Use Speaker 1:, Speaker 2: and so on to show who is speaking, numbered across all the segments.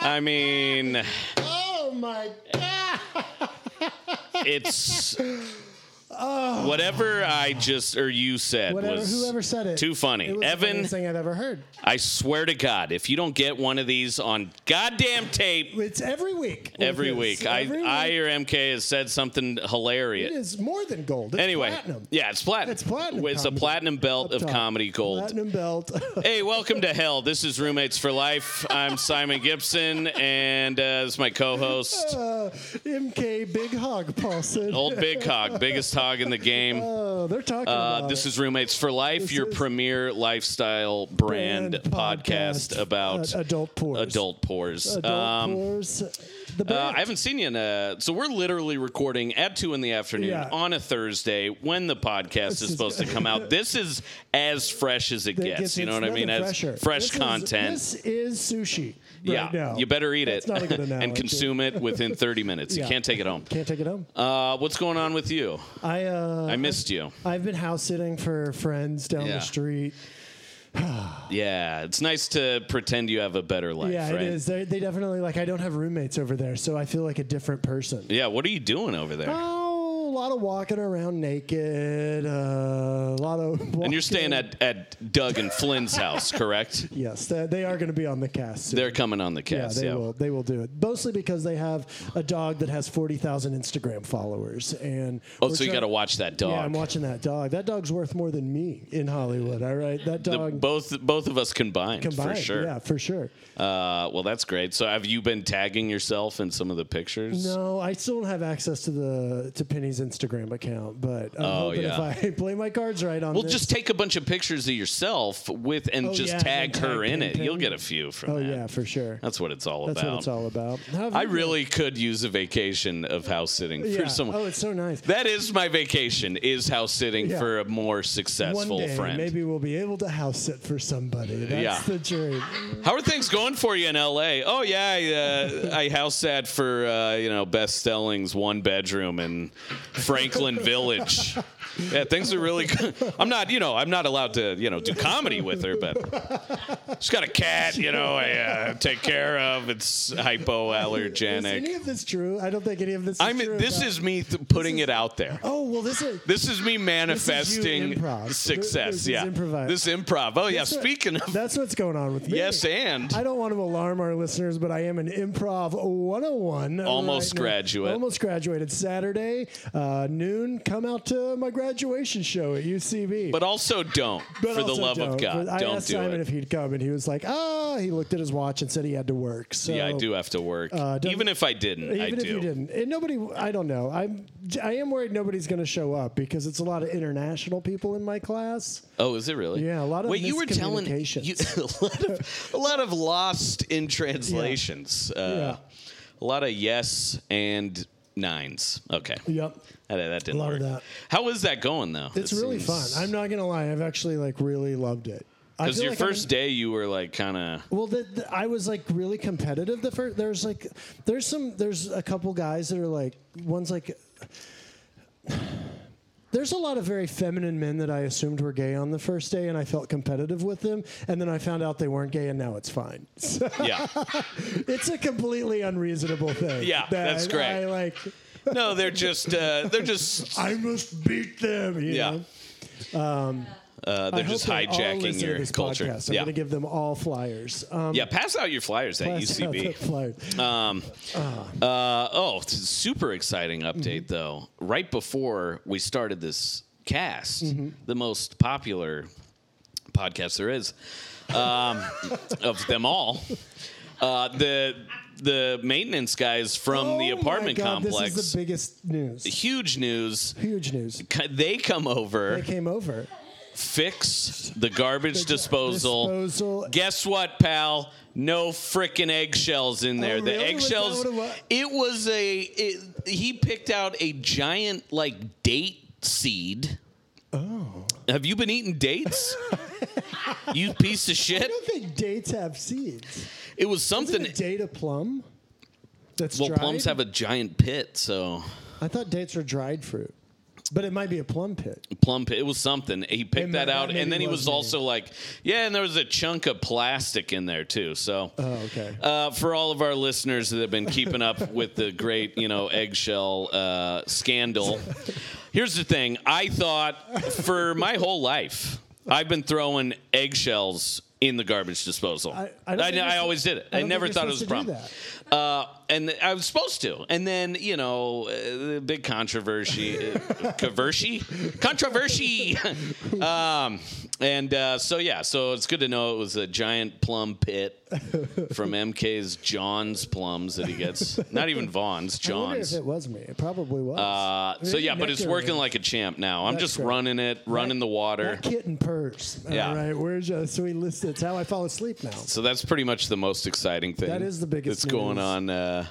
Speaker 1: I mean,
Speaker 2: Oh my god!
Speaker 1: it's whatever I just or you said
Speaker 2: Whatever,
Speaker 1: was
Speaker 2: whoever said it,
Speaker 1: too funny.
Speaker 2: It was the
Speaker 1: Evan,
Speaker 2: funniest thing I'd ever heard.
Speaker 1: I swear to God, if you don't get one of these on goddamn tape
Speaker 2: It's every week. with
Speaker 1: every
Speaker 2: this.
Speaker 1: week,
Speaker 2: Every
Speaker 1: I, I
Speaker 2: week.
Speaker 1: or MK has said something
Speaker 2: it
Speaker 1: hilarious.
Speaker 2: is more than gold. It's
Speaker 1: Anyway,
Speaker 2: platinum.
Speaker 1: yeah, it's platinum.
Speaker 2: It's platinum
Speaker 1: It's a
Speaker 2: comedy.
Speaker 1: platinum belt
Speaker 2: Up
Speaker 1: of
Speaker 2: top.
Speaker 1: comedy gold.
Speaker 2: Platinum belt.
Speaker 1: Hey, welcome to hell. This is Roommates for Life. I'm Simon Gibson, and uh, this is my co-host,
Speaker 2: uh, MK Big Hog Paulson.
Speaker 1: Old Big Hog, biggest hog in the game.
Speaker 2: Oh, they're talking
Speaker 1: Uh,
Speaker 2: about
Speaker 1: this
Speaker 2: it.
Speaker 1: is Roommates for Life,
Speaker 2: This
Speaker 1: your
Speaker 2: is-
Speaker 1: premier lifestyle brand, podcast, about
Speaker 2: uh, adult pores.
Speaker 1: adult pores.
Speaker 2: Adult
Speaker 1: Um,
Speaker 2: pores. The
Speaker 1: uh,
Speaker 2: band.
Speaker 1: I haven't seen you in a. So we're literally recording at two in the afternoon
Speaker 2: Yeah.
Speaker 1: on a Thursday when the podcast is
Speaker 2: is-
Speaker 1: supposed to come out. This is as fresh as it
Speaker 2: that
Speaker 1: gets.
Speaker 2: gets-
Speaker 1: You know
Speaker 2: it's
Speaker 1: what I mean?
Speaker 2: nothing
Speaker 1: As
Speaker 2: fresher.
Speaker 1: fresh
Speaker 2: This is-
Speaker 1: content.
Speaker 2: this is sushi. Right
Speaker 1: yeah,
Speaker 2: now.
Speaker 1: you better eat
Speaker 2: That's
Speaker 1: it
Speaker 2: not a good
Speaker 1: and
Speaker 2: analogy.
Speaker 1: consume it within 30 minutes. You
Speaker 2: Yeah.
Speaker 1: can't take it home.
Speaker 2: Can't take it home.
Speaker 1: Uh, what's going on with you?
Speaker 2: I uh,
Speaker 1: I missed you.
Speaker 2: I've been house sitting for friends down
Speaker 1: Yeah.
Speaker 2: the street.
Speaker 1: Yeah, it's nice to pretend you have a better life.
Speaker 2: Yeah,
Speaker 1: right?
Speaker 2: it is. They're, they definitely like. I don't have roommates over there, so I feel like a different person.
Speaker 1: Yeah, what are you doing over there?
Speaker 2: Oh, a lot of walking around naked. Uh, a lot of. Walking.
Speaker 1: and you're staying at, at Doug and Flynn's house, correct?
Speaker 2: Yes, they, they are going to be on the cast. Soon.
Speaker 1: They're coming on the
Speaker 2: yeah,
Speaker 1: cast.
Speaker 2: they
Speaker 1: Yeah,
Speaker 2: will. They will do it mostly because they have a dog that has forty thousand Instagram followers, and
Speaker 1: Oh,
Speaker 2: we're
Speaker 1: so you
Speaker 2: trying-
Speaker 1: got to watch that dog.
Speaker 2: Yeah, I'm watching that dog. That dog's worth more than me in Hollywood. All right, that
Speaker 1: The-
Speaker 2: dog
Speaker 1: both both of us combined,
Speaker 2: combined.
Speaker 1: for sure.
Speaker 2: Yeah, for sure.
Speaker 1: Uh, well, that's great. So, have you been tagging yourself in some of the pictures?
Speaker 2: No, I still don't have access to the to Penny's Instagram account, but I'm
Speaker 1: Oh,
Speaker 2: hoping
Speaker 1: yeah.
Speaker 2: if I play my cards right on
Speaker 1: Well,
Speaker 2: this.
Speaker 1: just take a bunch of pictures of yourself with and
Speaker 2: Oh,
Speaker 1: just
Speaker 2: yeah,
Speaker 1: tag
Speaker 2: and then
Speaker 1: her
Speaker 2: tag
Speaker 1: in
Speaker 2: Pin
Speaker 1: it. You'll
Speaker 2: Pin.
Speaker 1: get a few from
Speaker 2: oh
Speaker 1: that.
Speaker 2: yeah, for sure.
Speaker 1: That's what it's all
Speaker 2: That's
Speaker 1: about.
Speaker 2: what it's all about. How have
Speaker 1: I
Speaker 2: you been?
Speaker 1: really could use a vacation of house sitting
Speaker 2: yeah.
Speaker 1: for someone.
Speaker 2: Oh, it's so nice.
Speaker 1: That is my vacation. Is house sitting
Speaker 2: Yeah.
Speaker 1: for a more successful
Speaker 2: One day,
Speaker 1: friend.
Speaker 2: maybe we'll be able to house sit for somebody. That's
Speaker 1: Yeah.
Speaker 2: the dream.
Speaker 1: How are things going for you in L.A.? Oh yeah, I, uh, I house sat for uh, you know best sellings one bedroom in Franklin Village. Yeah, things are really. Good. I'm not you know I'm not allowed to you know do comedy with her, but she's got a cat you know I uh, take care of. It's
Speaker 2: Is any
Speaker 1: hypoallergenic.
Speaker 2: of this true? I don't think any of this is
Speaker 1: I'm
Speaker 2: true.
Speaker 1: this
Speaker 2: about-
Speaker 1: is me th- putting it out there.
Speaker 2: Oh well, this is.
Speaker 1: This is me manifesting
Speaker 2: improv.
Speaker 1: success.
Speaker 2: This is
Speaker 1: yeah,
Speaker 2: improvise.
Speaker 1: this improv. Oh yeah,
Speaker 2: That's what-
Speaker 1: speaking of
Speaker 2: That's what's going on with me.
Speaker 1: yes and.
Speaker 2: I don't want to alarm our listeners, but I am an improv 101.
Speaker 1: Almost
Speaker 2: right now.
Speaker 1: graduate.
Speaker 2: Almost graduated. Saturday, uh, noon, come out to my graduation show at UCB.
Speaker 1: But also don't,
Speaker 2: But
Speaker 1: for the
Speaker 2: also
Speaker 1: love of
Speaker 2: don't.
Speaker 1: God,
Speaker 2: But I
Speaker 1: don't
Speaker 2: asked
Speaker 1: do
Speaker 2: Simon
Speaker 1: it.
Speaker 2: if he'd come, and he was like, ah, he looked at his watch and said he had to work. So
Speaker 1: yeah, I do have to work.
Speaker 2: Uh, don't-
Speaker 1: even if I didn't,
Speaker 2: Even
Speaker 1: I
Speaker 2: if
Speaker 1: do.
Speaker 2: you didn't, and nobody, I don't know. I'm, I am worried nobody's going to show up because it's a lot of international people in my class.
Speaker 1: Oh, is it really?
Speaker 2: Yeah, a lot of
Speaker 1: Wait, you were telling you, a lot of a lot of lost in translations. Uh, A lot of yes and nines. Okay.
Speaker 2: Yep,
Speaker 1: That, that didn't
Speaker 2: A lot
Speaker 1: work.
Speaker 2: of that.
Speaker 1: How is that going though?
Speaker 2: it's really fun. I'm not going to lie, I've actually like really loved it. I
Speaker 1: Because
Speaker 2: feel
Speaker 1: your
Speaker 2: like I'm in-
Speaker 1: first day, you were like kind of.
Speaker 2: Well, the, the, I was like really competitive. The first there's like there's some there's a couple guys that are like one's like there's a lot of very feminine men that I assumed were gay on the first day, and I felt competitive with them, and then I found out they weren't gay, and now it's fine. So
Speaker 1: Yeah.
Speaker 2: it's a completely unreasonable thing.
Speaker 1: Yeah, that's
Speaker 2: that
Speaker 1: great.
Speaker 2: I like.
Speaker 1: no, they're just uh, they're just
Speaker 2: I must beat them. you
Speaker 1: yeah.
Speaker 2: know? Um,
Speaker 1: uh, they're
Speaker 2: I
Speaker 1: just
Speaker 2: hope they all listen
Speaker 1: hijacking
Speaker 2: to
Speaker 1: your
Speaker 2: this
Speaker 1: culture.
Speaker 2: podcast. I'm
Speaker 1: yeah.
Speaker 2: gonna give them all flyers. Um,
Speaker 1: yeah. Pass out your flyers at UCB.
Speaker 2: Flyers.
Speaker 1: Um, uh, oh, it's a super exciting update
Speaker 2: Mm-hmm.
Speaker 1: though. Right before we started this cast,
Speaker 2: Mm-hmm.
Speaker 1: the most popular podcast there is um, of them all, uh, the the maintenance guys from the
Speaker 2: Oh my
Speaker 1: apartment
Speaker 2: God,
Speaker 1: complex.
Speaker 2: This is the biggest news.
Speaker 1: Huge news.
Speaker 2: Huge news.
Speaker 1: c- They come over,
Speaker 2: They came over.
Speaker 1: fix the garbage disposal.
Speaker 2: Disposal.
Speaker 1: Guess what, pal? No frickin' eggshells in there. The
Speaker 2: Oh, really? Was that
Speaker 1: eggshells.
Speaker 2: what it was?
Speaker 1: It was a. It, he picked out a giant like date seed. Oh. Have you been eating dates? you piece of
Speaker 2: I
Speaker 1: shit!
Speaker 2: don't think dates have seeds.
Speaker 1: It was
Speaker 2: Isn't
Speaker 1: something.
Speaker 2: a date a plum? That's
Speaker 1: well,
Speaker 2: dried?
Speaker 1: plums have a giant pit, so
Speaker 2: I thought dates were dried fruit. But it might be a plum pit.
Speaker 1: plum pit. It was something. He picked
Speaker 2: It
Speaker 1: that
Speaker 2: might-
Speaker 1: out,
Speaker 2: maybe
Speaker 1: and then he
Speaker 2: was
Speaker 1: was
Speaker 2: me.
Speaker 1: also like, "Yeah," and there was a chunk of plastic in there too. So,
Speaker 2: Oh, okay.
Speaker 1: uh, for all of our listeners that have been keeping up with the great, you know, eggshell uh, scandal, here's the thing: I thought for my whole life I've been throwing eggshells in the garbage disposal.
Speaker 2: I-
Speaker 1: I,
Speaker 2: I don't think
Speaker 1: I,
Speaker 2: you're sup-
Speaker 1: always did it.
Speaker 2: I
Speaker 1: I,
Speaker 2: don't
Speaker 1: never
Speaker 2: think you're
Speaker 1: thought it was a
Speaker 2: supposed to do
Speaker 1: problem. Uh, and th- I was supposed to. And then, you know, uh, the big controversy. uh, Controversy? Controversy! um, and uh, so, yeah, so it's good to know it was a giant plum pit from MK's John's plums that he gets. Not even Vaughn's,
Speaker 2: I wonder if
Speaker 1: John's.
Speaker 2: it was me. It probably was.
Speaker 1: Uh, so, yeah, but it's working like a champ now. I'm
Speaker 2: That's
Speaker 1: just
Speaker 2: right.
Speaker 1: running it, running the water.
Speaker 2: That kitten purrs.
Speaker 1: Yeah.
Speaker 2: All right. Where's your, so we list it's how I fall asleep now.
Speaker 1: So that's pretty much the most exciting thing.
Speaker 2: That is the biggest
Speaker 1: that's going
Speaker 2: news.
Speaker 1: on. Uh,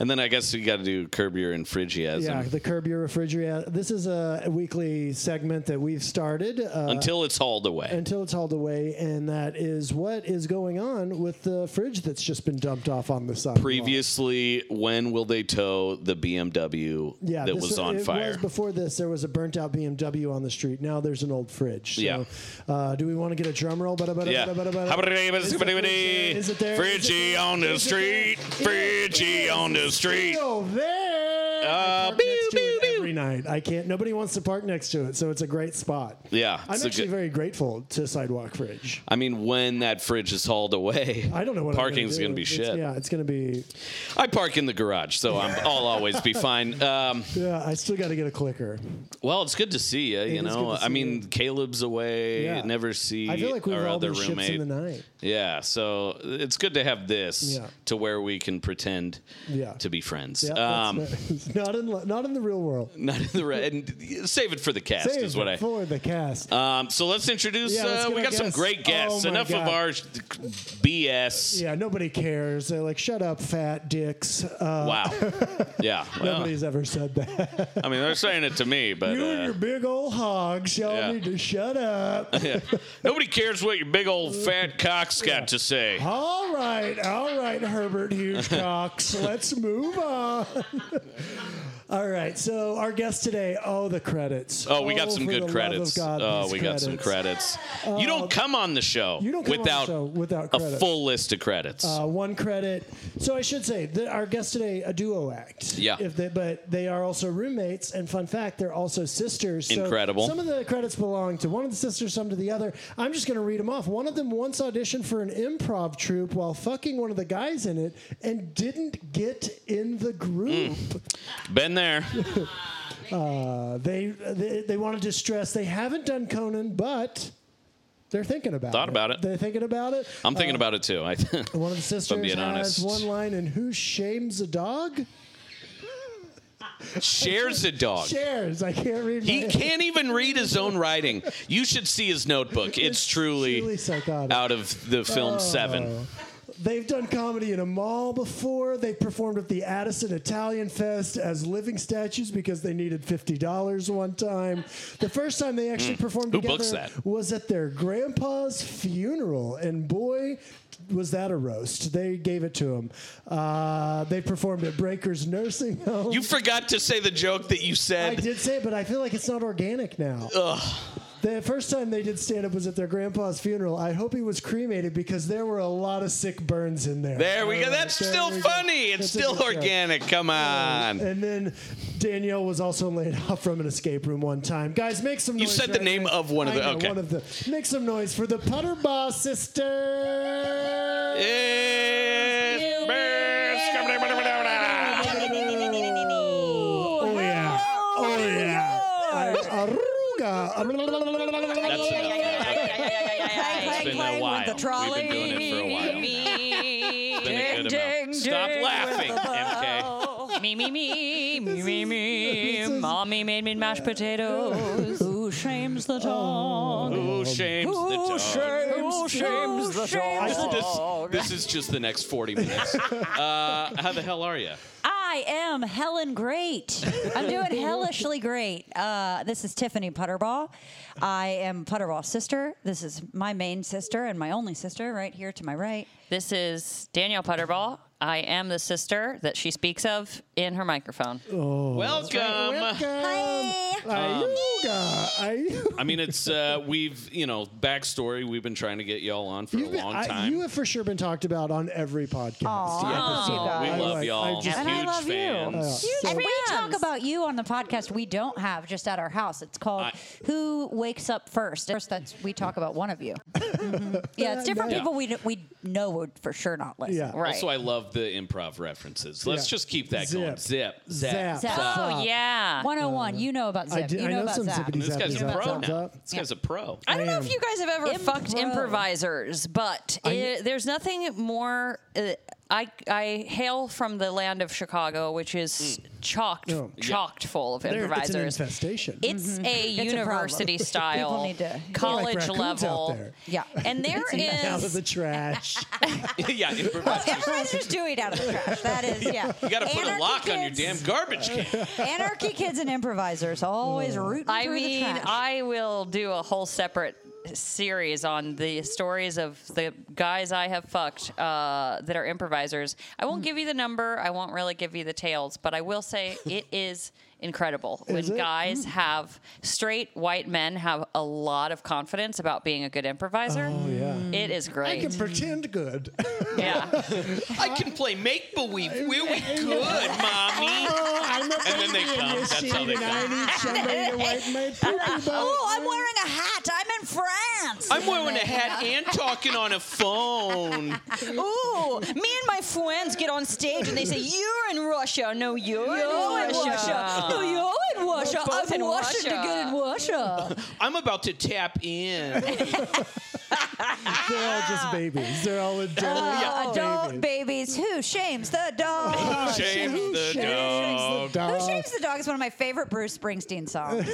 Speaker 1: and then I guess you got to do curb your infringiasm.
Speaker 2: Yeah, the curb your refrigerator. This is a weekly segment that we've started uh,
Speaker 1: until it's hauled away.
Speaker 2: until it's hauled away, and that is what is going on with the fridge that's just been dumped off on the side.
Speaker 1: Previously, when will they tow the BMW
Speaker 2: yeah,
Speaker 1: that
Speaker 2: this-
Speaker 1: was on
Speaker 2: it
Speaker 1: fire?
Speaker 2: Was before this, there was a burnt out BMW on the street. Now there's an old fridge. So,
Speaker 1: Yeah.
Speaker 2: Uh, do we want to get a drum roll? Ba-da-ba-da,
Speaker 1: yeah.
Speaker 2: ba-da-ba-da. Is it there? Is it there?
Speaker 1: Fridgey on the
Speaker 2: Is it there?
Speaker 1: street. Fridgey on the street.
Speaker 2: Still there. I
Speaker 1: Uh,
Speaker 2: park next to
Speaker 1: pew,
Speaker 2: it
Speaker 1: pew,
Speaker 2: every night. I can't. Nobody wants to park next to it, so it's a great spot.
Speaker 1: Yeah.
Speaker 2: I'm
Speaker 1: it's a
Speaker 2: actually
Speaker 1: good-
Speaker 2: very grateful to Sidewalk Fridge.
Speaker 1: I mean, when that fridge is hauled away,
Speaker 2: I don't know what
Speaker 1: parking's
Speaker 2: going to
Speaker 1: be shit.
Speaker 2: Yeah, it's going to be.
Speaker 1: I park in the garage, so I'm, I'll always be fine. Um,
Speaker 2: Yeah, I still got to get a clicker.
Speaker 1: Well, it's good to see you. You
Speaker 2: is
Speaker 1: know,
Speaker 2: good to
Speaker 1: I
Speaker 2: see
Speaker 1: mean,
Speaker 2: you.
Speaker 1: Caleb's away.
Speaker 2: Yeah.
Speaker 1: Never see
Speaker 2: I feel like we've
Speaker 1: our
Speaker 2: all
Speaker 1: other
Speaker 2: been ships
Speaker 1: roommate.
Speaker 2: in the night.
Speaker 1: Yeah, so it's good to have this
Speaker 2: Yeah.
Speaker 1: to where we can pretend
Speaker 2: Yeah.
Speaker 1: to be friends.
Speaker 2: Yeah,
Speaker 1: um,
Speaker 2: that's not, not in li- not in the real world.
Speaker 1: not in the red. And save it for the cast
Speaker 2: Save
Speaker 1: is what
Speaker 2: it
Speaker 1: I.
Speaker 2: for the cast.
Speaker 1: Um, so let's introduce.
Speaker 2: Yeah, let's
Speaker 1: uh,
Speaker 2: get
Speaker 1: we
Speaker 2: our
Speaker 1: got some
Speaker 2: guests.
Speaker 1: great guests.
Speaker 2: Oh, my
Speaker 1: Enough of
Speaker 2: God.
Speaker 1: our sh- BS.
Speaker 2: yeah, nobody cares. They're like, shut up, fat dicks. Uh,
Speaker 1: Wow. yeah. Well,
Speaker 2: Nobody's ever said that.
Speaker 1: I mean, they're saying it to me, but
Speaker 2: you and
Speaker 1: uh,
Speaker 2: your big old hogs, y'all
Speaker 1: yeah.
Speaker 2: need to shut up.
Speaker 1: yeah. nobody cares what your big old fat cock's got to say.
Speaker 2: all right, all right, Herbert Hughes Cox, let's move on. all right, so our guest today, oh, the credits.
Speaker 1: Oh, we got some
Speaker 2: for the
Speaker 1: good
Speaker 2: love
Speaker 1: credits.
Speaker 2: of God,
Speaker 1: oh,
Speaker 2: these Oh,
Speaker 1: we got some credits. you don't come on the show
Speaker 2: You don't come
Speaker 1: without
Speaker 2: on the show without
Speaker 1: a
Speaker 2: credits.
Speaker 1: full list of credits.
Speaker 2: Uh, one credit. So I should say that our guest today, a duo act.
Speaker 1: Yeah.
Speaker 2: If they, but they are also roommates, and fun fact, they're also sisters. So
Speaker 1: Incredible.
Speaker 2: Some of the credits belong to one of the sisters, some to the other. I'm just going to read them off. One of them once auditioned for an improv troupe while fucking one of the guys in it, and didn't get in the group.
Speaker 1: Mm. Been there.
Speaker 2: Uh, they, they they wanted to stress they haven't done Conan, but. They're thinking about
Speaker 1: Thought
Speaker 2: it.
Speaker 1: about it.
Speaker 2: They're thinking about it.
Speaker 1: I'm thinking about it too. I
Speaker 2: uh, One of the sisters
Speaker 1: being
Speaker 2: has
Speaker 1: honest.
Speaker 2: one line in "Who shames a dog?"
Speaker 1: shares a dog.
Speaker 2: Shares. I can't read.
Speaker 1: He
Speaker 2: my-
Speaker 1: can't even read his own writing. You should see his notebook. It's
Speaker 2: truly Oh.
Speaker 1: truly
Speaker 2: psychotic.
Speaker 1: out of the film Seven.
Speaker 2: They've done comedy in a mall before. They performed at the Addison Italian Fest as living statues because they needed fifty dollars one time. The first time they actually performed
Speaker 1: Mm. Who
Speaker 2: together
Speaker 1: books that?
Speaker 2: was at their grandpa's funeral, and boy. Was that a roast? They gave it to him. Uh, they performed at Breakers Nursing Home.
Speaker 1: You forgot to say the joke that you
Speaker 2: I
Speaker 1: said.
Speaker 2: did say it, but I feel like it's not organic now. The first time they did stand up was at their grandpa's funeral. I hope he was cremated because there were a lot of sick burns in there.
Speaker 1: There we go. That's
Speaker 2: Oh, There
Speaker 1: still
Speaker 2: we go.
Speaker 1: funny. It's
Speaker 2: That's a
Speaker 1: still
Speaker 2: good joke. Oh,
Speaker 1: organic. Come on.
Speaker 2: And then Danielle was also laid off from an escape room one time. Guys, make some
Speaker 1: You
Speaker 2: noise.
Speaker 1: said the
Speaker 2: right
Speaker 1: name
Speaker 2: now.
Speaker 1: of one of
Speaker 2: I
Speaker 1: the-
Speaker 2: know,
Speaker 1: okay.
Speaker 2: One of the. Make some noise for the Putterbaugh sister.
Speaker 1: It's
Speaker 2: Oh, yeah. Oh, yeah. I- Aruga.
Speaker 1: That's enough.
Speaker 3: It's
Speaker 1: been a while.
Speaker 3: With the
Speaker 1: We've
Speaker 3: trolley.
Speaker 1: been doing it for a while. been a good
Speaker 3: Ding,
Speaker 1: amount.
Speaker 3: ding,
Speaker 1: Stop
Speaker 3: ding
Speaker 1: laughing,
Speaker 3: with the
Speaker 1: MK.
Speaker 3: bell. Me, me, me, me, me, me.
Speaker 2: this is-
Speaker 3: Mommy made me mashed potatoes. Who shames the dog?
Speaker 1: Who shames the
Speaker 3: Who
Speaker 1: dog?
Speaker 3: shames, who shames the
Speaker 2: Oh,
Speaker 3: dog?
Speaker 1: This, this is just the next 40 minutes. Uh, how the hell are you?
Speaker 4: I am Helen Great. I'm doing hellishly great. Uh, this is Tiffany Putterball. I am Putterball's sister. This is my main sister and my only sister right here to my right.
Speaker 3: This is Danielle Putterball. I am the sister that she speaks of in her microphone.
Speaker 2: Oh,
Speaker 1: Welcome.
Speaker 2: Welcome.
Speaker 1: Um,
Speaker 2: Ayuga. Ayuga.
Speaker 1: I mean, it's uh, we've you know backstory. We've been trying to get y'all on for
Speaker 2: You've
Speaker 1: a
Speaker 2: been-
Speaker 1: long
Speaker 2: I-
Speaker 1: time.
Speaker 2: you have for sure been talked about on every podcast.
Speaker 4: Aw,
Speaker 1: Yeah.
Speaker 3: Oh,
Speaker 4: you
Speaker 1: we
Speaker 4: guys.
Speaker 1: love
Speaker 2: Oh, like-
Speaker 1: y'all.
Speaker 2: I just-
Speaker 4: And I
Speaker 1: Huge
Speaker 4: love you.
Speaker 1: fans.
Speaker 2: Yeah.
Speaker 4: And we
Speaker 3: friends.
Speaker 4: talk about you on the podcast we don't have just at our house. It's called
Speaker 1: I-
Speaker 4: Who Wakes Up First. First, that's we talk about one of you. Mhm. Yeah, it's different
Speaker 1: Yeah.
Speaker 4: people we we know would for sure not listen.
Speaker 2: Yeah.
Speaker 3: Right.
Speaker 1: Also, I love the improv references. Let's
Speaker 2: Yeah.
Speaker 1: just keep that
Speaker 2: Zip.
Speaker 1: going. Zip, zap,
Speaker 2: Zap.
Speaker 1: zap.
Speaker 4: Zap.
Speaker 3: oh, yeah.
Speaker 4: 101, you know about Zip.
Speaker 2: I, did,
Speaker 4: you
Speaker 2: I
Speaker 4: know,
Speaker 2: know
Speaker 4: about
Speaker 2: some
Speaker 4: Zap.
Speaker 2: zippity
Speaker 1: This guy's a
Speaker 2: zappity
Speaker 1: pro
Speaker 2: zap
Speaker 1: now.
Speaker 2: zap.
Speaker 1: This guy's a pro.
Speaker 3: I don't know if you guys have ever
Speaker 4: Impro.
Speaker 3: fucked improvisers, but it, there's nothing more. Uh, I I hail from the land of Chicago, which is chocked
Speaker 2: Oh. Yeah.
Speaker 3: chocked full of
Speaker 2: There-
Speaker 3: improvisers.
Speaker 2: It's an Mm-hmm. infestation.
Speaker 3: It's a university style,
Speaker 4: need to- They're like
Speaker 3: college
Speaker 2: raccoons out
Speaker 3: level.
Speaker 2: there.
Speaker 4: Yeah.
Speaker 3: And there
Speaker 2: out of
Speaker 3: is
Speaker 2: the trash.
Speaker 1: yeah, improvisers.
Speaker 4: Improvisers do eat out of the trash. That is, yeah.
Speaker 1: You got to put a
Speaker 4: Anarchy
Speaker 1: lock on your damn
Speaker 4: kids-
Speaker 1: garbage can.
Speaker 4: Anarchy kids and improvisers always rooting
Speaker 3: I
Speaker 4: through
Speaker 3: mean,
Speaker 4: the trash.
Speaker 3: I will do a whole separate series on the stories of the guys I have fucked uh, that are improvisers. I won't give you the number. I won't really give you the tales, but I will say it is incredible when
Speaker 2: it?
Speaker 3: guys have straight white men have a lot of confidence about being a good improviser.
Speaker 2: Oh, yeah.
Speaker 3: It is
Speaker 2: I
Speaker 3: great.
Speaker 2: can pretend good.
Speaker 3: yeah.
Speaker 1: I can play make believe. We're we good, mommy.
Speaker 2: oh, I'm a
Speaker 1: And then they
Speaker 2: baby in
Speaker 1: come.
Speaker 2: this
Speaker 1: That's how they
Speaker 2: sheet and I need somebody to wipe my poopy
Speaker 4: oh,
Speaker 2: butt.
Speaker 4: I'm wearing a hat. I'm in France.
Speaker 1: I'm wearing a hat and talking on a phone.
Speaker 3: Ooh, me and my friends get on stage and they say, "You're in Russia." No, you're,
Speaker 4: You're in Russia. No, you're in Russia.
Speaker 3: both
Speaker 4: I'm in
Speaker 3: in
Speaker 4: Russia.
Speaker 3: Russia.
Speaker 4: to get in Russia.
Speaker 1: I'm about to tap in.
Speaker 2: They're all just babies. They're all adults.
Speaker 4: Uh, adult babies. Who shames the dog?
Speaker 1: James the dog.
Speaker 4: Who shames the dog is one of my favorite Bruce Springsteen songs.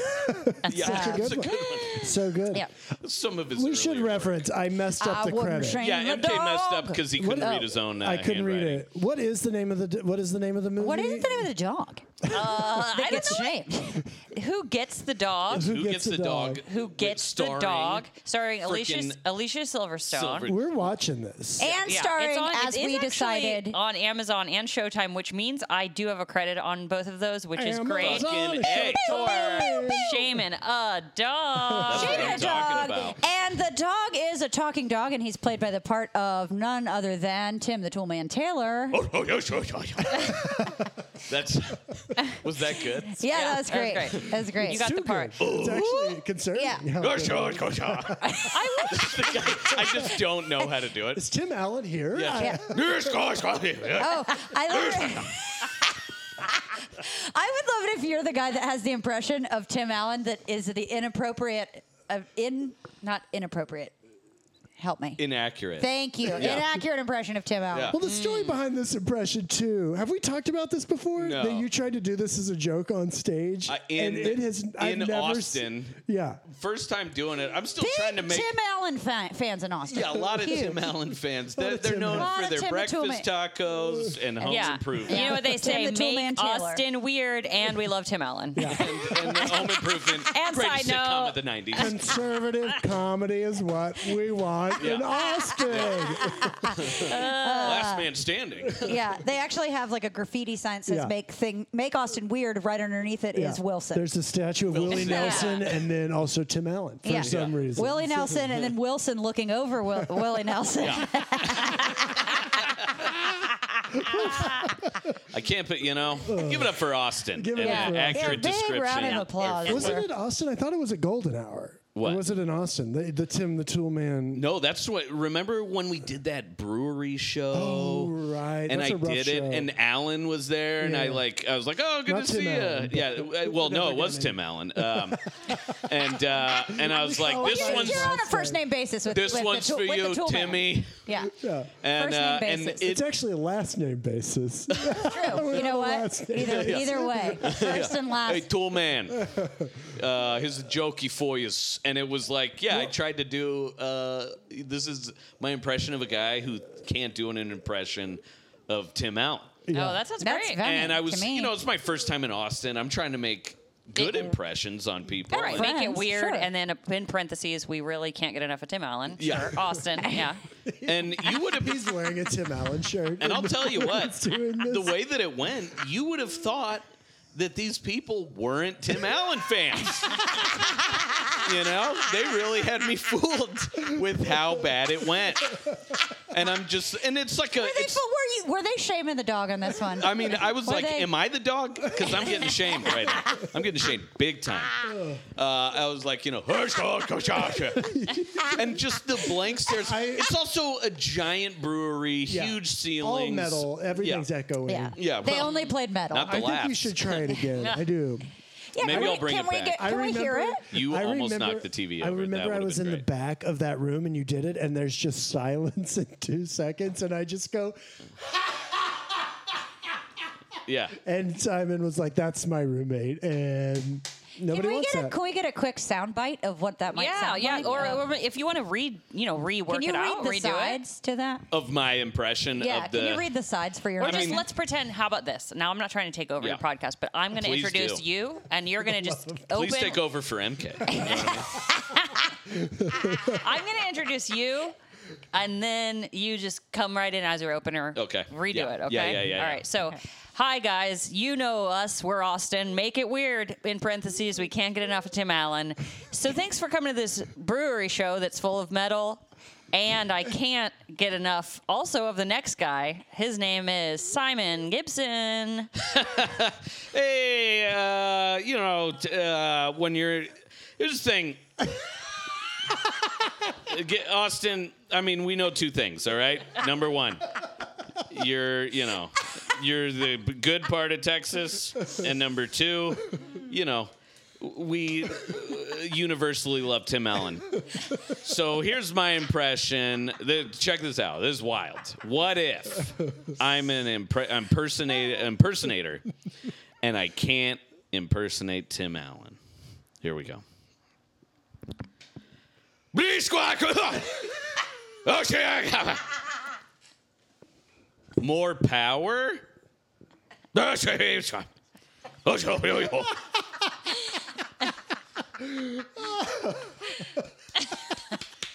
Speaker 1: Yeah,
Speaker 2: Such a
Speaker 1: it's
Speaker 2: good one. So good.
Speaker 4: Yeah.
Speaker 1: Some of his.
Speaker 2: We should
Speaker 1: earlier-
Speaker 2: reference. I messed up
Speaker 4: I
Speaker 2: the
Speaker 4: wouldn't
Speaker 2: credit.
Speaker 4: shame
Speaker 1: Yeah,
Speaker 4: the
Speaker 1: MK messed up
Speaker 4: dog.
Speaker 1: because he couldn't
Speaker 2: What-
Speaker 1: read his own. Uh,
Speaker 2: I couldn't read
Speaker 1: handwriting.
Speaker 2: it. What is the name of the What is the name of the movie?
Speaker 4: What is the name of the dog?
Speaker 3: I
Speaker 4: That
Speaker 3: don't
Speaker 4: gets
Speaker 3: know
Speaker 4: shamed.
Speaker 3: who gets the dog.
Speaker 1: Who gets the dog?
Speaker 3: Who
Speaker 1: With
Speaker 3: gets the
Speaker 1: starring
Speaker 3: dog? Starring Alicia
Speaker 1: frickin'
Speaker 3: Alicia Silverstone.
Speaker 1: Silver-
Speaker 2: We're watching this.
Speaker 4: And
Speaker 3: Yeah,
Speaker 4: starring,
Speaker 3: it's on- it
Speaker 4: as
Speaker 3: is
Speaker 4: we
Speaker 3: actually
Speaker 4: decided,
Speaker 3: on Amazon and Showtime, which means I do have a credit on both of those, which is great.
Speaker 1: Fucking A.
Speaker 3: For shaming a dog.
Speaker 1: That's what
Speaker 4: Shaking
Speaker 1: I'm
Speaker 4: a
Speaker 1: talking
Speaker 4: dog.
Speaker 1: about.
Speaker 4: And the dog is a talking dog, and he's played by the part of none other than Tim the Toolman Taylor.
Speaker 1: Oh, That's was that good?
Speaker 4: yeah,
Speaker 3: Yeah,
Speaker 4: that's
Speaker 3: that was
Speaker 4: great. That's great.
Speaker 3: great. You got
Speaker 2: Too
Speaker 3: the part.
Speaker 2: good. It's actually concerning.
Speaker 4: Yeah.
Speaker 2: how
Speaker 1: I
Speaker 2: good it is.
Speaker 1: just don't know how to do it.
Speaker 2: Is Tim Allen here? I-
Speaker 1: Yeah.
Speaker 4: Oh, I love it. I would love it if you're the guy that has the impression of Tim Allen that is the inappropriate, of in not inappropriate. Help me.
Speaker 1: Inaccurate.
Speaker 4: Thank you.
Speaker 1: Yeah.
Speaker 4: Inaccurate impression of Tim Allen.
Speaker 1: Yeah.
Speaker 2: Well, the story
Speaker 4: Mm.
Speaker 2: behind this impression too. Have we talked about this before?
Speaker 1: No.
Speaker 2: That you tried to do this as a joke on stage,
Speaker 1: Uh, in
Speaker 2: and it has I've
Speaker 1: in
Speaker 2: never s-
Speaker 1: Austin.
Speaker 2: yeah,
Speaker 1: First time doing it. I'm still
Speaker 4: Big
Speaker 1: trying to make.
Speaker 4: Tim Allen fa- fans in Austin.
Speaker 1: yeah, a lot of
Speaker 4: Huge.
Speaker 1: Tim Allen fans. They're,
Speaker 2: of
Speaker 1: they're
Speaker 2: Tim
Speaker 1: known
Speaker 2: Allen.
Speaker 4: Lot
Speaker 1: for
Speaker 4: of
Speaker 1: their
Speaker 4: Tim the Tool
Speaker 1: breakfast tacos and home
Speaker 3: Yeah.
Speaker 1: improvement.
Speaker 3: You know what they
Speaker 4: Tim
Speaker 3: say?
Speaker 4: the Tool Man
Speaker 3: Make
Speaker 4: Taylor.
Speaker 3: Austin weird, and we love Tim Allen.
Speaker 1: and,
Speaker 3: Oh,
Speaker 1: and the home improvement.
Speaker 3: And
Speaker 1: greatest
Speaker 3: side
Speaker 1: sitcom
Speaker 3: note-
Speaker 1: of the 90s.
Speaker 2: conservative comedy is what we want in
Speaker 1: Yeah.
Speaker 2: Austin.
Speaker 1: Last man standing.
Speaker 4: Yeah, they actually have like a graffiti sign that says
Speaker 2: Yeah.
Speaker 4: "Make thing Make Austin Weird." Right underneath it is
Speaker 2: Yeah.
Speaker 4: Wilson.
Speaker 2: There's a statue of Willie
Speaker 1: Wilson.
Speaker 2: Nelson, and then also Tim Allen for
Speaker 4: Yeah.
Speaker 2: some
Speaker 1: Yeah.
Speaker 2: reason.
Speaker 4: Willie Nelson and then Wilson looking over Will- Willie Nelson.
Speaker 1: I can't, but you know, give it up for Austin.
Speaker 2: Give it
Speaker 1: and
Speaker 2: up
Speaker 1: an
Speaker 2: for Austin.
Speaker 1: accurate
Speaker 4: Yeah, big
Speaker 1: description.
Speaker 4: round of applause.
Speaker 1: Or-
Speaker 2: Wasn't it Austin? I thought it was a Golden Hour.
Speaker 1: What?
Speaker 2: Or was it in Austin? The, the Tim the Tool Man.
Speaker 1: No, that's what. Remember when we did that brewery show? Oh,
Speaker 2: right.
Speaker 1: And
Speaker 2: That's
Speaker 1: I
Speaker 2: a rough
Speaker 1: did
Speaker 2: show.
Speaker 1: it, and Alan was there, and I
Speaker 2: Yeah.
Speaker 1: like, I was like, oh, good
Speaker 2: Not
Speaker 1: to
Speaker 2: Tim
Speaker 1: see
Speaker 2: Allen.
Speaker 1: you. Yeah. uh, Well, no, it was Tim Allen. Um, and uh, and I was like,
Speaker 2: Oh,
Speaker 1: this
Speaker 2: yeah,
Speaker 1: one's
Speaker 4: You're on a first name basis with
Speaker 1: this
Speaker 4: with
Speaker 1: one's
Speaker 4: the tool,
Speaker 1: for
Speaker 4: with the
Speaker 1: you,
Speaker 4: tool man.
Speaker 1: Timmy.
Speaker 4: Yeah,
Speaker 2: Yeah.
Speaker 1: And
Speaker 4: First name
Speaker 1: uh, and
Speaker 4: basis.
Speaker 1: it,
Speaker 2: It's actually a last name basis.
Speaker 4: true. You know what?
Speaker 2: Last name.
Speaker 4: Either
Speaker 1: Yeah.
Speaker 4: either way, first and
Speaker 1: Hey,
Speaker 4: last.
Speaker 1: tool man. Uh, here's a jokey for you. And it was like, yeah, I tried to do. Uh, this is my impression of a guy who can't do an impression of Tim Allen.
Speaker 3: Oh, that sounds
Speaker 4: That's
Speaker 3: great.
Speaker 4: funny
Speaker 1: and I
Speaker 4: to
Speaker 1: was,
Speaker 4: me.
Speaker 1: you know, it's my first time in Austin. I'm trying to make good impressions on people.
Speaker 3: All right,
Speaker 1: and-
Speaker 4: Right.
Speaker 3: make it
Speaker 4: Friends,
Speaker 3: weird,
Speaker 4: sure.
Speaker 3: and then uh, in parentheses, we really can't get enough of Tim Allen.
Speaker 1: Yeah.
Speaker 3: Sure, Austin. Yeah,
Speaker 1: and you would have
Speaker 2: He's wearing a Tim Allen shirt.
Speaker 1: And I'll tell you what,
Speaker 2: He's doing
Speaker 1: the
Speaker 2: this.
Speaker 1: way that it went, you would have thought that these people weren't Tim Allen fans. you know, they really had me fooled with how bad it went. And I'm just, and it's like a.
Speaker 4: They
Speaker 1: It's,
Speaker 4: fo- were you? Were they shaming the dog on this one?
Speaker 1: I mean, I was
Speaker 4: Were
Speaker 1: like,
Speaker 4: they-
Speaker 1: "Am I the dog?" Because I'm getting shamed right now. I'm getting shamed big time. Uh, I was like, you know, and just the blank stares.
Speaker 2: I-
Speaker 1: it's also a giant brewery,
Speaker 2: Yeah.
Speaker 1: huge
Speaker 2: All
Speaker 1: ceilings,
Speaker 2: metal. Everything's
Speaker 1: Yeah.
Speaker 2: echoing.
Speaker 4: Yeah.
Speaker 1: Yeah,
Speaker 4: They
Speaker 1: well,
Speaker 4: only played metal.
Speaker 1: not
Speaker 2: I think we
Speaker 1: Laughs.
Speaker 2: should try it again. I do.
Speaker 4: yeah,
Speaker 1: Maybe
Speaker 4: can
Speaker 1: I'll
Speaker 4: we-
Speaker 1: bring
Speaker 4: can
Speaker 1: it
Speaker 4: we
Speaker 1: back.
Speaker 4: Get,
Speaker 2: I
Speaker 4: can we hear
Speaker 2: remember-
Speaker 4: it?
Speaker 1: You
Speaker 2: I
Speaker 1: almost
Speaker 2: remember-
Speaker 1: knocked the TV
Speaker 2: I
Speaker 1: over. That
Speaker 2: remember I
Speaker 1: would've
Speaker 2: was in
Speaker 1: been
Speaker 2: the
Speaker 1: great.
Speaker 2: back of that room and you did it, and there's just silence in two seconds, and I just go.
Speaker 1: Yeah.
Speaker 2: And Simon was like, "That's my roommate," and
Speaker 4: Can
Speaker 2: nobody
Speaker 4: we
Speaker 2: wants
Speaker 4: get a,
Speaker 2: that.
Speaker 4: can we get a quick sound bite of what that might
Speaker 3: yeah,
Speaker 4: sound
Speaker 3: yeah.
Speaker 4: like?
Speaker 3: Or, or if you want to read, you know, rework
Speaker 4: can you read
Speaker 3: it out,
Speaker 4: the
Speaker 3: redo it.
Speaker 4: sides to that?
Speaker 1: Of my impression
Speaker 4: Yeah,
Speaker 1: of the
Speaker 4: can you read the sides for your?
Speaker 3: Or just
Speaker 1: mean-
Speaker 3: let's pretend. How about this? Now I'm not trying to take over
Speaker 1: Yeah.
Speaker 3: your podcast, but I'm going to
Speaker 1: Please
Speaker 3: introduce
Speaker 1: do.
Speaker 3: you, and you're going to just open.
Speaker 1: Please take over for MK.
Speaker 3: I'm going to introduce you, and then you just come right in as your opener.
Speaker 1: Okay.
Speaker 3: Redo
Speaker 1: Yeah.
Speaker 3: it.
Speaker 1: Yeah, yeah,
Speaker 3: Okay.
Speaker 1: yeah,
Speaker 3: All
Speaker 1: yeah.
Speaker 3: right. So, hi guys. You know us. We're Austin. Make it weird. In parentheses, we can't get enough of Tim Allen. So thanks for coming to this brewery show that's full of metal. And I can't get enough also of the next guy. His name is Simon Gibson.
Speaker 1: hey, uh, you know, t- uh, when you're here's the thing. Get, Austin, I mean, we know two things, all right? Number one, you're, you know, you're the b- good part of Texas, and number two, you know, we uh, universally love Tim Allen. So here's my impression. The, check this out. This is wild. What if I'm an impre- impersonate, impersonator and I can't impersonate Tim Allen? Here we go. Bree squawk. Okay, I- More power? Okay, it's fine. Okay,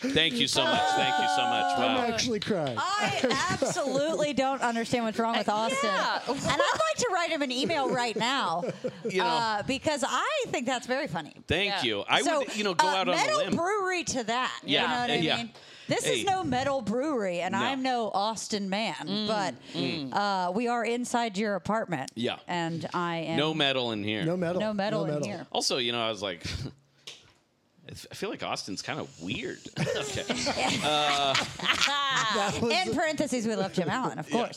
Speaker 1: Thank you so much. Thank you so much.
Speaker 2: I'm
Speaker 1: Wow.
Speaker 2: actually crying.
Speaker 4: I absolutely don't understand what's wrong with Austin,
Speaker 3: Yeah.
Speaker 4: and I'd like to write him an email right now
Speaker 1: You know.
Speaker 4: uh, because I think that's very funny.
Speaker 1: Thank
Speaker 3: Yeah.
Speaker 1: you. I
Speaker 4: so,
Speaker 1: would, you know, go
Speaker 4: uh,
Speaker 1: out on a
Speaker 4: metal
Speaker 1: limb.
Speaker 4: brewery to that.
Speaker 1: Yeah,
Speaker 4: you know what I
Speaker 1: yeah.
Speaker 4: mean. This
Speaker 1: Hey.
Speaker 4: is no metal brewery, and
Speaker 1: No.
Speaker 4: I'm no Austin man, but Uh, we are inside your apartment.
Speaker 1: Yeah.
Speaker 4: and I am
Speaker 1: no metal in here.
Speaker 2: no metal.
Speaker 4: no metal in here.
Speaker 1: Also, you know, I was like, I f- I feel like Austin's kind of weird. okay.
Speaker 2: That, was-
Speaker 4: In parentheses, we love Jim Allen, of course.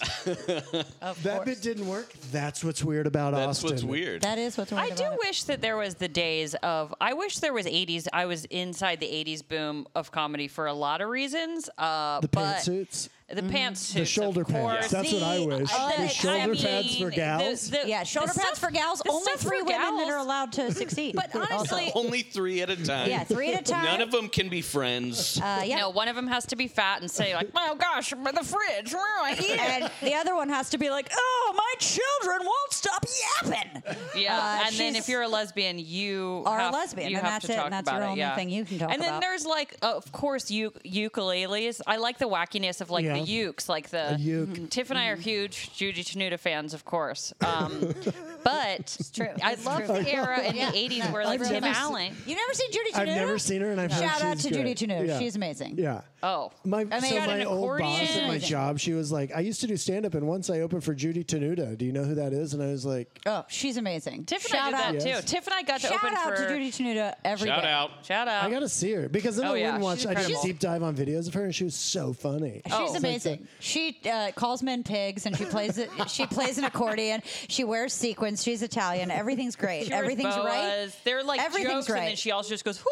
Speaker 4: of
Speaker 2: that
Speaker 4: course.
Speaker 2: bit didn't work. That's what's weird about
Speaker 1: That's
Speaker 2: Austin.
Speaker 1: what's weird.
Speaker 4: that is what's.
Speaker 3: I do wish that there was the days of. I wish there was '80s. I was inside the '80s boom of comedy for a lot of reasons. Uh,
Speaker 2: The
Speaker 3: but
Speaker 2: pantsuits. Mm-hmm.
Speaker 3: The pantsuits.
Speaker 2: The shoulder
Speaker 3: of course.
Speaker 2: pads. That's what I
Speaker 4: The-
Speaker 2: wish.
Speaker 4: uh,
Speaker 2: The
Speaker 4: the-
Speaker 2: shoulder
Speaker 4: I mean,
Speaker 2: pads for
Speaker 3: the-
Speaker 2: gals.
Speaker 3: the-
Speaker 4: Yeah, shoulder
Speaker 3: the
Speaker 4: pads for
Speaker 3: stuff-
Speaker 4: gals.
Speaker 3: the
Speaker 4: Only
Speaker 3: stuff for
Speaker 4: three women that
Speaker 3: gals.
Speaker 4: are allowed to succeed.
Speaker 3: But
Speaker 4: Also.
Speaker 3: honestly-
Speaker 1: Only three at a time.
Speaker 4: yeah, three at a time.
Speaker 1: None of them can be friends.
Speaker 4: Uh, yeah.
Speaker 3: No, one of them has to be fat and say like, "Oh gosh, I'm in the fridge."
Speaker 4: and the other one has to be like, "Oh, my children won't stop yapping."
Speaker 3: Yeah,
Speaker 4: Uh,
Speaker 3: and then
Speaker 4: she's-
Speaker 3: if you're a lesbian, you
Speaker 4: Are a
Speaker 3: have-
Speaker 4: lesbian,
Speaker 3: you
Speaker 4: and
Speaker 3: have
Speaker 4: that's
Speaker 3: to
Speaker 4: it,
Speaker 3: talk
Speaker 4: and that's
Speaker 3: about
Speaker 4: your
Speaker 3: it,
Speaker 4: only
Speaker 3: yeah.
Speaker 4: thing you can talk
Speaker 3: And then
Speaker 4: about.
Speaker 3: there's like, of course, u- ukuleles. I like the wackiness of like
Speaker 2: Yeah.
Speaker 3: the ukes, like the Mm-hmm.
Speaker 2: A uke.
Speaker 3: Tiff and I
Speaker 4: Mm-hmm.
Speaker 3: are huge Judy Tenuta fans, of course. Um, but
Speaker 4: true.
Speaker 3: I love the era in
Speaker 4: Yeah.
Speaker 3: the '80s where like
Speaker 4: I've
Speaker 3: Tim
Speaker 4: never se-
Speaker 3: Allen.
Speaker 4: You never seen Judy Tenuta?
Speaker 2: I've never seen her, and I've heard
Speaker 4: Shout out
Speaker 2: she's
Speaker 4: to Judy
Speaker 2: great.
Speaker 4: Tenuta.
Speaker 2: Yeah.
Speaker 4: She's amazing.
Speaker 2: Yeah.
Speaker 3: Oh,
Speaker 2: My,
Speaker 4: I mean,
Speaker 2: so
Speaker 4: got
Speaker 2: my
Speaker 3: an
Speaker 2: old boss at my
Speaker 3: accordion.
Speaker 2: job, she was like, I used to do stand up, and once I opened for Judy Tenuta. Do you know who that is? And I was like,
Speaker 4: Oh, she's amazing.
Speaker 3: Tiff and I
Speaker 4: Shout
Speaker 3: did
Speaker 4: out
Speaker 3: that
Speaker 2: Yes.
Speaker 3: too. Tiff and I got to
Speaker 4: Shout
Speaker 3: open
Speaker 4: out
Speaker 3: for
Speaker 4: to Judy Tenuta every day.
Speaker 1: Shout out.
Speaker 3: shout out.
Speaker 4: Oh.
Speaker 2: I gotta see her because then
Speaker 3: Oh,
Speaker 2: I
Speaker 3: yeah,
Speaker 2: wouldn't watch.
Speaker 3: she's
Speaker 2: I did a
Speaker 3: incredible.
Speaker 2: deep dive on videos of her, and she was so funny.
Speaker 4: She's
Speaker 3: Oh.
Speaker 4: amazing. she uh, calls men pigs, and she plays it. She plays an accordion. She wears sequins. She's Italian. Everything's great.
Speaker 3: Yours,
Speaker 4: Everything's right.
Speaker 3: Boas. They're like
Speaker 4: Everything's
Speaker 3: jokes,
Speaker 4: right.
Speaker 3: and then she also just goes, "Whoo!"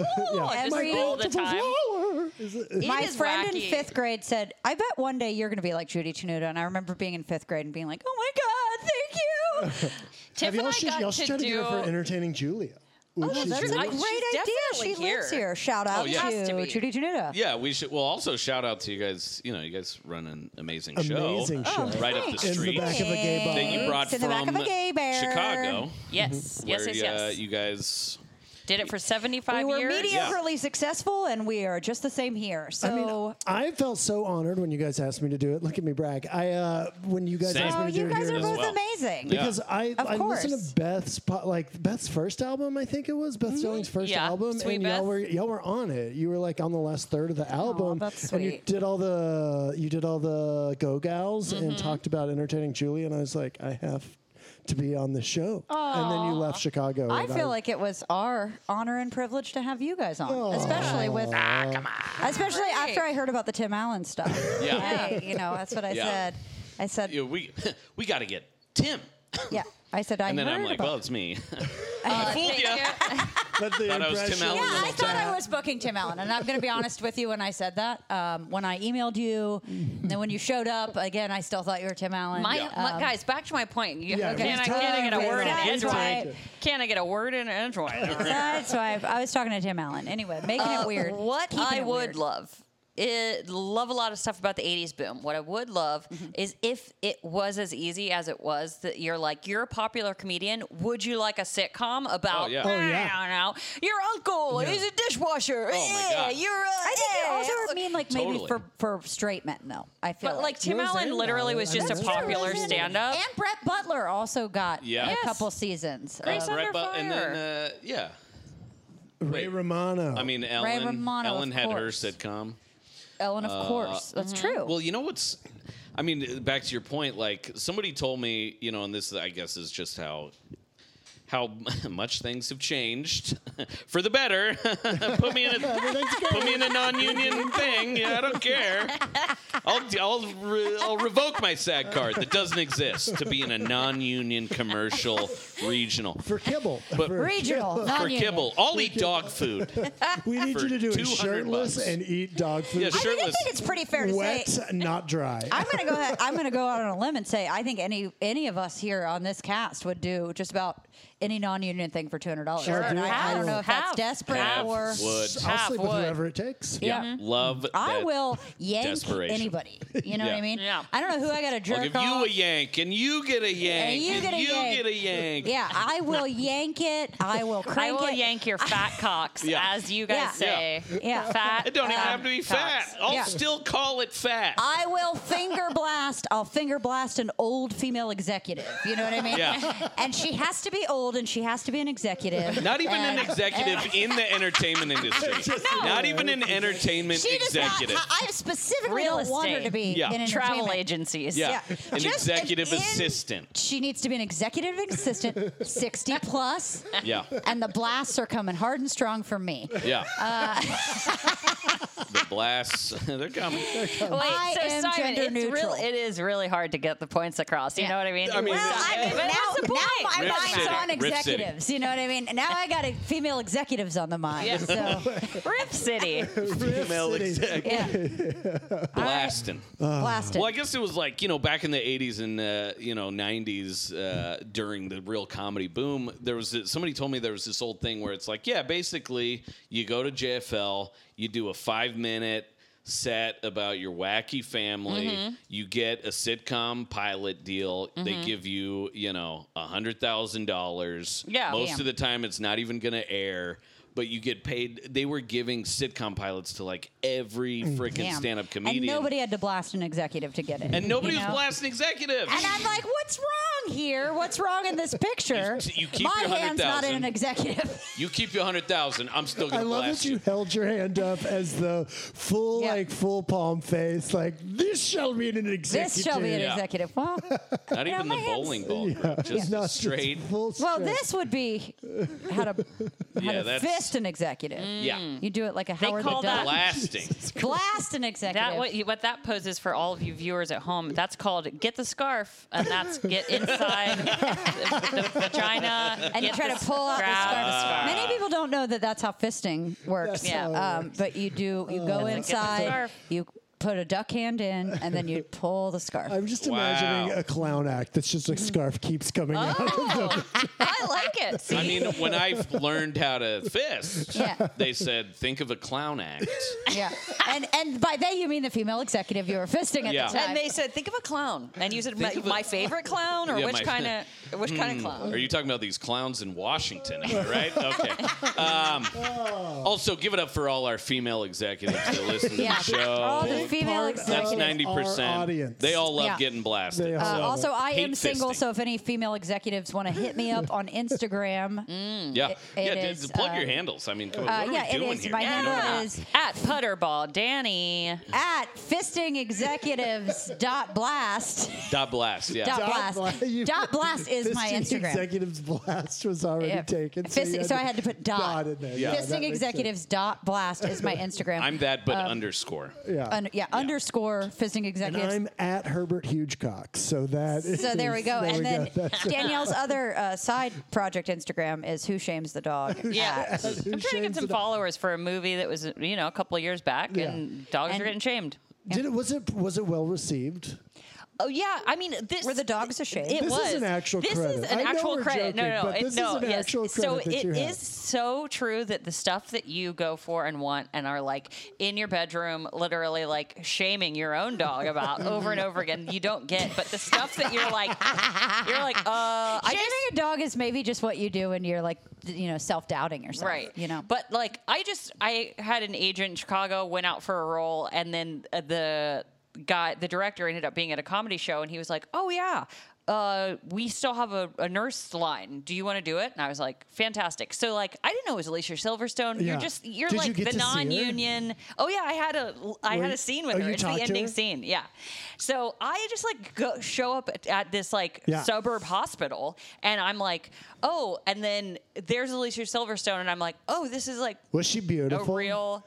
Speaker 4: Oh,
Speaker 2: Yeah.
Speaker 3: Just
Speaker 4: Every-
Speaker 3: all the time.
Speaker 2: Flower. Is it-
Speaker 4: My
Speaker 3: is
Speaker 4: friend
Speaker 3: wacky.
Speaker 4: in fifth grade said, "I bet one day you're going to be like Judy Tenuta." And I remember being in fifth grade and being like, "Oh my God, thank you."
Speaker 3: Tiff
Speaker 2: Have y'all
Speaker 3: and I
Speaker 2: should,
Speaker 3: got
Speaker 2: y'all
Speaker 3: to
Speaker 2: should try to get her
Speaker 3: do-
Speaker 2: for entertaining Julia. Would
Speaker 4: Oh,
Speaker 2: she
Speaker 4: that's
Speaker 2: do
Speaker 4: a
Speaker 2: it?
Speaker 3: I-
Speaker 4: great
Speaker 3: she's
Speaker 4: idea. She
Speaker 3: definitely
Speaker 4: lives
Speaker 3: here. Oh,
Speaker 4: here. Shout out
Speaker 1: yeah.
Speaker 3: Has to
Speaker 4: to
Speaker 3: be.
Speaker 4: Judy Januta.
Speaker 1: Yeah, we should. Well, also shout out to you guys. You know, you guys run an amazing,
Speaker 2: Amazing
Speaker 1: show,
Speaker 2: show.
Speaker 1: right up the
Speaker 4: Oh, thanks.
Speaker 2: In the
Speaker 1: street
Speaker 2: back of a gay bar.
Speaker 1: that you brought
Speaker 4: In the back
Speaker 1: from
Speaker 4: of a gay bar.
Speaker 1: Chicago.
Speaker 3: Yes, yes,
Speaker 1: where
Speaker 3: yes, yes.
Speaker 1: Uh, you guys.
Speaker 3: Did it for 75
Speaker 4: We were
Speaker 3: years.
Speaker 4: mediocrely successful, and we are just the same here. So,
Speaker 2: I mean, uh, I felt so honored when you guys asked me to do it. Look at me brag. I uh, when you guys
Speaker 1: Same.
Speaker 2: asked
Speaker 4: oh,
Speaker 2: me to do
Speaker 4: you
Speaker 2: it
Speaker 4: guys
Speaker 2: here
Speaker 4: are
Speaker 2: in
Speaker 1: as
Speaker 4: both
Speaker 1: well.
Speaker 4: amazing.
Speaker 1: Yeah.
Speaker 2: Because I,
Speaker 4: Of
Speaker 2: I listened
Speaker 4: course. Mm-hmm.
Speaker 2: to Beth's po- like Beth's first album, I think it was Beth Stilling's first
Speaker 3: Yeah,
Speaker 2: album,
Speaker 3: Sweet
Speaker 2: and
Speaker 3: Beth.
Speaker 2: y'all were y'all were on it. You were like on the last third of the album,
Speaker 4: that's
Speaker 2: and you
Speaker 4: sweet.
Speaker 2: did all the you did all the go gals
Speaker 4: Mm-hmm.
Speaker 2: and talked about entertaining Julie, and I was like, I have to be on the show, and then you left Chicago.
Speaker 4: I
Speaker 2: and
Speaker 4: feel like it was our honor and privilege to have you guys on, especially with,
Speaker 1: Ah,
Speaker 4: especially
Speaker 3: Right.
Speaker 4: after I heard about the Tim Allen stuff.
Speaker 1: Yeah.
Speaker 4: Hey, you know, that's what I
Speaker 1: Yeah.
Speaker 4: said. I said,
Speaker 1: you know, we we got to get Tim.
Speaker 4: yeah. I said I
Speaker 1: And then
Speaker 4: heard
Speaker 1: I'm like,
Speaker 4: about.
Speaker 1: well, it's me. I fooled you.
Speaker 2: But the
Speaker 1: Thought I was Tim
Speaker 2: impression-
Speaker 1: Allen.
Speaker 4: Yeah,
Speaker 1: Yeah,
Speaker 4: I thought I was booking Tim Allen, and I'm going to be honest with you when I said that. Um, when I emailed you,
Speaker 2: Mm-hmm.
Speaker 4: and then when you showed up again, I still thought you were Tim Allen.
Speaker 3: My,
Speaker 1: Yeah.
Speaker 3: my- guys, back to my point. You,
Speaker 2: Yeah,
Speaker 3: can,
Speaker 2: we've
Speaker 3: I, can I get
Speaker 2: talked
Speaker 3: a word in
Speaker 2: about
Speaker 4: it. That's
Speaker 3: edgewise?
Speaker 4: right.
Speaker 3: Can I get a word in edgewise?
Speaker 4: That's why I, I was talking to Tim Allen. Anyway, making it weird.
Speaker 3: Uh, What
Speaker 4: Keeping
Speaker 3: I
Speaker 4: it
Speaker 3: would
Speaker 4: weird.
Speaker 3: love. It, love a lot of stuff about the 80s boom. What I would love is if it was as easy as it was that you're like, you're a popular comedian. Would you like a sitcom about,
Speaker 1: yeah.
Speaker 2: Oh, yeah.
Speaker 3: I don't know, your uncle is a dishwasher.
Speaker 1: Oh, my
Speaker 3: Eh,
Speaker 1: God.
Speaker 3: You're a,
Speaker 4: I think
Speaker 3: eh."
Speaker 4: you also would mean like maybe
Speaker 1: Totally.
Speaker 4: for, for straight men though. I feel
Speaker 3: But like Tim
Speaker 2: Yours
Speaker 3: Allen
Speaker 2: and
Speaker 3: literally
Speaker 2: mine.
Speaker 3: was
Speaker 2: I
Speaker 3: just a
Speaker 2: mean, it's true,
Speaker 3: popular
Speaker 2: isn't it?
Speaker 3: stand up.
Speaker 4: and Brett Butler also got
Speaker 1: Yeah. Yes.
Speaker 4: a couple seasons.
Speaker 3: Grace
Speaker 4: of-
Speaker 3: Under
Speaker 1: Right, but and
Speaker 3: Fire.
Speaker 1: then uh, yeah.
Speaker 2: Ray
Speaker 1: Wait.
Speaker 2: Romano.
Speaker 1: I mean, Ellen.
Speaker 4: Romano,
Speaker 1: Ellen
Speaker 4: of
Speaker 1: had
Speaker 4: course.
Speaker 1: her sitcom.
Speaker 4: Ellen, of course, that's
Speaker 3: mm-hmm.
Speaker 4: true.
Speaker 1: Uh, Well, you know what's, I mean, back to your point. Like somebody told me, you know, and this I guess is just how how much things have changed for the better. put me in a put me in a non-union thing. Yeah, I don't care. I'll I'll, re- I'll revoke my SAG card that doesn't exist to be in a non-union commercial regional.
Speaker 2: for kibble,
Speaker 1: But-
Speaker 2: For
Speaker 4: Regional,
Speaker 2: kibble.
Speaker 4: not
Speaker 1: For
Speaker 4: union.
Speaker 1: kibble, I'll eat dog food.
Speaker 2: we need
Speaker 1: for
Speaker 2: you to do it
Speaker 1: 200
Speaker 2: shirtless
Speaker 1: bucks.
Speaker 2: and eat dog food.
Speaker 1: Yeah,
Speaker 4: I mean, I
Speaker 1: shirtless.
Speaker 4: think it's pretty fair to
Speaker 2: Wet,
Speaker 4: say.
Speaker 2: not dry.
Speaker 4: I'm gonna go. Ahead, I'm gonna go out on a limb and say I think any any of us here on this cast would do just about any non-union thing for two hundred dollars.
Speaker 2: Sure,
Speaker 4: And I, I
Speaker 2: have,
Speaker 4: don't know if
Speaker 3: have,
Speaker 4: that's desperate
Speaker 1: have,
Speaker 4: or
Speaker 1: would.
Speaker 2: I'll
Speaker 3: half
Speaker 2: sleep
Speaker 3: wood.
Speaker 2: with whoever it takes.
Speaker 1: Yeah,
Speaker 4: Yeah.
Speaker 1: love.
Speaker 4: Mm-hmm. I
Speaker 1: that.
Speaker 4: will yank
Speaker 1: desperation.
Speaker 4: anybody. You know what
Speaker 1: Yeah.
Speaker 4: I mean?
Speaker 3: Yeah.
Speaker 4: I don't know who I got to jerk
Speaker 1: I'll give
Speaker 4: off.
Speaker 1: you a yank, and you get a yank,
Speaker 4: you get a yank.
Speaker 1: get a yank.
Speaker 4: Yeah, I will yank it. I will
Speaker 3: I
Speaker 4: crank
Speaker 3: will
Speaker 4: it.
Speaker 3: yank your fat cocks,
Speaker 1: Yeah.
Speaker 3: as you guys
Speaker 4: Yeah.
Speaker 3: say.
Speaker 4: Yeah.
Speaker 3: Fat.
Speaker 1: It don't even
Speaker 3: um,
Speaker 1: have to be
Speaker 3: cocks.
Speaker 1: fat. I'll
Speaker 4: Yeah.
Speaker 1: still call it fat.
Speaker 4: I will finger blast. I'll finger blast an old female executive. You know what I mean?
Speaker 1: Yeah.
Speaker 4: And she has to be old, and she has to be an executive.
Speaker 1: Not even an
Speaker 4: and-
Speaker 1: executive
Speaker 4: and-
Speaker 1: in the entertainment industry. Not even an entertainment
Speaker 4: She does not.
Speaker 1: executive.
Speaker 4: I specifically
Speaker 3: Real
Speaker 4: don't want her
Speaker 3: estate.
Speaker 4: to be
Speaker 1: Yeah.
Speaker 4: in
Speaker 3: Travel
Speaker 4: entertainment.
Speaker 3: agencies.
Speaker 1: yeah.
Speaker 4: yeah.
Speaker 1: an
Speaker 4: Just an
Speaker 1: executive
Speaker 4: in-
Speaker 1: assistant.
Speaker 4: She needs to be an executive assistant, 60 plus,
Speaker 1: Yeah,
Speaker 4: and the blasts are coming hard and strong from me.
Speaker 1: yeah.
Speaker 4: Uh,
Speaker 1: the blasts—they're coming.
Speaker 3: Wait,
Speaker 4: I
Speaker 3: so
Speaker 4: am
Speaker 3: Simon,
Speaker 4: gender
Speaker 3: it's
Speaker 4: neutral.
Speaker 3: Really, it is really hard to get the points across. You
Speaker 4: Yeah.
Speaker 3: know what I mean?
Speaker 1: I mean,
Speaker 4: Well,
Speaker 1: Yeah.
Speaker 4: I mean,
Speaker 3: But
Speaker 4: now,
Speaker 3: that's the
Speaker 4: now
Speaker 3: point.
Speaker 4: my
Speaker 1: Rip
Speaker 4: mind's
Speaker 1: City.
Speaker 4: on
Speaker 1: Rip City.
Speaker 4: executives. You know what I mean? Now I got a female executives on the mind.
Speaker 3: Yeah.
Speaker 4: So
Speaker 3: Rip City.
Speaker 1: Female executive
Speaker 4: yeah,
Speaker 1: blasting.
Speaker 4: blasted.
Speaker 1: Well, I guess it was like you know back in the '80s and uh, you know '90s uh, during the real comedy boom. There was this, somebody told me there was this old thing where it's like, yeah, basically you go to JFL, you do a five minute set about your wacky family,
Speaker 4: Mm-hmm.
Speaker 1: you get a sitcom pilot deal. They give you you know a hundred thousand dollars.
Speaker 3: Yeah.
Speaker 4: oh,
Speaker 1: most
Speaker 3: Damn.
Speaker 1: of the time it's not even going to air. But you get paid. They were giving sitcom pilots to like every freaking
Speaker 4: Mm. Damn.
Speaker 1: stand-up comedian,
Speaker 4: And nobody had to blast an executive to get it.
Speaker 1: and nobody
Speaker 4: you
Speaker 1: was
Speaker 4: know?
Speaker 1: blasting executives.
Speaker 4: And I'm like, what's wrong here? What's wrong in this picture?
Speaker 1: You- you keep
Speaker 4: my
Speaker 1: your
Speaker 4: hand's not in
Speaker 1: 100,000.
Speaker 4: an executive.
Speaker 1: you keep your hundred thousand. I'm still
Speaker 2: I
Speaker 1: gonna
Speaker 2: love
Speaker 1: blast
Speaker 2: that you held your hand up as the full,
Speaker 4: Yeah.
Speaker 2: like full palm face, like this shall be an executive.
Speaker 4: this shall be an
Speaker 1: Yeah.
Speaker 4: executive. Well,
Speaker 1: Not
Speaker 4: Yeah,
Speaker 1: even
Speaker 4: my
Speaker 1: the
Speaker 4: hands-
Speaker 1: bowling ball, group, just
Speaker 2: No,
Speaker 1: the
Speaker 2: it's
Speaker 1: straight.
Speaker 2: full
Speaker 4: well,
Speaker 2: straight.
Speaker 4: this would be how to how
Speaker 1: Yeah,
Speaker 4: to
Speaker 1: that's-
Speaker 4: fist Mm. an executive.
Speaker 1: Yeah,
Speaker 4: You do it like a
Speaker 3: Mm. They
Speaker 4: Howard
Speaker 3: call
Speaker 4: the Duck.
Speaker 3: that-
Speaker 1: blasting.
Speaker 4: blast an executive.
Speaker 3: That what, you- what that poses for all of you viewers at home. That's called get the scarf, and that's get inside the, the vagina
Speaker 4: and you
Speaker 3: get
Speaker 4: try
Speaker 3: the
Speaker 4: to pull out the
Speaker 3: grab
Speaker 4: scarf.
Speaker 3: the scarf.
Speaker 4: Many people don't know that that's how fisting works.
Speaker 2: That's how
Speaker 3: Yeah.
Speaker 2: it
Speaker 4: Um,
Speaker 2: works.
Speaker 4: but you do you go
Speaker 3: Get the
Speaker 4: inside
Speaker 3: scarf.
Speaker 4: you put a duck hand in, and then you'd pull the scarf.
Speaker 2: I'm just
Speaker 1: Wow.
Speaker 2: imagining a clown act that's just
Speaker 4: Mm.
Speaker 2: like scarf keeps coming out.
Speaker 3: Oh, I like it. See?
Speaker 1: I mean, when I learned how to fist,
Speaker 4: Yeah.
Speaker 1: they said, think of a clown act.
Speaker 4: yeah, and and by they you mean the female executive you were fisting at
Speaker 1: Yeah.
Speaker 4: the time.
Speaker 3: and they said, think of a clown, and you said my,
Speaker 1: of a-
Speaker 3: my favorite clown, or
Speaker 1: Yeah,
Speaker 3: which
Speaker 1: my- Hmm.
Speaker 3: kind of which kind of clown?
Speaker 1: Are you talking about these clowns in Washington, am I right? Okay. Um,
Speaker 2: Oh.
Speaker 1: also, give it up for all our female executives that listen to
Speaker 4: yeah,
Speaker 1: the show.
Speaker 4: all the female
Speaker 2: part of-
Speaker 1: That's
Speaker 4: executives.
Speaker 2: Our
Speaker 1: ninety percent.
Speaker 2: audience.
Speaker 1: They all love
Speaker 4: Yeah.
Speaker 1: getting blasted.
Speaker 2: They all
Speaker 1: so.
Speaker 2: love it.
Speaker 4: uh, Also, I
Speaker 1: Hate
Speaker 4: am single,
Speaker 1: fisting.
Speaker 4: so if any female executives want to hit me up on Instagram,
Speaker 1: yeah,
Speaker 4: Mm, it
Speaker 1: yeah. d-
Speaker 4: is,
Speaker 1: d- plug
Speaker 4: uh,
Speaker 1: your handles. I mean, come on,
Speaker 4: uh,
Speaker 1: what are
Speaker 4: yeah,
Speaker 1: we
Speaker 4: it
Speaker 1: doing
Speaker 4: is.
Speaker 1: here?
Speaker 4: My
Speaker 1: You know
Speaker 4: handle
Speaker 1: what I mean?
Speaker 4: is
Speaker 3: At Putterball, Danny.
Speaker 4: at fistingexecutives dot blast.
Speaker 1: Dot blast. Yeah.
Speaker 4: Dot-
Speaker 2: Dot
Speaker 4: Blast.
Speaker 2: Bla- you-
Speaker 4: Dot Blast is my
Speaker 2: Fisting
Speaker 4: Instagram.
Speaker 2: Executives blast was already
Speaker 4: Yeah.
Speaker 2: taken.
Speaker 4: Fisting-
Speaker 2: you
Speaker 4: so I had to put dot.
Speaker 2: in there.
Speaker 1: Yeah. that
Speaker 4: Fisting executives dot blast is my Instagram.
Speaker 1: I'm that,
Speaker 4: Um,
Speaker 1: but underscore.
Speaker 2: Yeah.
Speaker 4: Un- yeah, underscore fisting
Speaker 2: and
Speaker 4: executives.
Speaker 2: I'm at Herbert Hugecock. So that.
Speaker 4: so there we
Speaker 2: is-
Speaker 4: go.
Speaker 2: There
Speaker 4: and
Speaker 2: we
Speaker 4: then
Speaker 2: go. That's-
Speaker 4: Danielle's other uh, side project Instagram is Who Shames the Dog.
Speaker 3: Yeah.
Speaker 4: at.
Speaker 3: I'm trying to get
Speaker 2: shames
Speaker 3: some
Speaker 2: it up?
Speaker 3: followers for a movie that was, you know, a couple of years back,
Speaker 2: Yeah.
Speaker 3: and dogs
Speaker 4: And-
Speaker 3: are getting shamed.
Speaker 2: Did it? Was it? Was it well received?
Speaker 3: Oh yeah, I mean, this
Speaker 4: Were the dogs ashamed?
Speaker 3: It
Speaker 2: This
Speaker 3: was
Speaker 2: is an actual
Speaker 3: This
Speaker 2: credit.
Speaker 3: is an
Speaker 2: I know
Speaker 3: actual
Speaker 2: we're
Speaker 3: credit. no,
Speaker 2: joking,
Speaker 3: no, no,
Speaker 2: but
Speaker 3: it-
Speaker 2: this is
Speaker 3: no,
Speaker 2: an
Speaker 3: yes.
Speaker 2: actual
Speaker 3: so
Speaker 2: credit that
Speaker 3: it
Speaker 2: you have.
Speaker 3: is so true that the stuff that you go for and want and are like in your bedroom, literally like shaming your own dog about over and over again, you don't get. But the stuff that you're like, you're like, uh, I
Speaker 4: Shaming
Speaker 3: just
Speaker 4: a dog is maybe just what you do when you're like, you know, self doubting yourself.
Speaker 3: Right.
Speaker 4: You know,
Speaker 3: But like, I just I had an agent in Chicago, went out for a role, and then uh, the guy, the director, ended up being at a comedy show, and he was like, "Oh yeah." Uh, we still have a, a nurse line. Do you want to do it? And I was like, fantastic. So like, I didn't know it was Alicia Silverstone.
Speaker 2: Yeah.
Speaker 3: You're just you're
Speaker 2: Did you
Speaker 3: like
Speaker 2: get
Speaker 3: the
Speaker 2: to see her?
Speaker 3: non-union. Oh yeah, I had a I
Speaker 2: Were
Speaker 3: had
Speaker 2: you-
Speaker 3: a scene with
Speaker 2: oh,
Speaker 3: her.
Speaker 2: you
Speaker 3: It's the
Speaker 2: talked to
Speaker 3: ending
Speaker 2: her?
Speaker 3: scene. Yeah. So I just like go, show up at, at this like
Speaker 2: Yeah.
Speaker 3: suburb hospital, and I'm like, oh, and then there's Alicia Silverstone, and I'm like, oh, this is like
Speaker 2: Was she
Speaker 3: a
Speaker 2: beautiful?
Speaker 3: real.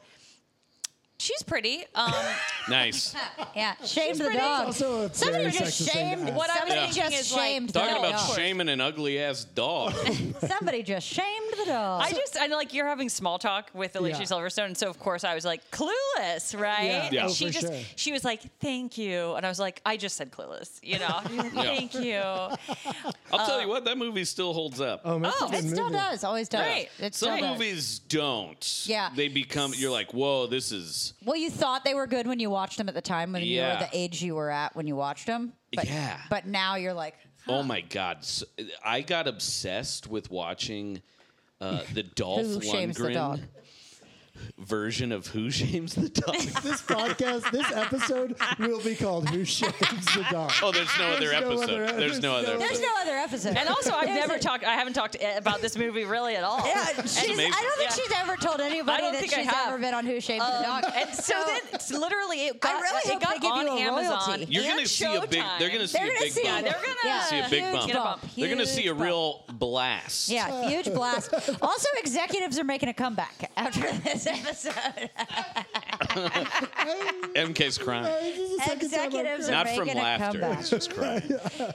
Speaker 3: She's pretty. Um,
Speaker 1: Nice.
Speaker 4: yeah, shame the
Speaker 3: pretty-
Speaker 4: dog.
Speaker 2: It's also a
Speaker 4: Somebody
Speaker 2: very
Speaker 4: just
Speaker 2: sexist thing to
Speaker 4: shamed.
Speaker 2: ask.
Speaker 3: What I'm
Speaker 4: somebody
Speaker 3: thinking
Speaker 4: just
Speaker 3: is, like,
Speaker 4: shamed
Speaker 1: Talking
Speaker 4: the
Speaker 1: about
Speaker 4: dog.
Speaker 1: shaming an ugly ass dog.
Speaker 4: Somebody just shamed the dog.
Speaker 3: I just, I like you're having small talk with Alicia
Speaker 2: Yeah.
Speaker 3: Silverstone, and so of course I was like clueless, right?
Speaker 2: Yeah.
Speaker 1: Yeah.
Speaker 3: And
Speaker 1: Oh,
Speaker 3: she
Speaker 2: for
Speaker 3: just,
Speaker 2: sure.
Speaker 3: she was like, thank you, and I was like, I just said clueless, you know? Thank you.
Speaker 1: I'll
Speaker 4: Uh,
Speaker 1: tell you what, that movie still holds up.
Speaker 2: Oh, that's a
Speaker 3: Oh,
Speaker 2: good
Speaker 4: it still
Speaker 2: movie.
Speaker 4: does. Always does.
Speaker 3: Right.
Speaker 4: It still
Speaker 1: Some
Speaker 4: does.
Speaker 1: movies don't.
Speaker 4: Yeah.
Speaker 1: They become. You're like, whoa, this is.
Speaker 4: Well, you thought they were good when you watched them at the time when you
Speaker 1: Yeah.
Speaker 4: were the age you were at when you watched them. But,
Speaker 1: Yeah.
Speaker 4: But now you're like,
Speaker 1: Oh my god, S- I got obsessed with watching uh, the Dolph
Speaker 4: Who Shames the
Speaker 1: Lundgren
Speaker 4: Dog?
Speaker 1: version of Who Shames the Dog.
Speaker 2: This podcast, this episode will be called "Who Shames the Dog."
Speaker 1: oh, there's no other
Speaker 2: no
Speaker 1: episode.
Speaker 2: other-
Speaker 1: there's no other.
Speaker 4: there's
Speaker 1: episode.
Speaker 4: no other episode.
Speaker 3: And also, I've never talked. I haven't talked uh, about this movie really at all.
Speaker 4: Yeah, she's, I
Speaker 1: amazing.
Speaker 4: don't think
Speaker 3: Yeah.
Speaker 4: she's ever told
Speaker 3: I
Speaker 4: anybody
Speaker 3: don't
Speaker 4: that
Speaker 3: think I
Speaker 4: she's
Speaker 3: have. Um,
Speaker 4: ever been on Who Shamed the Dog.
Speaker 3: And so then, it's literally, it got,
Speaker 4: really
Speaker 3: it
Speaker 4: hope
Speaker 3: got
Speaker 4: they give
Speaker 3: on
Speaker 4: you a
Speaker 3: Amazon.
Speaker 4: royalty.
Speaker 1: You're
Speaker 3: and
Speaker 1: gonna see a big. They're gonna
Speaker 3: Showtime.
Speaker 1: see
Speaker 4: They're
Speaker 1: a
Speaker 4: gonna
Speaker 1: big
Speaker 4: see-
Speaker 1: bump.
Speaker 3: Yeah, they're gonna
Speaker 4: Yeah.
Speaker 1: see a big
Speaker 4: Huge
Speaker 1: bump.
Speaker 3: bump.
Speaker 1: They're gonna
Speaker 4: Huge
Speaker 1: see a
Speaker 4: bump.
Speaker 1: real blast.
Speaker 4: Yeah, huge blast. Also, executives are making a comeback after this episode.
Speaker 1: MK's crying.
Speaker 2: Uh, This is the second time I've
Speaker 4: Executives
Speaker 2: cried.
Speaker 4: are
Speaker 1: Not from
Speaker 4: making a
Speaker 1: laughter.
Speaker 4: comeback.
Speaker 1: It's just crying.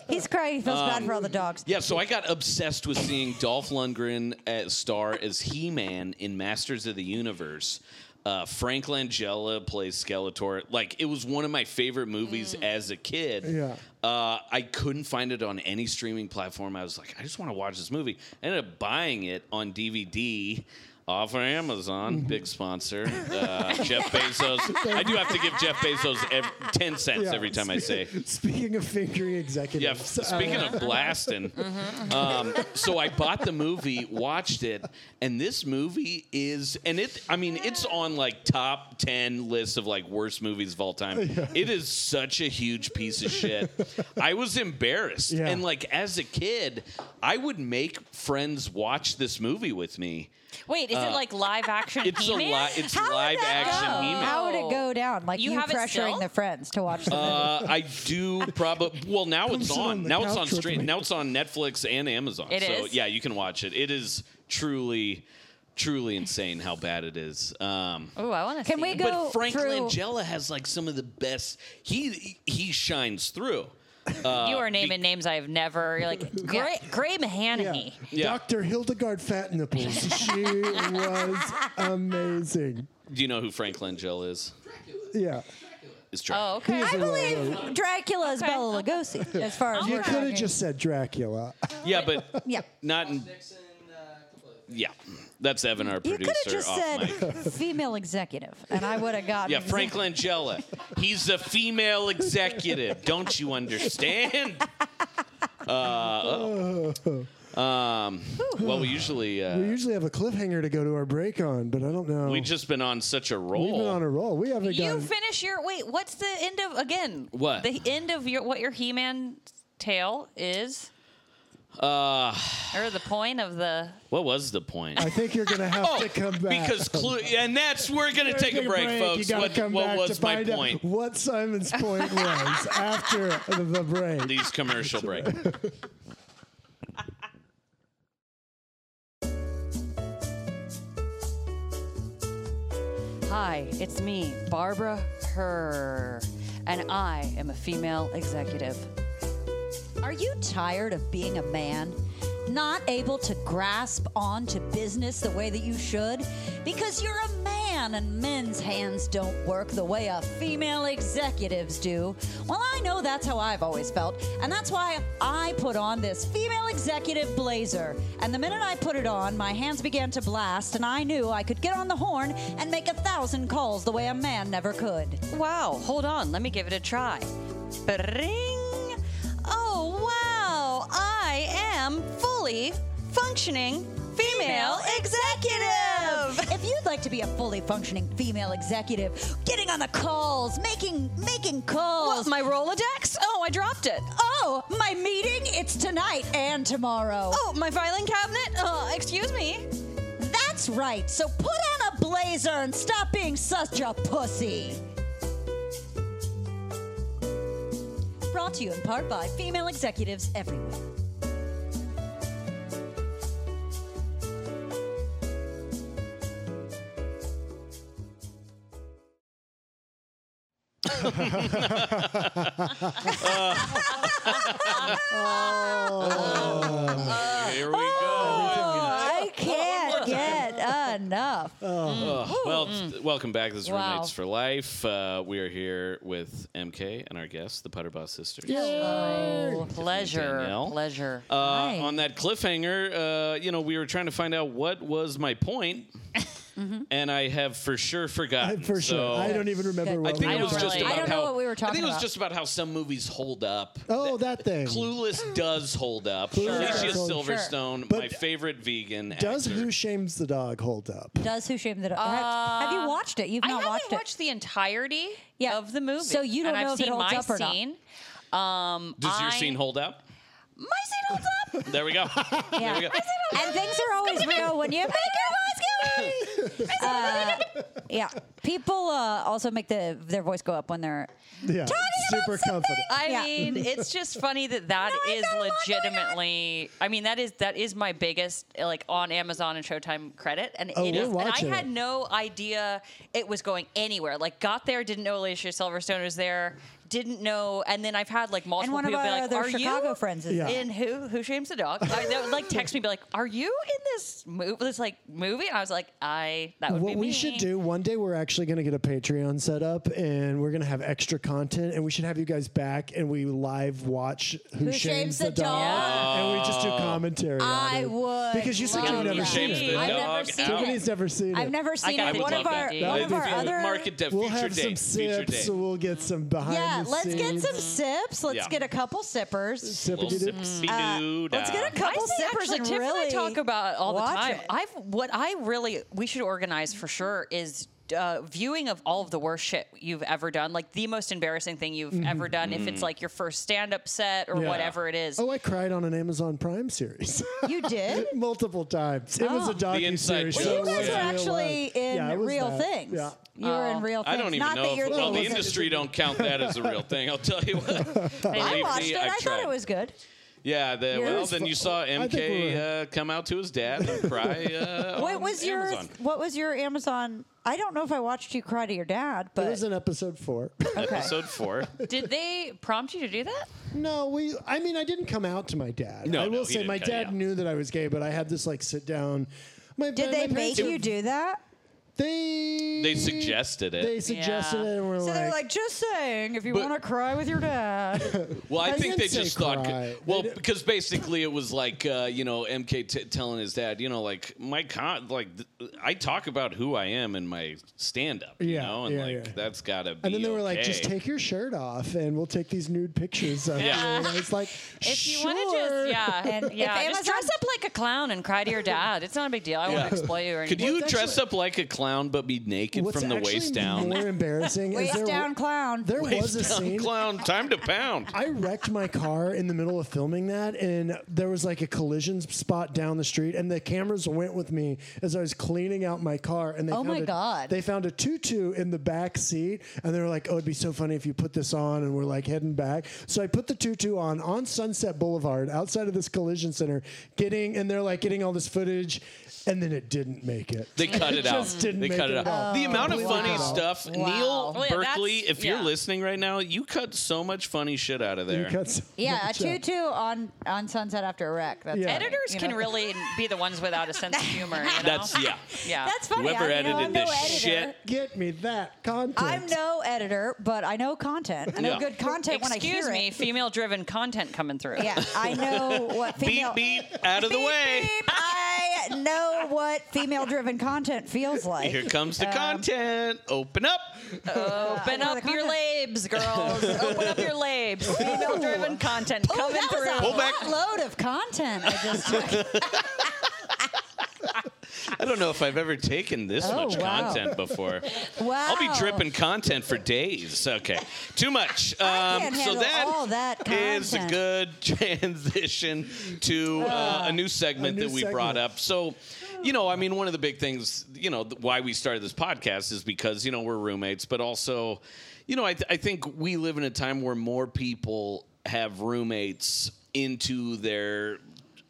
Speaker 4: He's crying. He feels bad for all the dogs.
Speaker 1: Yeah, so I got obsessed with seeing Dolph Lundgren as star as He Man in Masters of the Universe. Uh, Frank Langella plays Skeletor. Like it was one of my favorite movies
Speaker 4: Mm.
Speaker 1: as a kid.
Speaker 2: Yeah.
Speaker 1: Uh, I couldn't find it on any streaming platform. I was like, I just want to watch this movie. I ended up buying it on DVD off of Amazon.
Speaker 2: Mm-hmm.
Speaker 1: Big sponsor, uh, Jeff Bezos. I do have to give Jeff Bezos ev- ten cents
Speaker 2: Yeah.
Speaker 1: every time I say
Speaker 2: Speaking of fingering
Speaker 1: yeah,
Speaker 2: executives.
Speaker 1: f- speaking
Speaker 2: uh,
Speaker 1: of blasting,
Speaker 4: Mm-hmm.
Speaker 1: um, so I bought the movie, watched it, and this movie is, and it, I mean, it's on like top 10 lists of like worst movies of all time. It is such a huge piece of shit. I was embarrassed.
Speaker 2: Yeah.
Speaker 1: And like as a kid, I would make friends watch this movie with me.
Speaker 3: Wait, is it like live action?
Speaker 1: Uh, It's a
Speaker 3: He-Man?
Speaker 1: li- it's
Speaker 4: How would
Speaker 1: live
Speaker 4: that
Speaker 1: action
Speaker 4: go?
Speaker 1: He-Man.
Speaker 4: How would it go down? Like
Speaker 3: You
Speaker 4: you,
Speaker 3: have it still?
Speaker 4: pressuring the friends to watch the movie.
Speaker 1: Uh, I do probably. Well, now it's
Speaker 2: sit
Speaker 1: on.
Speaker 2: on the
Speaker 1: now it's
Speaker 2: couch
Speaker 1: on
Speaker 2: with me.
Speaker 1: stream. Now it's on Netflix and Amazon.
Speaker 3: It
Speaker 1: so
Speaker 3: is?
Speaker 1: yeah, you can watch it. It is truly, truly insane how bad it is. Um,
Speaker 3: Ooh, I want to.
Speaker 4: Can we go
Speaker 1: but Frank
Speaker 4: through?
Speaker 1: Langella has like some of the best. He he shines through. Uh,
Speaker 3: you are naming names I have never. You're like Gray, Gray Mahanahy.
Speaker 1: Yeah.
Speaker 2: Dr. Hildegard Fat Nipples. She was amazing.
Speaker 1: Do you know who Frank Langella is?
Speaker 2: Yeah.
Speaker 1: is Dracula.
Speaker 3: Oh, okay.
Speaker 2: He's
Speaker 4: I
Speaker 2: a little-
Speaker 4: believe Dracula is
Speaker 3: Okay.
Speaker 4: Bella Lugosi, as far as
Speaker 2: You
Speaker 4: we're
Speaker 2: could have
Speaker 4: talking.
Speaker 2: just said Dracula.
Speaker 1: Yeah, but
Speaker 4: yeah.
Speaker 1: not in.
Speaker 5: Nixon, uh,
Speaker 1: Yeah, that's Evan, our
Speaker 4: You
Speaker 1: producer.
Speaker 4: could have just
Speaker 1: off
Speaker 4: said
Speaker 1: mic.
Speaker 4: female executive, and I would have gotten.
Speaker 1: Yeah, Frank Langella. He's a female executive. Don't you understand? Uh, um, well, we usually
Speaker 2: We
Speaker 1: uh,
Speaker 2: usually have a cliffhanger to go to our break on, but I don't know.
Speaker 1: we've just been on such a roll.
Speaker 2: We've been on a roll. We haven't
Speaker 3: You
Speaker 2: gotten.
Speaker 3: finish your wait. What's the end of again?
Speaker 1: What?
Speaker 3: the end of your what your He-Man tale is,
Speaker 1: uh,
Speaker 3: or the point of the
Speaker 1: what was the point?
Speaker 2: I think you're gonna have to come back
Speaker 1: Oh, because Clu- and that's we're gonna take a break, folks.
Speaker 2: You gotta
Speaker 1: What,
Speaker 2: come
Speaker 1: what
Speaker 2: back
Speaker 1: was
Speaker 2: to
Speaker 1: my
Speaker 2: find out
Speaker 1: point?
Speaker 2: What Simon's point was after the break.
Speaker 1: These commercial breaks.
Speaker 3: Hi, it's me, Barbara Herr, and I am a female executive.
Speaker 4: Are you tired of being a man? Not able to grasp on to business the way that you should? Because you're a man and men's hands don't work the way a female executives do. Well, I know that's how I've always felt, and that's why I put on this female executive blazer. And the minute I put it on, my hands began to blast, and I knew I could get on the horn and make a thousand calls the way a man never could.
Speaker 3: Wow, hold on, let me give it a try. Bring! Oh wow, I am fully functioning female executive.
Speaker 4: If you'd like to be a fully functioning female executive, getting on the calls, making making calls.
Speaker 3: What's my Rolodex? Oh, I dropped it.
Speaker 4: oh, my meeting it's tonight and tomorrow.
Speaker 3: Oh, my filing cabinet? Uh, excuse me.
Speaker 4: that's right. So put on a blazer and stop being such a pussy. Brought to you in part by female executives everywhere.
Speaker 2: Oh,
Speaker 1: Here we go.
Speaker 4: Oh, I can't get enough.
Speaker 1: Well, th- welcome back. This is
Speaker 3: Wow.
Speaker 1: Roommates for Life. Uh, we are here with MK and our guest, the Putterboss sisters.
Speaker 4: Oh,
Speaker 3: Pleasure,
Speaker 1: Danielle.
Speaker 3: pleasure.
Speaker 1: Uh, On that cliffhanger, uh, you know, we were trying to find out what was my point,
Speaker 4: Mm-hmm.
Speaker 1: and I have for sure forgotten.
Speaker 2: For sure.
Speaker 1: So-
Speaker 2: I don't even remember.
Speaker 1: I
Speaker 2: what
Speaker 1: think
Speaker 2: we
Speaker 1: it
Speaker 3: don't
Speaker 1: was just
Speaker 3: really-
Speaker 1: about
Speaker 3: I
Speaker 4: don't know
Speaker 1: how
Speaker 4: what we were
Speaker 1: I
Speaker 4: talking
Speaker 1: think it was
Speaker 4: about.
Speaker 1: just about how some movies hold up.
Speaker 2: Oh, that thing.
Speaker 1: Clueless does hold up.
Speaker 2: Clueless
Speaker 1: Alicia
Speaker 2: does hold-
Speaker 1: Silverstone,
Speaker 2: But
Speaker 1: my favorite vegan.
Speaker 2: Does
Speaker 1: actor.
Speaker 2: Who Shames the Dog hold up?
Speaker 4: Does Who Shamed the Dog? have you watched it? You've
Speaker 3: I
Speaker 4: not
Speaker 3: haven't
Speaker 4: watched
Speaker 3: watched,
Speaker 4: it.
Speaker 3: the entirety
Speaker 4: Yeah.
Speaker 3: of the movie,
Speaker 4: So you don't
Speaker 3: and
Speaker 4: know if
Speaker 3: I've
Speaker 4: it
Speaker 3: seen
Speaker 4: holds
Speaker 3: my
Speaker 4: up or not.
Speaker 3: scene. Um,
Speaker 1: Does your
Speaker 3: I-
Speaker 1: scene hold up?
Speaker 3: My scene holds up.
Speaker 1: There we go.
Speaker 4: Yeah.
Speaker 1: There we go.
Speaker 3: "Oh,
Speaker 4: And things are always real when you make your voice go. Uh, yeah. People uh, also make the their voice go up when they're
Speaker 2: Yeah.
Speaker 4: Talking about
Speaker 2: Super
Speaker 4: something.
Speaker 2: confident.
Speaker 3: I
Speaker 4: Yeah.
Speaker 3: mean, it's just funny that that
Speaker 4: No, I've
Speaker 3: is
Speaker 4: got a lot going on.
Speaker 3: legitimately. I mean, that is that is my biggest like on Amazon and Showtime credit, and
Speaker 2: Oh,
Speaker 3: it
Speaker 2: we're
Speaker 3: is. And I
Speaker 2: watching
Speaker 3: had
Speaker 2: it.
Speaker 3: no idea it was going anywhere. Like, got there, didn't know Alicia Silverstone was there, didn't know, and then I've had like
Speaker 4: and
Speaker 3: multiple
Speaker 4: one of
Speaker 3: people be
Speaker 4: our
Speaker 3: like,
Speaker 4: other
Speaker 3: "Are
Speaker 4: Chicago
Speaker 3: you?"
Speaker 4: friends is
Speaker 2: Yeah.
Speaker 3: in who who shames the dog I, they would like text me be like are you in this movie this like movie and i was like i that would
Speaker 2: What
Speaker 3: be
Speaker 2: we
Speaker 3: me.
Speaker 2: should do one day, we're actually going to get a Patreon set up, and we're going to have extra content, and we should have you guys back, and we live watch Who,
Speaker 4: Shames the Dog?
Speaker 2: and we just do commentary.
Speaker 4: I
Speaker 2: on it.
Speaker 4: would
Speaker 2: because you said you've
Speaker 4: love
Speaker 2: never
Speaker 4: that.
Speaker 2: seen
Speaker 1: Shames the
Speaker 2: it.
Speaker 4: I've
Speaker 1: dog
Speaker 4: never seen
Speaker 1: out.
Speaker 4: it.
Speaker 2: Tiffany's never seen it.
Speaker 4: I've never seen
Speaker 3: I
Speaker 4: it.
Speaker 3: would
Speaker 4: One of
Speaker 3: love
Speaker 4: our one
Speaker 3: that.
Speaker 2: That
Speaker 4: of
Speaker 2: would
Speaker 4: our
Speaker 2: be
Speaker 4: other
Speaker 1: Market depth.
Speaker 2: We'll
Speaker 1: future
Speaker 2: have
Speaker 1: date.
Speaker 2: some
Speaker 1: future
Speaker 2: sips,
Speaker 1: date.
Speaker 2: so we'll get some behind
Speaker 4: yeah.
Speaker 2: the
Speaker 4: Let's
Speaker 2: scenes.
Speaker 4: get some sips. Let's
Speaker 1: Yeah.
Speaker 4: get a couple sippers.
Speaker 1: Little
Speaker 2: sippity dip.
Speaker 1: sippy-doo-dah.
Speaker 4: Uh, Let's get a
Speaker 3: I
Speaker 4: couple
Speaker 3: say
Speaker 4: sippers
Speaker 3: actually,
Speaker 4: and
Speaker 3: Tiff
Speaker 4: really
Speaker 3: and I talk about all the
Speaker 4: watch
Speaker 3: time.
Speaker 4: it.
Speaker 3: I've what I really we should organize for sure is uh, viewing of all of the worst shit you've ever done, like the most embarrassing thing you've
Speaker 4: Mm-hmm.
Speaker 3: ever done. If
Speaker 1: Mm-hmm.
Speaker 3: it's like your first stand-up set or
Speaker 2: Yeah.
Speaker 3: whatever it is,
Speaker 2: Oh, I cried on an Amazon Prime series
Speaker 4: you did.
Speaker 2: multiple times. It was a
Speaker 1: The
Speaker 2: docu
Speaker 1: inside
Speaker 2: series.
Speaker 1: joke.
Speaker 2: so
Speaker 1: Well,
Speaker 4: Oh.
Speaker 2: it
Speaker 4: You guys
Speaker 2: was
Speaker 4: were
Speaker 1: Yeah.
Speaker 4: actually
Speaker 2: real life.
Speaker 4: in
Speaker 2: Yeah, it was
Speaker 4: real
Speaker 2: that.
Speaker 4: things.
Speaker 2: Yeah.
Speaker 4: You were in real things.
Speaker 1: I don't even
Speaker 4: Not
Speaker 1: know.
Speaker 4: that
Speaker 1: If,
Speaker 4: you're
Speaker 1: well, the
Speaker 4: doing-
Speaker 1: industry don't count that as a real thing. I'll tell you what.
Speaker 4: I
Speaker 1: Believe
Speaker 4: watched
Speaker 1: me,
Speaker 4: it.
Speaker 1: I've
Speaker 4: I thought
Speaker 1: tried.
Speaker 4: it was good.
Speaker 1: Yeah. The,
Speaker 2: it
Speaker 1: well,
Speaker 2: was
Speaker 1: then
Speaker 2: fu-
Speaker 1: you saw
Speaker 2: think we
Speaker 1: MK
Speaker 2: were-
Speaker 1: uh, come out to his dad and cry. Uh,
Speaker 4: What
Speaker 1: on
Speaker 4: was
Speaker 1: Amazon.
Speaker 4: your What was your Amazon? I don't know if I watched you cry to your dad,
Speaker 2: It
Speaker 4: but
Speaker 2: was in episode four.
Speaker 4: okay.
Speaker 1: episode four?
Speaker 3: did they prompt you to do that?
Speaker 2: No, we. I mean, I didn't come out to my dad.
Speaker 1: No,
Speaker 2: I
Speaker 1: no,
Speaker 2: will
Speaker 1: he
Speaker 2: say
Speaker 1: didn't
Speaker 2: my
Speaker 1: come
Speaker 2: dad
Speaker 1: out.
Speaker 2: knew that I was gay, but I had this like sit down. My,
Speaker 4: Did
Speaker 2: my
Speaker 4: they
Speaker 2: parents
Speaker 4: make
Speaker 2: were-
Speaker 4: you do that?
Speaker 2: They
Speaker 1: They suggested it.
Speaker 2: They suggested
Speaker 3: Yeah.
Speaker 2: it, and we're
Speaker 4: So
Speaker 2: like,
Speaker 4: they're like, just saying, if you
Speaker 1: But-
Speaker 4: want to cry with your dad.
Speaker 1: Well, I
Speaker 2: I
Speaker 1: think
Speaker 2: didn't
Speaker 1: they
Speaker 2: say
Speaker 1: just thought.
Speaker 2: cry.
Speaker 1: Well,
Speaker 2: They did-
Speaker 1: because basically it was like uh, you know MK t- telling his dad, you know, like my con, like th- I talk about who I am in my stand up, you
Speaker 2: Yeah,
Speaker 1: know, and
Speaker 2: yeah,
Speaker 1: like
Speaker 2: yeah.
Speaker 1: that's gotta be.
Speaker 2: and then they were like, just
Speaker 1: okay.
Speaker 2: take your shirt off, and we'll take these nude pictures of
Speaker 1: Yeah.
Speaker 2: you. And it's like,
Speaker 3: If you
Speaker 2: sure.
Speaker 3: want to just, yeah, and yeah,
Speaker 4: If
Speaker 3: just
Speaker 4: Amazon-
Speaker 3: dress up like a clown and cry to your dad. It's not a big deal. I
Speaker 1: Yeah.
Speaker 3: won't exploit you or anything.
Speaker 1: Could you
Speaker 2: What's
Speaker 1: dress
Speaker 2: actually-
Speaker 1: up like a clown but be naked
Speaker 2: What's
Speaker 1: from the
Speaker 2: actually
Speaker 1: waist down?
Speaker 2: More embarrassing is
Speaker 4: Waist
Speaker 2: there,
Speaker 4: down clown.
Speaker 2: there was a
Speaker 1: Down,
Speaker 2: scene.
Speaker 1: clown, time to pound.
Speaker 2: I wrecked my car in the middle of filming that, and there was like a collision spot down the street, and the cameras went with me as I was cleaning out my car. And they
Speaker 4: Oh
Speaker 2: found
Speaker 4: my
Speaker 2: a-
Speaker 4: God.
Speaker 2: They found a tutu in the back seat, and they were like, "Oh, it'd be so funny if you put this on." And we're like heading back, so I put the tutu on on Sunset Boulevard outside of this collision center, getting, and they're like getting all this footage, and then it didn't make it.
Speaker 1: They cut it, out.
Speaker 2: just didn't
Speaker 1: they
Speaker 2: make
Speaker 1: cut
Speaker 2: it
Speaker 1: it
Speaker 2: at all.
Speaker 1: out. The amount of funny
Speaker 4: Wow.
Speaker 1: stuff,
Speaker 4: Wow.
Speaker 1: Neil
Speaker 3: Well, yeah,
Speaker 1: Berkeley.
Speaker 3: that's-
Speaker 1: If you're
Speaker 3: yeah.
Speaker 1: listening right now, you cut so much funny shit out of
Speaker 2: You
Speaker 1: there.
Speaker 2: cut so
Speaker 4: yeah, a
Speaker 2: much out.
Speaker 4: tutu on, on Sunset After a wreck. That's
Speaker 2: Yeah.
Speaker 4: funny,
Speaker 3: Editors
Speaker 4: you
Speaker 3: can
Speaker 4: know?
Speaker 3: really be the ones without a sense of humor. You know?
Speaker 1: That's yeah.
Speaker 3: yeah.
Speaker 4: That's funny.
Speaker 1: Whoever
Speaker 4: I, you know,
Speaker 1: edited
Speaker 4: I'm no
Speaker 1: this
Speaker 4: editor.
Speaker 1: shit
Speaker 2: Get me that content.
Speaker 4: I'm no editor, but I know content. I know
Speaker 1: Yeah.
Speaker 4: good content when I hear
Speaker 3: Excuse me,
Speaker 4: it.
Speaker 3: female-driven content coming through.
Speaker 4: Yeah, I know what female.
Speaker 1: Beep beep out of the
Speaker 4: Beep,
Speaker 1: way.
Speaker 4: beep. I know what female-driven content feels like.
Speaker 1: Here comes the content. Open up.
Speaker 3: Open
Speaker 4: know the
Speaker 3: up your labs, girls. Open up your labs. Female-driven content
Speaker 4: Oh,
Speaker 3: coming
Speaker 4: that was a
Speaker 3: through.
Speaker 1: Pull back.
Speaker 4: hot load of content. I just took.
Speaker 1: I don't know if I've ever taken this
Speaker 4: Oh,
Speaker 1: much
Speaker 4: wow.
Speaker 1: content before.
Speaker 4: wow.
Speaker 1: I'll be dripping content for days. Okay, too much. Um,
Speaker 4: I can't
Speaker 1: so
Speaker 4: handle
Speaker 1: that,
Speaker 4: all that
Speaker 1: is a
Speaker 4: content.
Speaker 1: good transition to uh, a new segment
Speaker 2: A new
Speaker 1: that we brought
Speaker 2: segment.
Speaker 1: up. So, you know, I mean, one of the big things, you know, th- why we started this podcast is because you know we're roommates, but also, you know, I, th- I think we live in a time where more people have roommates into their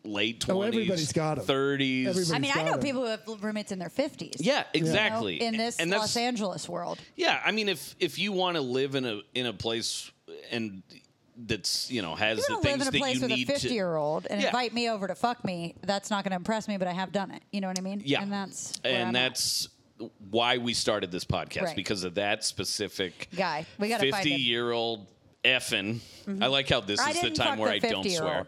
Speaker 1: late
Speaker 2: Oh,
Speaker 1: twenties,
Speaker 2: everybody's got 'em.
Speaker 1: thirties.
Speaker 2: Everybody-
Speaker 4: I mean, I
Speaker 2: Got
Speaker 4: know
Speaker 2: it.
Speaker 4: people who have roommates in their fifties.
Speaker 1: Yeah, exactly.
Speaker 4: In this
Speaker 1: And that's-
Speaker 4: Los Angeles world.
Speaker 1: Yeah, I mean, if if you want to live in a in a place and that's you know has
Speaker 4: If you
Speaker 1: the
Speaker 4: want to live
Speaker 1: things
Speaker 4: in a
Speaker 1: that
Speaker 4: place
Speaker 1: you
Speaker 4: with a
Speaker 1: need to.
Speaker 4: fifty-year-old and
Speaker 1: Yeah.
Speaker 4: invite me over to fuck me, that's not going to impress me. But I have done it. You know what I mean?
Speaker 1: yeah,
Speaker 4: And that's where
Speaker 1: and
Speaker 4: I'm at.
Speaker 1: that's why we started this podcast
Speaker 4: Right.
Speaker 1: because of that specific
Speaker 4: Guy. We gotta find him. Mm-hmm.
Speaker 1: year old effing. I like how this
Speaker 4: I
Speaker 1: is the
Speaker 4: didn't
Speaker 1: time
Speaker 4: fuck
Speaker 1: where
Speaker 4: the
Speaker 1: I don't swear.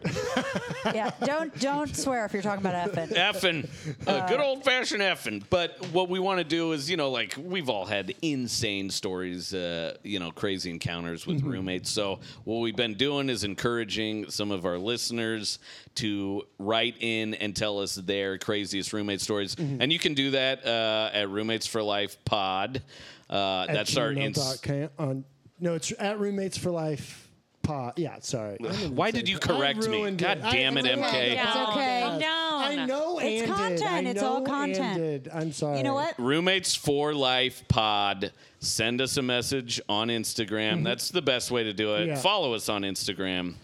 Speaker 4: 50-year-old. yeah. Don't don't swear if you're talking about effing.
Speaker 1: effing, uh, good old fashioned effing. But what we want to do is, you know, like we've all had insane stories, uh, you know, crazy encounters with roommates. So what we've been doing is encouraging some of our listeners to write in and tell us their craziest roommate stories, and you can do that uh, at Roommates for Life Pod. Uh,
Speaker 2: at
Speaker 1: that's our ins-
Speaker 2: gmail.com on no it's at roommates for life pod yeah sorry I didn't
Speaker 1: Why
Speaker 2: say
Speaker 1: did you
Speaker 2: that.
Speaker 1: correct
Speaker 2: I
Speaker 1: me?
Speaker 2: ruined
Speaker 1: God damn it,
Speaker 2: I ruined
Speaker 1: MK.
Speaker 2: the
Speaker 4: It's
Speaker 2: podcast.
Speaker 4: okay.
Speaker 3: Calm down.
Speaker 2: i know
Speaker 4: It's
Speaker 2: and did. I
Speaker 4: content. It's all
Speaker 2: know
Speaker 4: content.
Speaker 2: and did. i'm sorry
Speaker 4: You know what?
Speaker 1: Roommates for Life Pod. Send us a message on Instagram. That's the best way to do it.
Speaker 2: Mm-hmm. Yeah.
Speaker 1: Follow us on Instagram.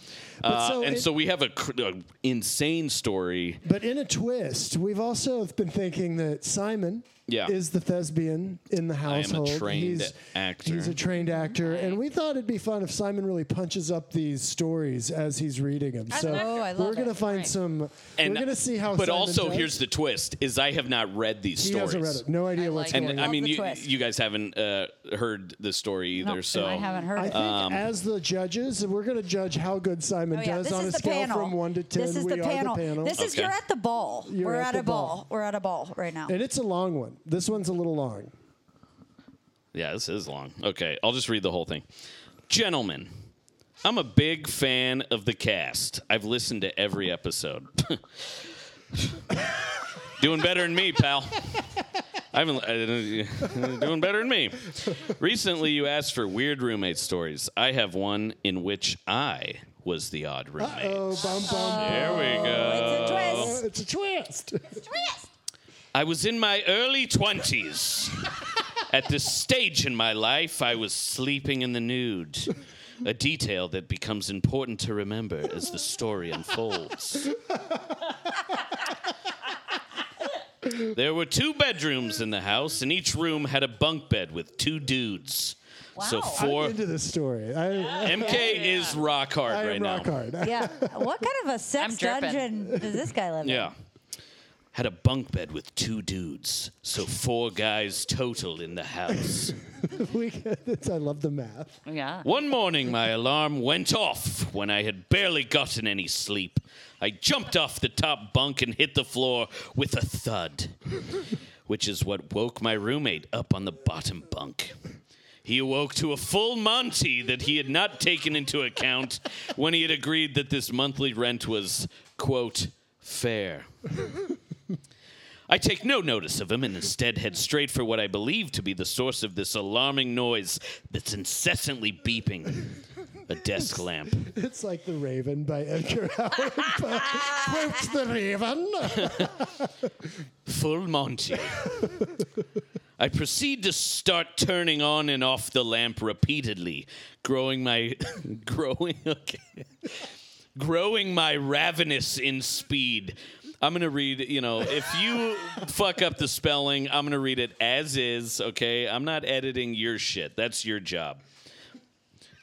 Speaker 1: Uh,
Speaker 2: so
Speaker 1: and
Speaker 2: it-
Speaker 1: so we have a, cr- a insane story.
Speaker 2: but in a twist we've also been thinking that simon
Speaker 1: Yeah.
Speaker 2: is the thespian in the
Speaker 1: am a
Speaker 2: household
Speaker 1: trained
Speaker 2: he's,
Speaker 1: actor.
Speaker 2: he's a trained actor and we thought it'd be fun if simon really punches up these stories as he's reading them so
Speaker 3: an
Speaker 4: actor. Oh, I love
Speaker 2: we're gonna
Speaker 4: it.
Speaker 2: find
Speaker 3: Right.
Speaker 2: some
Speaker 1: And
Speaker 2: we're gonna see how
Speaker 1: But
Speaker 2: Simon
Speaker 1: also,
Speaker 2: does.
Speaker 1: here's the twist: is I have not read these
Speaker 2: he
Speaker 1: stories.
Speaker 2: hasn't read it no idea
Speaker 3: I
Speaker 2: what's
Speaker 3: like
Speaker 2: going
Speaker 1: And
Speaker 2: on
Speaker 1: I
Speaker 4: Love
Speaker 1: mean,
Speaker 4: the
Speaker 1: you
Speaker 4: twist.
Speaker 1: you guys haven't uh, heard the story either,
Speaker 4: No,
Speaker 1: so
Speaker 4: I haven't heard
Speaker 2: I
Speaker 4: it.
Speaker 2: think
Speaker 1: Um,
Speaker 2: as the judges, we're going to judge how good Simon
Speaker 4: Oh, yeah.
Speaker 2: does
Speaker 4: This
Speaker 2: on
Speaker 4: is
Speaker 2: a
Speaker 4: the
Speaker 2: scale
Speaker 4: panel.
Speaker 2: from one to ten.
Speaker 4: This is
Speaker 2: we
Speaker 4: the
Speaker 2: are
Speaker 4: panel.
Speaker 2: the panel,
Speaker 4: This is
Speaker 1: Okay.
Speaker 4: you're at the ball.
Speaker 2: You're
Speaker 4: We're
Speaker 2: at
Speaker 4: at,
Speaker 2: the
Speaker 4: a ball.
Speaker 2: ball.
Speaker 4: We're at a ball right now.
Speaker 2: and it's a long one. This one's a little long.
Speaker 1: Yeah, this is long. Okay, I'll just read the whole thing. Gentlemen, I'm a big fan of the cast. I've listened to every episode. Doing better than me, pal. I haven't I didn't- doing better than me. Recently, you asked for weird roommate stories. I have one in which I was the odd roommate.
Speaker 2: Oh, bum bum.
Speaker 1: There we go. Oh.
Speaker 4: it's a twist.
Speaker 2: Uh, It's a twist.
Speaker 4: Twist.
Speaker 1: I was in my early 20s. At this stage in my life, I was sleeping in the nude. A detail that becomes important to remember as the story unfolds. There were two bedrooms in the house, and each room had a bunk bed with two dudes. So
Speaker 4: Wow.
Speaker 1: four.
Speaker 2: I'm into this story. I,
Speaker 1: MK is rock hard
Speaker 2: I am
Speaker 1: right now.
Speaker 2: rock hard.
Speaker 4: Yeah. What kind of a sex
Speaker 3: dripping.
Speaker 4: dungeon does this guy live in?
Speaker 1: Yeah. had a bunk bed with two dudes, so four guys total in the house.
Speaker 2: We, I love the math.
Speaker 3: Yeah.
Speaker 1: One morning, my alarm went off when I had barely gotten any sleep. I jumped off the top bunk and hit the floor with a thud, which is what woke my roommate up on the bottom bunk. He awoke to a full Monty that he had not taken into account when he had agreed that this monthly rent was, quote, fair. I take no notice of him and instead head straight for what I believe to be the source of this alarming noise that's incessantly beeping a desk lamp.
Speaker 2: It's like The Raven by Edgar Allan Poe. Quotes the Raven.
Speaker 1: Full Monty. I proceed to start turning on and off the lamp repeatedly, growing my growing okay. growing my ravenous in speed. I'm gonna read, you know, if you fuck up the spelling, I'm gonna read it as is, okay? I'm not editing your shit. That's your job.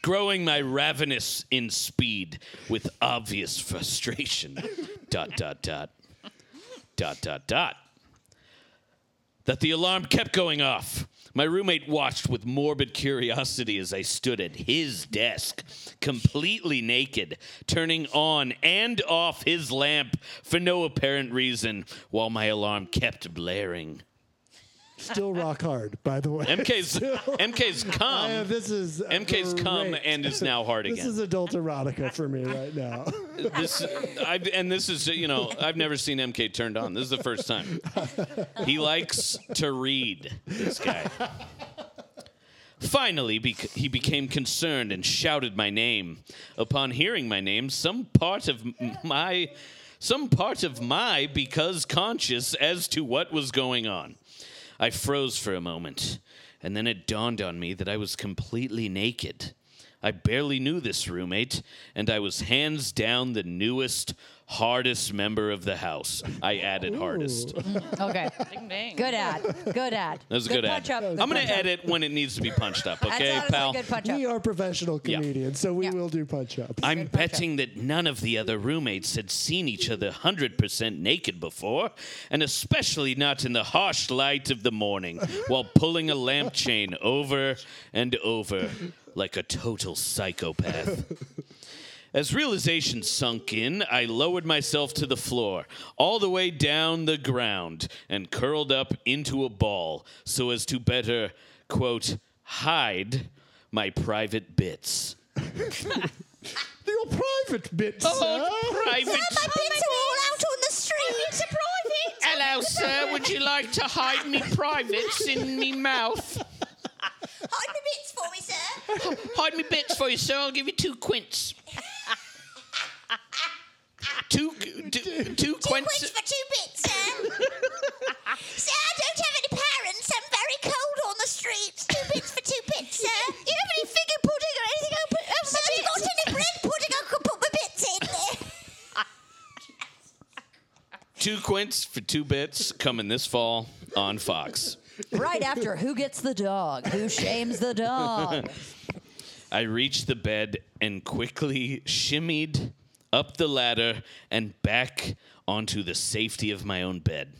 Speaker 1: Growing my ravenous in speed with obvious frustration. dot dot dot. Dot dot dot that the alarm kept going off. My roommate watched with morbid curiosity as I stood at his desk, completely naked, turning on and off his lamp for no apparent reason while my alarm kept blaring.
Speaker 2: Still rock hard, by the way.
Speaker 1: MK's MK's come.
Speaker 2: Uh, this is
Speaker 1: MK's come
Speaker 2: great.
Speaker 1: and is now hard
Speaker 2: This
Speaker 1: again.
Speaker 2: is adult erotica for me right now.
Speaker 1: this I've, and this is you know I've never seen MK turned on. This is the first time. He likes to read. This guy. Finally, bec- he became concerned and shouted my name. Upon hearing my name, some part of m- my, some part of my, because conscious as to what was going on, I froze for a moment, and then it dawned on me that I was completely naked. I barely knew this roommate, and I was hands down the newest, hardest member of the house. I added hardest.
Speaker 4: Okay.
Speaker 3: Ding, ding.
Speaker 4: Good ad. Good ad.
Speaker 1: That was a good,
Speaker 4: punch
Speaker 1: ad.
Speaker 4: up.
Speaker 1: I'm going
Speaker 4: punch
Speaker 1: to
Speaker 4: up.
Speaker 1: edit when it needs to be punched up,
Speaker 4: That's
Speaker 1: okay,
Speaker 4: honestly
Speaker 1: pal?
Speaker 4: a good punch up.
Speaker 2: we are professional
Speaker 1: Yeah.
Speaker 2: comedians, so we
Speaker 4: Yeah.
Speaker 2: will do punch up.
Speaker 1: I'm betting that none of the other roommates had seen each other 100% naked before, and especially not in the harsh light of the morning while pulling a lamp chain over and over like a total psychopath. As realization sunk in, I lowered myself to the floor, all the way down the ground, and curled up into a ball so as to better, quote, hide my private bits.
Speaker 2: Your private bits.
Speaker 1: Oh,
Speaker 2: sir.
Speaker 1: private.
Speaker 4: My bits are all out on the street. private.
Speaker 1: Hello, sir. Would you like to hide me privates in me mouth?
Speaker 4: Hide the bits for me, sir.
Speaker 1: Hide me bits for you, sir. I'll give you two quints. Two, two, two
Speaker 4: Quince
Speaker 1: quints.
Speaker 4: for two bits, sir. sir, I don't have any parents. I'm very cold on the streets. Two bits for two bits, sir. You don't have any figure pudding or anything over over Sir, I've got any bread pudding I could put my bits in there.
Speaker 1: Two quints for two bits coming this fall on Fox.
Speaker 4: Right after Who Gets the Dog? Who Shames the Dog?
Speaker 1: I reached the bed and quickly shimmied up the ladder and back onto the safety of my own bed.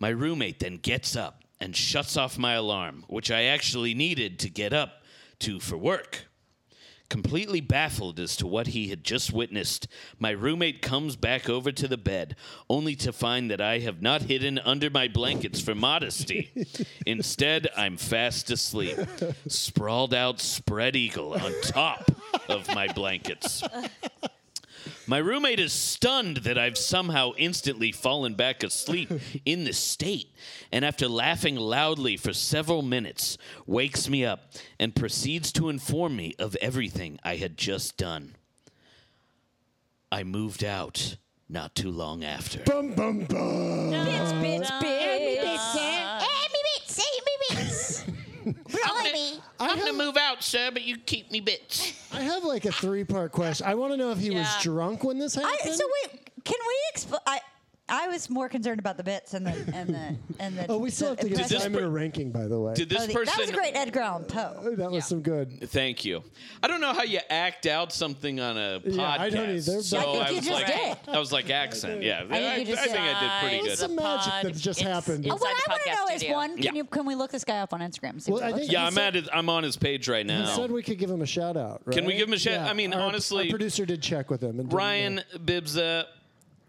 Speaker 1: My roommate then gets up and shuts off my alarm, which I actually needed to get up to for work. Completely baffled as to what he had just witnessed, my roommate comes back over to the bed, only to find that I have not hidden under my blankets for modesty. Instead, I'm fast asleep, sprawled out spread eagle on top of my blankets. My roommate is stunned that I've somehow instantly fallen back asleep in this state, and after laughing loudly for several minutes, wakes me up and proceeds to inform me of everything I had just done. I moved out not too long after.
Speaker 2: Bum, bum, bum.
Speaker 3: Bits, bits,
Speaker 4: me bits, eh, me bits. Blimey.
Speaker 1: I'm gonna move out, sir, but you keep me bits.
Speaker 2: I have like a three part question. I want to know if he was
Speaker 3: Yeah.
Speaker 2: drunk when this happened.
Speaker 4: I, so wait, can we explain? I was more concerned about the bits and the and the and the.
Speaker 2: Oh, we still have to get
Speaker 1: this
Speaker 2: time in
Speaker 1: per-
Speaker 2: a ranking, by the way.
Speaker 1: Did this
Speaker 4: Oh, the-
Speaker 1: person?
Speaker 4: that was a great Edgar Allan Poe.
Speaker 2: that was some good.
Speaker 1: Thank you. I don't know how you act out something on a podcast.
Speaker 2: I don't either,
Speaker 1: So
Speaker 2: but-
Speaker 1: I,
Speaker 4: I think you
Speaker 1: was
Speaker 4: just
Speaker 1: like,
Speaker 4: did.
Speaker 1: I was like accent. Yeah, I,
Speaker 4: think you just
Speaker 1: I think I did
Speaker 3: did.
Speaker 1: pretty
Speaker 2: It's
Speaker 1: good.
Speaker 2: a magic that just happened.
Speaker 4: Oh, what I want to know is one. Can
Speaker 1: Yeah.
Speaker 4: you can we look this guy up on Instagram? and see
Speaker 2: Well,
Speaker 4: what he
Speaker 2: I
Speaker 4: looks
Speaker 2: think
Speaker 1: Yeah,
Speaker 2: he
Speaker 1: I'm
Speaker 2: said-
Speaker 1: at his, I'm on his page right
Speaker 2: He
Speaker 1: now.
Speaker 2: said we could give him a shout out. Right?
Speaker 1: Can we give him a shout- I mean,
Speaker 2: our-
Speaker 1: honestly-
Speaker 2: our producer did check with him. And didn't
Speaker 1: Ryan Bibza.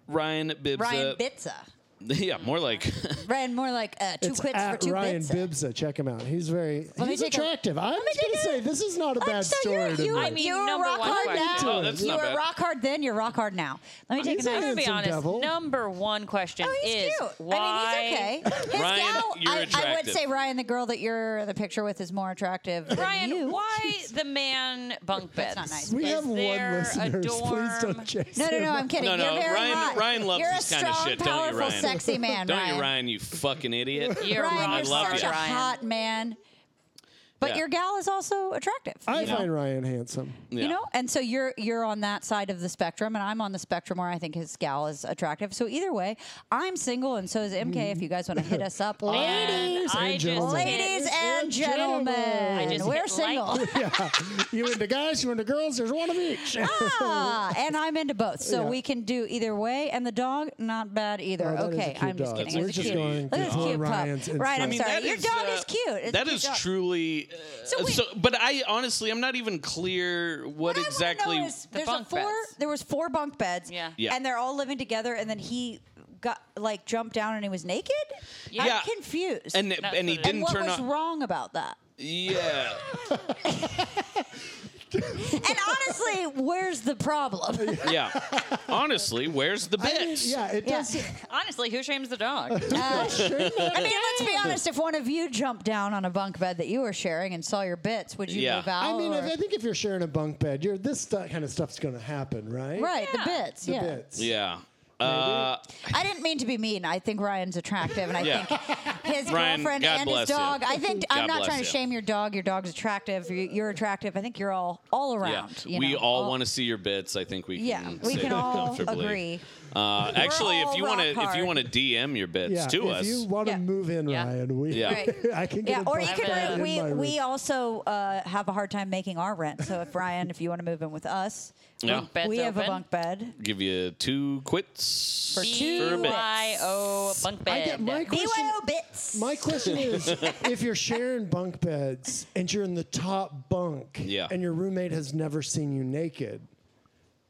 Speaker 1: Ryan Bibza.
Speaker 4: Ryan Bitza.
Speaker 1: yeah, more like
Speaker 4: Ryan, more like uh, two
Speaker 2: It's
Speaker 4: quits
Speaker 2: at
Speaker 4: for two
Speaker 2: Ryan
Speaker 4: bits.
Speaker 2: Bibza. Check him out. He's very
Speaker 4: me
Speaker 2: he's
Speaker 4: take a-
Speaker 2: attractive. i I'm
Speaker 4: me
Speaker 2: just gonna
Speaker 4: take a-
Speaker 2: say this is not a bad
Speaker 4: so
Speaker 2: story.
Speaker 4: you're,
Speaker 2: to
Speaker 4: you,
Speaker 2: me.
Speaker 3: I mean,
Speaker 4: you were
Speaker 3: number
Speaker 4: rock
Speaker 3: one
Speaker 4: hard
Speaker 3: question.
Speaker 1: Oh,
Speaker 4: now.
Speaker 1: that's
Speaker 4: you
Speaker 1: not
Speaker 4: were
Speaker 1: bad.
Speaker 4: rock hard then. You're rock hard now. Let me take
Speaker 2: He's a-
Speaker 4: another.
Speaker 3: I'm gonna be
Speaker 2: handsome
Speaker 3: honest.
Speaker 2: devil.
Speaker 3: Number one question
Speaker 4: Oh, he's
Speaker 3: is
Speaker 4: cute.
Speaker 3: why?
Speaker 4: I mean, he's okay. His
Speaker 1: Ryan,
Speaker 4: gal,
Speaker 1: you're
Speaker 4: I, I would
Speaker 1: attractive.
Speaker 4: say Ryan, the girl that you're in the picture with, is more attractive. than
Speaker 3: Ryan,
Speaker 4: you.
Speaker 3: why the man bunk beds?
Speaker 4: That's not nice.
Speaker 2: we
Speaker 4: is
Speaker 2: have one
Speaker 3: there a
Speaker 2: listener. Please
Speaker 3: dorm?
Speaker 2: don't chase.
Speaker 4: No, no, no. I'm kidding.
Speaker 1: No, no,
Speaker 4: You're very
Speaker 1: Ryan-
Speaker 4: hot.
Speaker 1: Ryan loves
Speaker 4: you're
Speaker 1: this
Speaker 4: a
Speaker 1: kinda
Speaker 4: strong,
Speaker 1: shit, don't you,
Speaker 4: powerful,
Speaker 1: Ryan?
Speaker 4: sexy man.
Speaker 1: don't
Speaker 4: Ryan.
Speaker 1: you, Ryan? You fucking idiot.
Speaker 3: You're
Speaker 4: Ryan,
Speaker 3: wrong.
Speaker 1: I
Speaker 4: you're
Speaker 1: love
Speaker 4: such
Speaker 1: you.
Speaker 4: a
Speaker 3: Ryan.
Speaker 4: hot man. But
Speaker 1: Yeah.
Speaker 4: your gal is also attractive.
Speaker 2: I
Speaker 4: you know?
Speaker 2: find Ryan handsome.
Speaker 1: Yeah.
Speaker 4: You know, and so you're you're on that side of the spectrum, and I'm on the spectrum where I think his gal is attractive. So either way, I'm single, and so is MK. If you guys want to hit us up,
Speaker 3: Ladies I
Speaker 2: and
Speaker 3: just
Speaker 2: gentlemen.
Speaker 3: hit-
Speaker 4: ladies eh, and
Speaker 2: And
Speaker 4: gentlemen,
Speaker 2: gentlemen.
Speaker 3: I just
Speaker 4: we're
Speaker 3: hit
Speaker 4: single,
Speaker 2: you into guys, you into girls. There's one of each.
Speaker 4: ah, and I'm into both, so
Speaker 2: Yeah.
Speaker 4: we can do either way. And the dog, not bad either.
Speaker 2: Oh, that is a
Speaker 4: okay,
Speaker 2: cute
Speaker 4: I'm just
Speaker 2: dog.
Speaker 4: kidding.
Speaker 1: We're
Speaker 4: It's a
Speaker 1: just
Speaker 4: cute.
Speaker 1: going
Speaker 4: Look at this
Speaker 2: on
Speaker 4: cute pup.
Speaker 2: Ryan's
Speaker 4: Ryan, I'm
Speaker 2: Instagram.
Speaker 4: sorry.
Speaker 1: that
Speaker 4: Your
Speaker 1: is,
Speaker 4: dog
Speaker 1: uh,
Speaker 4: is cute. It's a
Speaker 1: that
Speaker 4: cute
Speaker 1: is
Speaker 4: dog.
Speaker 1: truly. Uh,
Speaker 4: So
Speaker 1: so,
Speaker 4: wait-
Speaker 1: but I honestly, I'm not even clear what,
Speaker 4: What I wanna
Speaker 1: exactly.
Speaker 4: know is there's
Speaker 3: bunk
Speaker 4: a four.
Speaker 3: beds.
Speaker 4: There was four bunk beds.
Speaker 3: Yeah.
Speaker 1: Yeah.
Speaker 4: And they're all living together, and then he got like jumped down and he was naked.
Speaker 1: Yeah.
Speaker 4: I'm confused.
Speaker 1: and
Speaker 3: That's
Speaker 1: and he didn't
Speaker 3: what it is.
Speaker 4: And what
Speaker 1: turn
Speaker 4: was
Speaker 1: on.
Speaker 4: wrong about that?
Speaker 1: Yeah.
Speaker 4: And honestly, where's the problem?
Speaker 1: Yeah. Honestly, where's the
Speaker 2: I mean,
Speaker 1: bits?
Speaker 2: yeah, it
Speaker 4: Yeah.
Speaker 2: does.
Speaker 3: Honestly, who shames the dog?
Speaker 4: Uh, I mean, let's be honest. If one of you jumped down on a bunk bed that you were sharing and saw your bits, would you
Speaker 1: Yeah.
Speaker 4: move out?
Speaker 2: I mean,
Speaker 4: or-
Speaker 2: if, I think if you're sharing a bunk bed, you're this stu- kind of stuff's going to happen, right?
Speaker 4: right, the
Speaker 3: Yeah.
Speaker 4: bits.
Speaker 2: The
Speaker 4: yeah.
Speaker 2: bits.
Speaker 1: Yeah. Uh,
Speaker 4: I didn't mean to be mean. I think Ryan's attractive, and I
Speaker 1: Yeah.
Speaker 4: think his
Speaker 1: Ryan,
Speaker 4: girlfriend
Speaker 1: God
Speaker 4: and his
Speaker 1: bless you.
Speaker 4: dog. I think I'm
Speaker 1: God
Speaker 4: not
Speaker 1: bless
Speaker 4: trying to
Speaker 1: you.
Speaker 4: shame your dog. Your dog's attractive. You- You're attractive. I think you're all all
Speaker 1: yeah.
Speaker 4: around. you
Speaker 1: we
Speaker 4: know,
Speaker 1: all want to see your bits. I think we can.
Speaker 4: Yeah, we
Speaker 1: say
Speaker 4: can
Speaker 1: that
Speaker 4: all
Speaker 1: comfortably.
Speaker 4: agree.
Speaker 1: Uh, actually, if
Speaker 4: all
Speaker 1: you want to,
Speaker 4: rock
Speaker 1: if you
Speaker 4: hard.
Speaker 1: want to DM your bits
Speaker 2: Yeah,
Speaker 1: to
Speaker 2: if
Speaker 1: us,
Speaker 2: you want to
Speaker 4: Yeah.
Speaker 2: move in,
Speaker 3: Yeah.
Speaker 2: Ryan, we
Speaker 1: Yeah.
Speaker 4: Right.
Speaker 2: I can get
Speaker 4: Yeah,
Speaker 2: a
Speaker 4: or you
Speaker 2: bunk
Speaker 3: can
Speaker 2: bed
Speaker 4: can.
Speaker 2: in
Speaker 4: We
Speaker 2: my room.
Speaker 4: we also uh, have a hard time making our rent. So if Ryan, if you want to move in with us,
Speaker 1: yeah.
Speaker 3: Bed's
Speaker 4: we have a
Speaker 3: open.
Speaker 4: bunk bed.
Speaker 1: give you two quits
Speaker 4: For two
Speaker 1: a bit.
Speaker 3: BYO E bunk bed.
Speaker 2: I get my question.
Speaker 4: BYO bits.
Speaker 2: My question is, if you're sharing bunk beds and you're in the top bunk,
Speaker 1: Yeah.
Speaker 2: and your roommate has never seen you naked,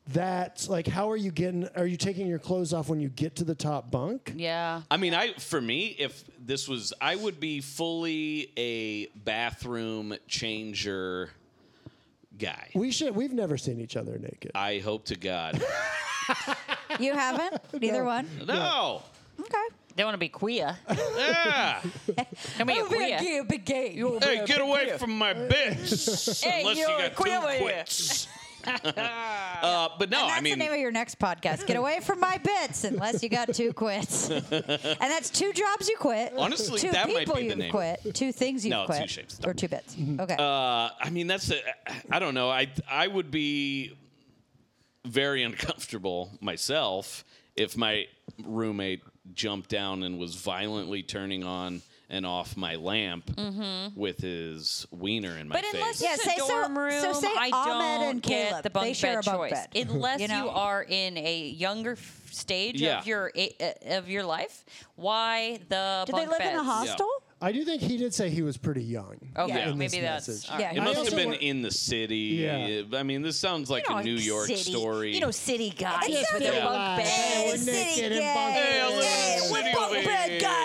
Speaker 2: that's like, how are you getting? Are you taking your clothes off when you get to the top bunk?
Speaker 3: Yeah.
Speaker 1: I mean, I for me, if this was, I would be fully a bathroom changer guy.
Speaker 2: We should. We've never seen each other naked.
Speaker 1: I hope to God.
Speaker 4: you haven't neither one.
Speaker 1: No.
Speaker 4: Okay.
Speaker 3: They want to be queer.
Speaker 1: Yeah.
Speaker 3: Can we get queer?
Speaker 4: big gay.
Speaker 1: Hey, get away from my
Speaker 4: Uh,
Speaker 1: bitch.
Speaker 3: Hey,
Speaker 1: Unless you
Speaker 3: you're a
Speaker 1: got
Speaker 3: queer
Speaker 1: two
Speaker 3: over here.
Speaker 1: quits. uh, but no,
Speaker 4: And that's
Speaker 1: I mean,
Speaker 4: the name of your next podcast. Get away from my bits unless you got two quits. and that's two jobs you quit.
Speaker 1: Honestly,
Speaker 4: two
Speaker 1: that might
Speaker 4: people
Speaker 1: be the
Speaker 4: you've
Speaker 1: name.
Speaker 4: quit. Two things you've
Speaker 1: No, two
Speaker 4: quit.
Speaker 1: shapes.
Speaker 4: Or two bits. Okay.
Speaker 1: uh, I mean that's a, I don't know. I I would be very uncomfortable myself if my roommate jumped down and was violently turning on and off my lamp
Speaker 4: Mm-hmm.
Speaker 1: with his wiener in my
Speaker 3: But
Speaker 1: face.
Speaker 3: unless
Speaker 4: Yeah,
Speaker 3: it's
Speaker 4: say
Speaker 3: a
Speaker 4: so-
Speaker 3: dorm
Speaker 4: so
Speaker 3: room,
Speaker 4: say
Speaker 3: I
Speaker 4: Ahmed
Speaker 3: don't
Speaker 4: and
Speaker 3: get
Speaker 4: Caleb.
Speaker 3: the bunk
Speaker 4: They share
Speaker 3: bed
Speaker 4: a bunk
Speaker 3: choice.
Speaker 4: bed.
Speaker 3: Unless
Speaker 4: You
Speaker 3: you,
Speaker 4: know?
Speaker 3: are in a younger f- stage
Speaker 1: Yeah.
Speaker 3: of your a- uh, of your life, why the
Speaker 4: Do they
Speaker 3: bunk
Speaker 4: live
Speaker 3: beds?
Speaker 4: in a hostel?
Speaker 2: I do think he did say he was pretty young.
Speaker 3: Okay,
Speaker 4: Yeah.
Speaker 2: in this
Speaker 3: maybe that's
Speaker 2: message.
Speaker 3: all right.
Speaker 1: it
Speaker 4: I
Speaker 1: must
Speaker 4: also
Speaker 1: have been
Speaker 2: want-
Speaker 1: in the city.
Speaker 2: Yeah.
Speaker 1: I mean, this sounds like a
Speaker 4: know,
Speaker 1: New York
Speaker 4: city-
Speaker 1: story.
Speaker 4: You know, city guys
Speaker 2: Except
Speaker 4: with
Speaker 2: for
Speaker 4: their
Speaker 1: the
Speaker 4: bunk
Speaker 2: lies. Hey, we're
Speaker 4: beds.
Speaker 2: naked and bunk
Speaker 1: Hey, I live in
Speaker 4: Hey,
Speaker 1: the
Speaker 4: we're
Speaker 1: city
Speaker 4: bunk
Speaker 1: over
Speaker 4: bed
Speaker 1: here.
Speaker 4: guys.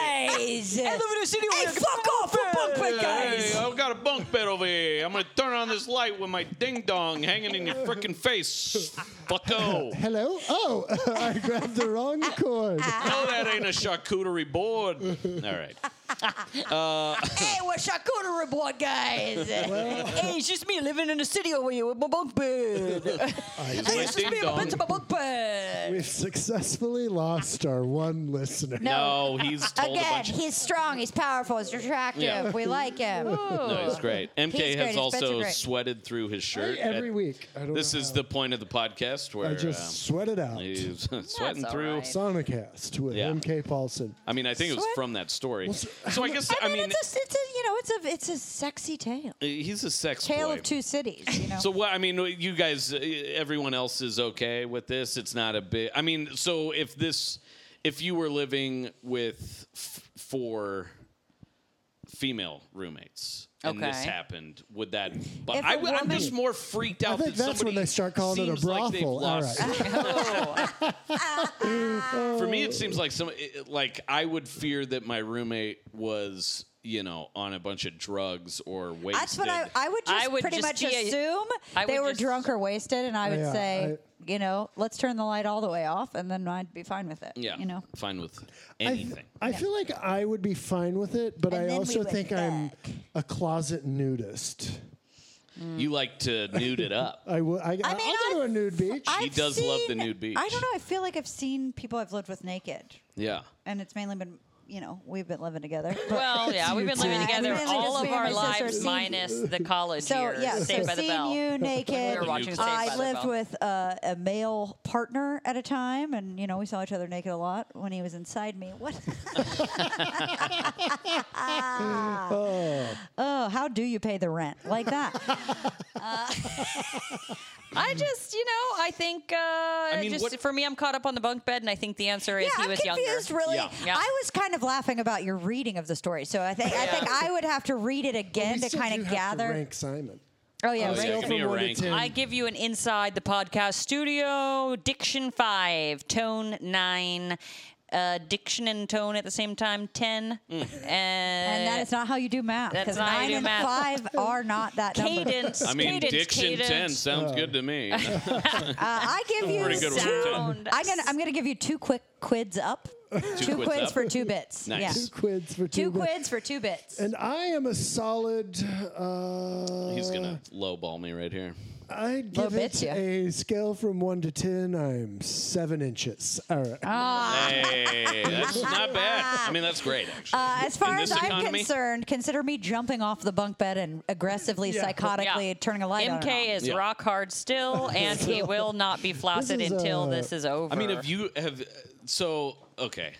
Speaker 4: I live in a city Hey, fuck off, we're bunk bed
Speaker 1: Hey,
Speaker 4: guys.
Speaker 1: I've got a bunk bed over here. I'm gonna turn on this light with my ding dong hanging in your frickin' face, fucko.
Speaker 2: Hello. Oh, I grabbed the wrong cord.
Speaker 4: Ah.
Speaker 1: No, that ain't a charcuterie board. All right.
Speaker 4: hey, we're charcuterie board guys. hey, it's just me living in the city over here with my bunk bed.
Speaker 1: It's like Ding Dong.
Speaker 4: my bunk bed.
Speaker 2: We've successfully lost our one listener.
Speaker 1: No, he's told a
Speaker 5: Again,
Speaker 1: bunch. Of,
Speaker 5: he's strong, he's powerful, he's attractive.
Speaker 1: Yeah.
Speaker 5: We like him.
Speaker 1: no, he's great. MK
Speaker 5: He's great,
Speaker 1: has
Speaker 5: his bits are
Speaker 1: also
Speaker 5: great.
Speaker 1: sweated through his shirt
Speaker 2: Every
Speaker 1: at-
Speaker 2: week. I don't
Speaker 1: This
Speaker 2: know
Speaker 1: is
Speaker 2: how.
Speaker 1: the point of the podcast where
Speaker 2: I just
Speaker 1: um,
Speaker 2: sweat it out.
Speaker 1: He's sweating
Speaker 3: all
Speaker 1: through.
Speaker 3: right.
Speaker 2: Sonicast with
Speaker 1: Yeah.
Speaker 2: MK Paulson.
Speaker 1: I mean, I think it was
Speaker 4: Sweat-
Speaker 1: from that story. So I guess I mean,
Speaker 4: it's, a, it's a, you know, it's a, it's a sexy tale.
Speaker 1: he's a sex
Speaker 4: Tale
Speaker 1: boy.
Speaker 4: of two cities, you know.
Speaker 1: So what? I mean, you guys, uh, everyone else is okay with this. It's not a big. I mean, so if this, if you were living with f- four female roommates and this
Speaker 3: Okay.
Speaker 1: happened, would that? But
Speaker 4: If a
Speaker 1: I, am
Speaker 4: woman-
Speaker 1: just more freaked
Speaker 2: I
Speaker 1: out.
Speaker 2: think
Speaker 1: that
Speaker 2: that's when
Speaker 1: somebody
Speaker 2: they start calling it a
Speaker 1: seems like they've
Speaker 2: brothel. All
Speaker 1: lost-
Speaker 2: right.
Speaker 1: For me, it seems like some it- it- like I would fear that my roommate was. You know, on a bunch of drugs or wasted.
Speaker 4: That's what I, I would just
Speaker 3: I would
Speaker 4: pretty
Speaker 3: just
Speaker 4: much
Speaker 3: be a-
Speaker 4: assume
Speaker 3: I
Speaker 4: they
Speaker 3: would
Speaker 4: were
Speaker 3: just-
Speaker 4: drunk or wasted, and I would
Speaker 2: Yeah,
Speaker 4: say, you know, let's turn the light all the way off, and then I'd be fine with it.
Speaker 1: yeah,
Speaker 4: you know.
Speaker 1: fine with
Speaker 2: I, th-
Speaker 1: anything.
Speaker 2: I feel like I would be fine with it, but
Speaker 4: And
Speaker 2: I
Speaker 4: then we
Speaker 2: also
Speaker 4: went
Speaker 2: think I'm
Speaker 4: back.
Speaker 2: a closet nudist.
Speaker 1: You like to nude it up.
Speaker 2: I would. I, I
Speaker 4: mean,
Speaker 2: will go to a
Speaker 4: I've-
Speaker 2: nude beach.
Speaker 1: He
Speaker 4: I've
Speaker 1: does love the
Speaker 4: seen-
Speaker 1: nude beach.
Speaker 4: I don't know. I feel like I've seen people I've lived with naked,
Speaker 1: Yeah.
Speaker 4: and it's mainly been, you know, we've been living together. but-
Speaker 3: Well, yeah, we've been living
Speaker 4: too.
Speaker 3: together
Speaker 4: Really
Speaker 3: all
Speaker 4: just
Speaker 3: of
Speaker 4: me and
Speaker 3: our
Speaker 4: my sister
Speaker 3: lives
Speaker 4: seen-
Speaker 3: minus the college
Speaker 4: so
Speaker 3: years.
Speaker 4: yeah,
Speaker 3: Saved
Speaker 4: so
Speaker 3: by the
Speaker 4: seeing
Speaker 3: Bell.
Speaker 4: you naked.
Speaker 3: were watching Saved by
Speaker 4: I
Speaker 3: the
Speaker 4: lived
Speaker 3: Bell.
Speaker 4: with uh, a male partner at a time, and you know we saw each other naked a lot when he was inside me. What? oh, how do you pay the rent like that?
Speaker 3: I just, you know, I think uh, I
Speaker 1: mean,
Speaker 3: just
Speaker 1: what-
Speaker 3: for me, I'm caught up on the bunk bed, and I think the answer is he
Speaker 4: I'm
Speaker 3: was
Speaker 4: confused,
Speaker 3: younger.
Speaker 4: really.
Speaker 1: Yeah.
Speaker 3: Yeah.
Speaker 4: I was kind of laughing about your reading of the story, so I think I think I would have to read it
Speaker 2: We
Speaker 4: again to
Speaker 2: still
Speaker 4: kind
Speaker 2: do
Speaker 4: of
Speaker 2: have to
Speaker 4: gather.
Speaker 2: rank Simon.
Speaker 4: Oh
Speaker 1: Oh,
Speaker 4: yeah, right.
Speaker 1: yeah,
Speaker 2: Scale
Speaker 1: give me
Speaker 2: from
Speaker 1: a
Speaker 2: one to
Speaker 1: rank.
Speaker 2: ten.
Speaker 3: I give you an inside the podcast studio diction five, tone nine, uh, diction and tone at the same time ten,
Speaker 1: Mm.
Speaker 4: And that is not how you do math.
Speaker 3: Uh, That's
Speaker 4: Because
Speaker 3: not how you
Speaker 4: nine
Speaker 3: do
Speaker 4: and
Speaker 3: math.
Speaker 4: five are not that number. Uh,
Speaker 3: cadence.
Speaker 1: I mean,
Speaker 3: cadence,
Speaker 1: diction
Speaker 3: cadence.
Speaker 1: ten sounds good to me.
Speaker 4: Uh, I give you
Speaker 1: Pretty good with
Speaker 4: two.
Speaker 1: ten.
Speaker 4: I'm gonna I'm gonna give you two quick quids up. Two,
Speaker 1: quids
Speaker 4: quids
Speaker 1: up.
Speaker 4: for two bits.
Speaker 1: Nice.
Speaker 4: Yeah.
Speaker 2: Two quids for two.
Speaker 4: Two
Speaker 2: bucks.
Speaker 4: quids for two bits.
Speaker 2: And I am a solid. Uh,
Speaker 1: He's gonna lowball me right here.
Speaker 2: I'd give it
Speaker 4: bits, yeah.
Speaker 2: a scale from one to ten. I'm seven inches. All right.
Speaker 4: Oh.
Speaker 1: Hey, that's not bad. I mean, that's great actually.
Speaker 4: Uh, as far
Speaker 1: In
Speaker 4: as
Speaker 1: this
Speaker 4: I'm
Speaker 1: economy?
Speaker 4: concerned, consider me jumping off the bunk bed and aggressively,
Speaker 2: Yeah.
Speaker 4: psychotically
Speaker 3: Yeah.
Speaker 4: turning a light on. and off.
Speaker 3: MK is
Speaker 1: Yeah.
Speaker 3: rock hard still, and he will not be flaccid
Speaker 2: is,
Speaker 3: until
Speaker 2: uh,
Speaker 3: this is over.
Speaker 1: I mean, have you have so okay?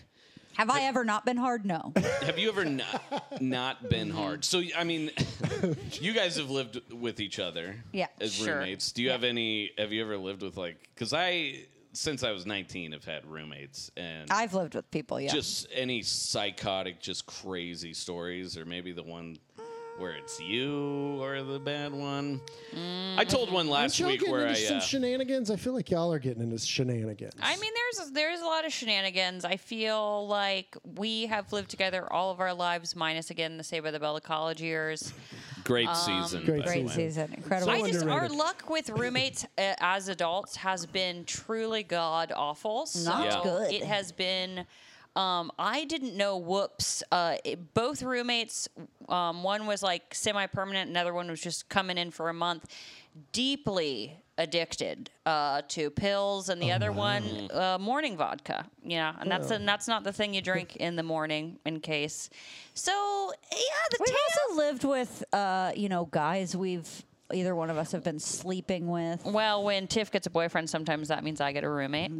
Speaker 4: Have I ever not been hard? No.
Speaker 1: Have you ever not, not been hard? So I mean, you guys have lived with each other,
Speaker 4: Yeah,
Speaker 1: as
Speaker 3: sure.
Speaker 1: roommates. Do you have any? Have you ever lived with like? Because I, since I was 19, have had roommates, and
Speaker 4: I've lived with people, yeah.
Speaker 1: just any psychotic, just crazy stories, or maybe the one where it's you or the bad one. I told one last
Speaker 2: Y'all
Speaker 1: week
Speaker 2: getting
Speaker 1: where
Speaker 2: into
Speaker 1: I.
Speaker 2: some
Speaker 1: Uh,
Speaker 2: shenanigans. I feel like y'all are getting into shenanigans.
Speaker 3: I mean, there's there's a lot of shenanigans. I feel like we have lived together all of our lives, minus again the Saved by the Bell of college years.
Speaker 1: great season.
Speaker 2: Great
Speaker 1: by the
Speaker 4: Great
Speaker 1: way.
Speaker 4: season, incredible.
Speaker 2: So
Speaker 4: I
Speaker 3: I just our
Speaker 2: underrated.
Speaker 3: luck with roommates uh, as adults has been truly god awful. So
Speaker 4: Not
Speaker 1: Yeah.
Speaker 4: good.
Speaker 3: It has been. Um, I didn't know. Whoops! Uh, it- both roommates. Um, one was like semi-permanent. Another one was just coming in for a month. Deeply addicted uh, to pills, and
Speaker 4: Oh,
Speaker 3: the other one uh, morning vodka. Yeah, and that's and that's not the thing you drink in the morning, in case. So yeah, the
Speaker 4: We've
Speaker 3: tale-
Speaker 4: also lived with, uh, you know, guys we've either one of us have been sleeping with.
Speaker 3: Well, when Tiff gets a boyfriend, sometimes that means I get a roommate.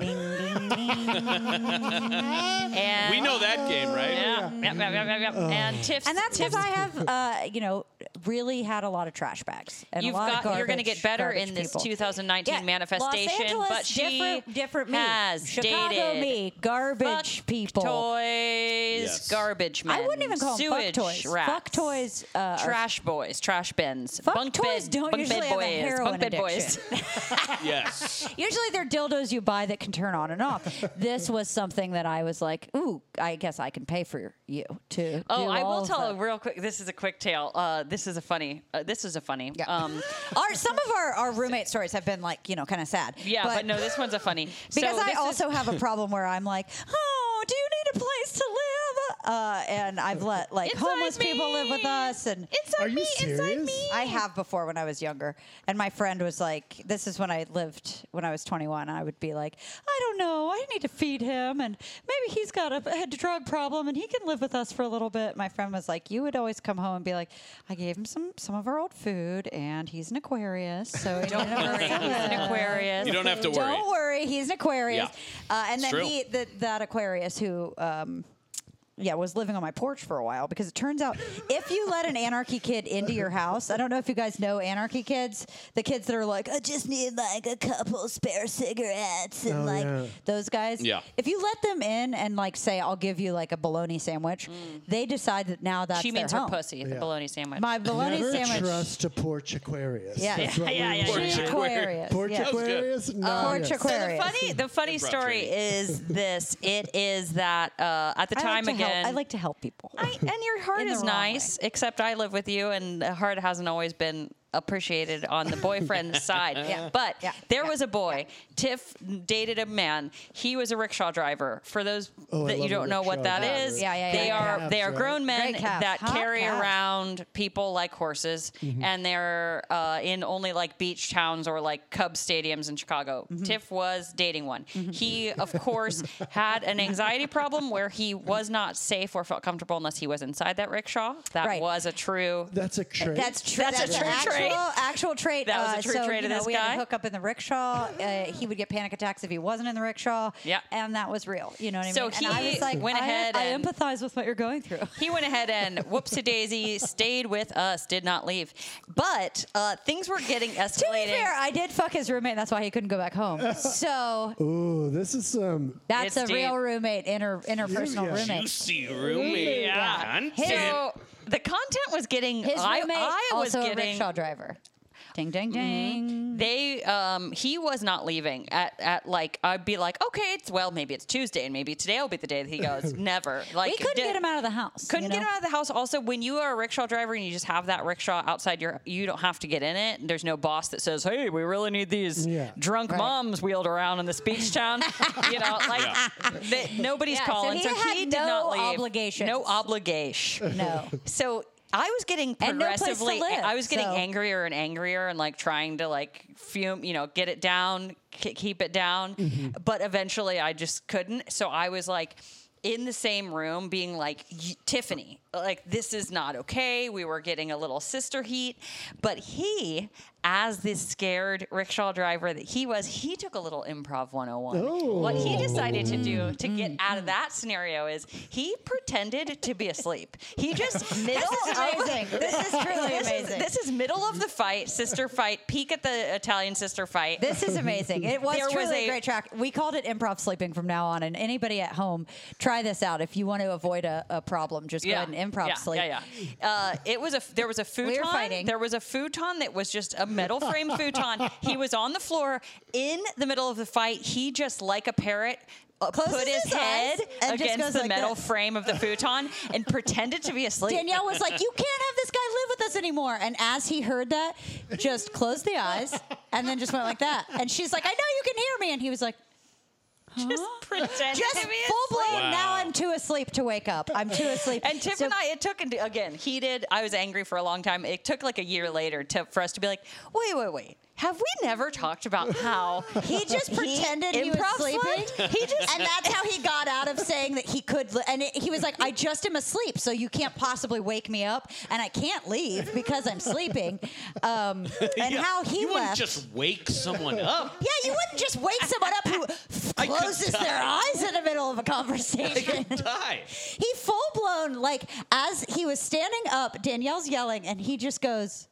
Speaker 3: and
Speaker 1: We know that game, right?
Speaker 3: Yeah. Yep, yep, yep, yep, yep. And Tiff's
Speaker 4: And that's because
Speaker 3: Tiff's-
Speaker 4: I have, uh, you know, really had a lot of trash bags and
Speaker 3: You've
Speaker 4: a lot
Speaker 3: got.
Speaker 4: of garbage.
Speaker 3: you're going to get better
Speaker 4: garbage
Speaker 3: in this
Speaker 4: people.
Speaker 3: 2019
Speaker 4: Yeah,
Speaker 3: manifestation,
Speaker 4: Los Angeles,
Speaker 3: but she
Speaker 4: different, different me.
Speaker 3: has
Speaker 4: Chicago
Speaker 3: dated
Speaker 4: me,
Speaker 3: fuck
Speaker 4: garbage people.
Speaker 3: toys,
Speaker 1: Yes.
Speaker 3: garbage men.
Speaker 4: I wouldn't even call 'em fuck
Speaker 3: sewage
Speaker 4: toys. Fuck
Speaker 3: Rats,
Speaker 4: toys, uh, are-
Speaker 3: trash boys, trash bins,
Speaker 4: Fuck
Speaker 3: bunk
Speaker 4: toys
Speaker 3: bed,
Speaker 4: don't
Speaker 3: bunk
Speaker 4: usually
Speaker 3: bed
Speaker 4: have a
Speaker 3: boys,
Speaker 4: heroin
Speaker 3: bunk bed boys.
Speaker 4: addiction.
Speaker 1: Yes.
Speaker 4: Usually they're dildos you buy that can turn on and off. this was something that I was like, ooh, I guess I can pay for you to.
Speaker 3: Oh,
Speaker 4: do
Speaker 3: I
Speaker 4: all
Speaker 3: will
Speaker 4: of
Speaker 3: tell
Speaker 4: that.
Speaker 3: a real quick. This is a quick tale. Uh, this is a funny. Uh, this is a funny.
Speaker 4: Yeah.
Speaker 3: Um,
Speaker 4: our some of our, our roommate stories have been like you know kind of sad.
Speaker 3: yeah, but, no, this one's a funny. So
Speaker 4: because I
Speaker 3: this is-
Speaker 4: also have a problem where I'm like, oh, do you need a place to live? uh, and I've let like
Speaker 5: Inside
Speaker 4: homeless people
Speaker 5: me.
Speaker 4: live with us, and
Speaker 5: Inside
Speaker 2: Are you
Speaker 5: me, inside
Speaker 2: serious?
Speaker 5: me.
Speaker 4: I have before when I was younger. And my friend was like, "This is when I lived when I was 21." I would be like, "I don't know. I need to feed him, and maybe he's got a, a drug problem, and he can live with us for a little bit." My friend was like, "You would always come home and be like, I gave him some some of our old food, and he's an Aquarius, so
Speaker 3: Don't worry, he's an Aquarius.
Speaker 1: You don't have to worry.
Speaker 4: Don't worry, he's an Aquarius.
Speaker 1: Yeah.
Speaker 4: Uh, and
Speaker 1: It's
Speaker 4: then
Speaker 1: true.
Speaker 4: he, th- that Aquarius who, um, yeah, was living on my porch for a while because it turns out if you let an anarchy kid into your house, I don't know if you guys know anarchy kids, the kids that are like, I just need like a couple spare cigarettes and
Speaker 2: Oh,
Speaker 4: like
Speaker 2: yeah.
Speaker 4: those guys.
Speaker 1: Yeah.
Speaker 4: If you let them in and like say, I'll give you like a bologna sandwich,
Speaker 1: Mm.
Speaker 4: they decide that now that's
Speaker 3: She
Speaker 4: their
Speaker 3: means her
Speaker 4: home.
Speaker 3: pussy, the
Speaker 2: Yeah.
Speaker 3: bologna sandwich.
Speaker 4: My bologna
Speaker 2: Never
Speaker 4: sandwich.
Speaker 2: trust a porch Aquarius.
Speaker 4: Yeah,
Speaker 2: That's
Speaker 3: yeah,
Speaker 2: what
Speaker 3: yeah,
Speaker 2: we
Speaker 3: yeah,
Speaker 2: were-
Speaker 1: Porch
Speaker 4: She's an
Speaker 1: Aquarius.
Speaker 4: Aquarius.
Speaker 2: Porch
Speaker 4: yeah.
Speaker 1: was good.
Speaker 2: Aquarius. No,
Speaker 4: Porch
Speaker 2: yes.
Speaker 3: So the
Speaker 4: Aquarius.
Speaker 3: funny, the funny
Speaker 1: Improv
Speaker 3: story
Speaker 1: training.
Speaker 3: is this: it is that uh, at the
Speaker 4: I
Speaker 3: time
Speaker 4: like to help-
Speaker 3: again.
Speaker 4: I like to help people.
Speaker 3: I, and your heart
Speaker 4: In the
Speaker 3: is
Speaker 4: wrong way.
Speaker 3: nice, except I live with you, and the heart hasn't always been appreciated on the boyfriend side.
Speaker 4: Yeah.
Speaker 3: But
Speaker 4: Yeah.
Speaker 3: there
Speaker 4: Yeah.
Speaker 3: was a boy. Tiff dated a man. He was a rickshaw driver. For those
Speaker 2: Oh, I
Speaker 3: that you
Speaker 2: love a
Speaker 3: don't know what
Speaker 2: rickshaw
Speaker 3: that
Speaker 2: driver.
Speaker 3: is,
Speaker 4: Yeah, yeah, yeah,
Speaker 3: they
Speaker 4: yeah.
Speaker 3: are they
Speaker 2: Cabs,
Speaker 3: are
Speaker 2: right?
Speaker 3: grown men
Speaker 4: Great cabs.
Speaker 3: that
Speaker 4: Hot
Speaker 3: carry
Speaker 4: cabs.
Speaker 3: around people like horses,
Speaker 4: Mm-hmm.
Speaker 3: and they're uh, in only like beach towns or like Cub stadiums in Chicago.
Speaker 4: Mm-hmm.
Speaker 3: Tiff was dating one. He, of course, had an anxiety problem where he was not safe or felt comfortable unless he was inside that rickshaw. That
Speaker 4: Right.
Speaker 3: was a true.
Speaker 2: That's a trait.
Speaker 4: That's true.
Speaker 3: That's a
Speaker 4: an
Speaker 3: true
Speaker 4: actual,
Speaker 3: trait.
Speaker 4: Actual trait. uh,
Speaker 3: That was a true
Speaker 4: so,
Speaker 3: trait
Speaker 4: you
Speaker 3: of
Speaker 4: know,
Speaker 3: this
Speaker 4: we had
Speaker 3: guy.
Speaker 4: to hook up in the rickshaw. Uh, he would get panic attacks if he wasn't in the rickshaw.
Speaker 3: Yeah.
Speaker 4: and that was real. You know what I
Speaker 3: So
Speaker 4: mean? and I
Speaker 3: he
Speaker 4: was like,
Speaker 3: went
Speaker 4: I-
Speaker 3: ahead
Speaker 4: I,
Speaker 3: and-
Speaker 4: empathize with what you're going through.
Speaker 3: He went ahead and whoopsie daisy stayed with us, did not leave. But uh, things were getting
Speaker 4: To be
Speaker 3: escalating.
Speaker 4: fair, I did fuck his roommate. and That's why he couldn't go back home. So
Speaker 2: Ooh, this is um, some.
Speaker 4: that's
Speaker 3: It's
Speaker 4: a real
Speaker 3: deep.
Speaker 4: roommate, inter interpersonal
Speaker 2: Yeah.
Speaker 4: roommate.
Speaker 1: Juicy roommate
Speaker 3: Yeah.
Speaker 1: content.
Speaker 3: So the content was getting.
Speaker 4: His
Speaker 3: I,
Speaker 4: roommate
Speaker 3: I was
Speaker 4: also a
Speaker 3: getting. Mm-hmm.
Speaker 4: rickshaw driver. Ding ding ding.
Speaker 3: They, um, he was not leaving at, at like I'd be like, okay, it's well, maybe it's Tuesday, and maybe today will be the day that he goes. Never. Like
Speaker 4: We couldn't
Speaker 3: did-
Speaker 4: get him out of the house.
Speaker 3: Couldn't
Speaker 4: you know?
Speaker 3: get him out of the house. Also, when you are a rickshaw driver and you just have that rickshaw outside your, you don't have to get in it. There's no boss that says, "Hey, we really need these
Speaker 2: Yeah.
Speaker 3: drunk
Speaker 4: Right.
Speaker 3: moms wheeled around in this beach town." you know, like that nobody's
Speaker 4: Yeah, so
Speaker 3: calling.
Speaker 4: he
Speaker 3: So he,
Speaker 4: had
Speaker 3: did
Speaker 4: no
Speaker 3: not leave.
Speaker 4: obligations.
Speaker 3: No obligation.
Speaker 4: No.
Speaker 3: So I was getting
Speaker 4: And no place to
Speaker 3: progressively.
Speaker 4: live,
Speaker 3: I was getting
Speaker 4: so-
Speaker 3: angrier and angrier, and like trying to like fume, you know, get it down, k- keep it down.
Speaker 4: Mm-hmm.
Speaker 3: But eventually, I just couldn't. So I was like in the same room, being like, "Y- Tiffany, like this is not okay. We were getting a little sister heat, but he. As this scared rickshaw driver that he was, he took a little improv 101. What he
Speaker 4: Oh.
Speaker 3: decided to do to get
Speaker 4: Mm-hmm.
Speaker 3: out of that scenario is he pretended to be asleep. He just middle
Speaker 4: This is
Speaker 3: of-
Speaker 4: amazing. This is truly
Speaker 3: this
Speaker 4: amazing.
Speaker 3: is, this is middle of the fight, sister fight, peak at the Italian sister fight.
Speaker 4: This is amazing. It was
Speaker 3: There was
Speaker 4: truly a,
Speaker 3: a-
Speaker 4: great track. We called it improv sleeping from now on. And anybody at home, try this out. If you want to avoid a, a problem, just go ahead and improv
Speaker 3: yeah,
Speaker 4: sleep.
Speaker 3: Yeah, yeah. Uh, it was a f- there was a futon.
Speaker 4: fighting.
Speaker 3: There was a futon that was just a metal frame futon. He was on the floor in the middle of the fight. He just like a parrot. uh,
Speaker 4: Closes
Speaker 3: put his,
Speaker 4: his eyes
Speaker 3: head
Speaker 4: and just goes
Speaker 3: against the
Speaker 4: like
Speaker 3: metal
Speaker 4: this.
Speaker 3: frame of the futon and pretended to be asleep.
Speaker 4: Danielle was like, You can't have this guy live with us anymore. And as he heard that, just closed the eyes and then just went like that. And she's like, I know you can hear me. And he was like,
Speaker 3: just pretended
Speaker 4: Just
Speaker 3: to be
Speaker 4: full
Speaker 3: asleep.
Speaker 4: blown. Now
Speaker 1: Wow.
Speaker 4: I'm too asleep to wake up. I'm too asleep.
Speaker 3: And Tiff
Speaker 4: So-
Speaker 3: and I, it took and again. He did. I was angry for a long time. It took like a year later to, for us to be like, wait, wait, wait. Have we never talked about how
Speaker 4: He just pretended he, was
Speaker 3: improv
Speaker 4: sleeping.
Speaker 3: slept? He just
Speaker 4: and that's how he got out of saying that he could. Li- and it, he was like, "I just am asleep, so you can't possibly wake me up, and I can't leave because I'm sleeping." Um, and
Speaker 1: Yeah,
Speaker 4: how he
Speaker 1: you wouldn't
Speaker 4: left.
Speaker 1: just wake someone up.
Speaker 4: yeah, you wouldn't just wake someone up who
Speaker 1: I could
Speaker 4: f- closes
Speaker 1: die.
Speaker 4: their eyes in the middle of a
Speaker 1: They
Speaker 4: conversation.
Speaker 1: could die.
Speaker 4: he full blown like as he was standing up, Danielle's yelling, and he just goes.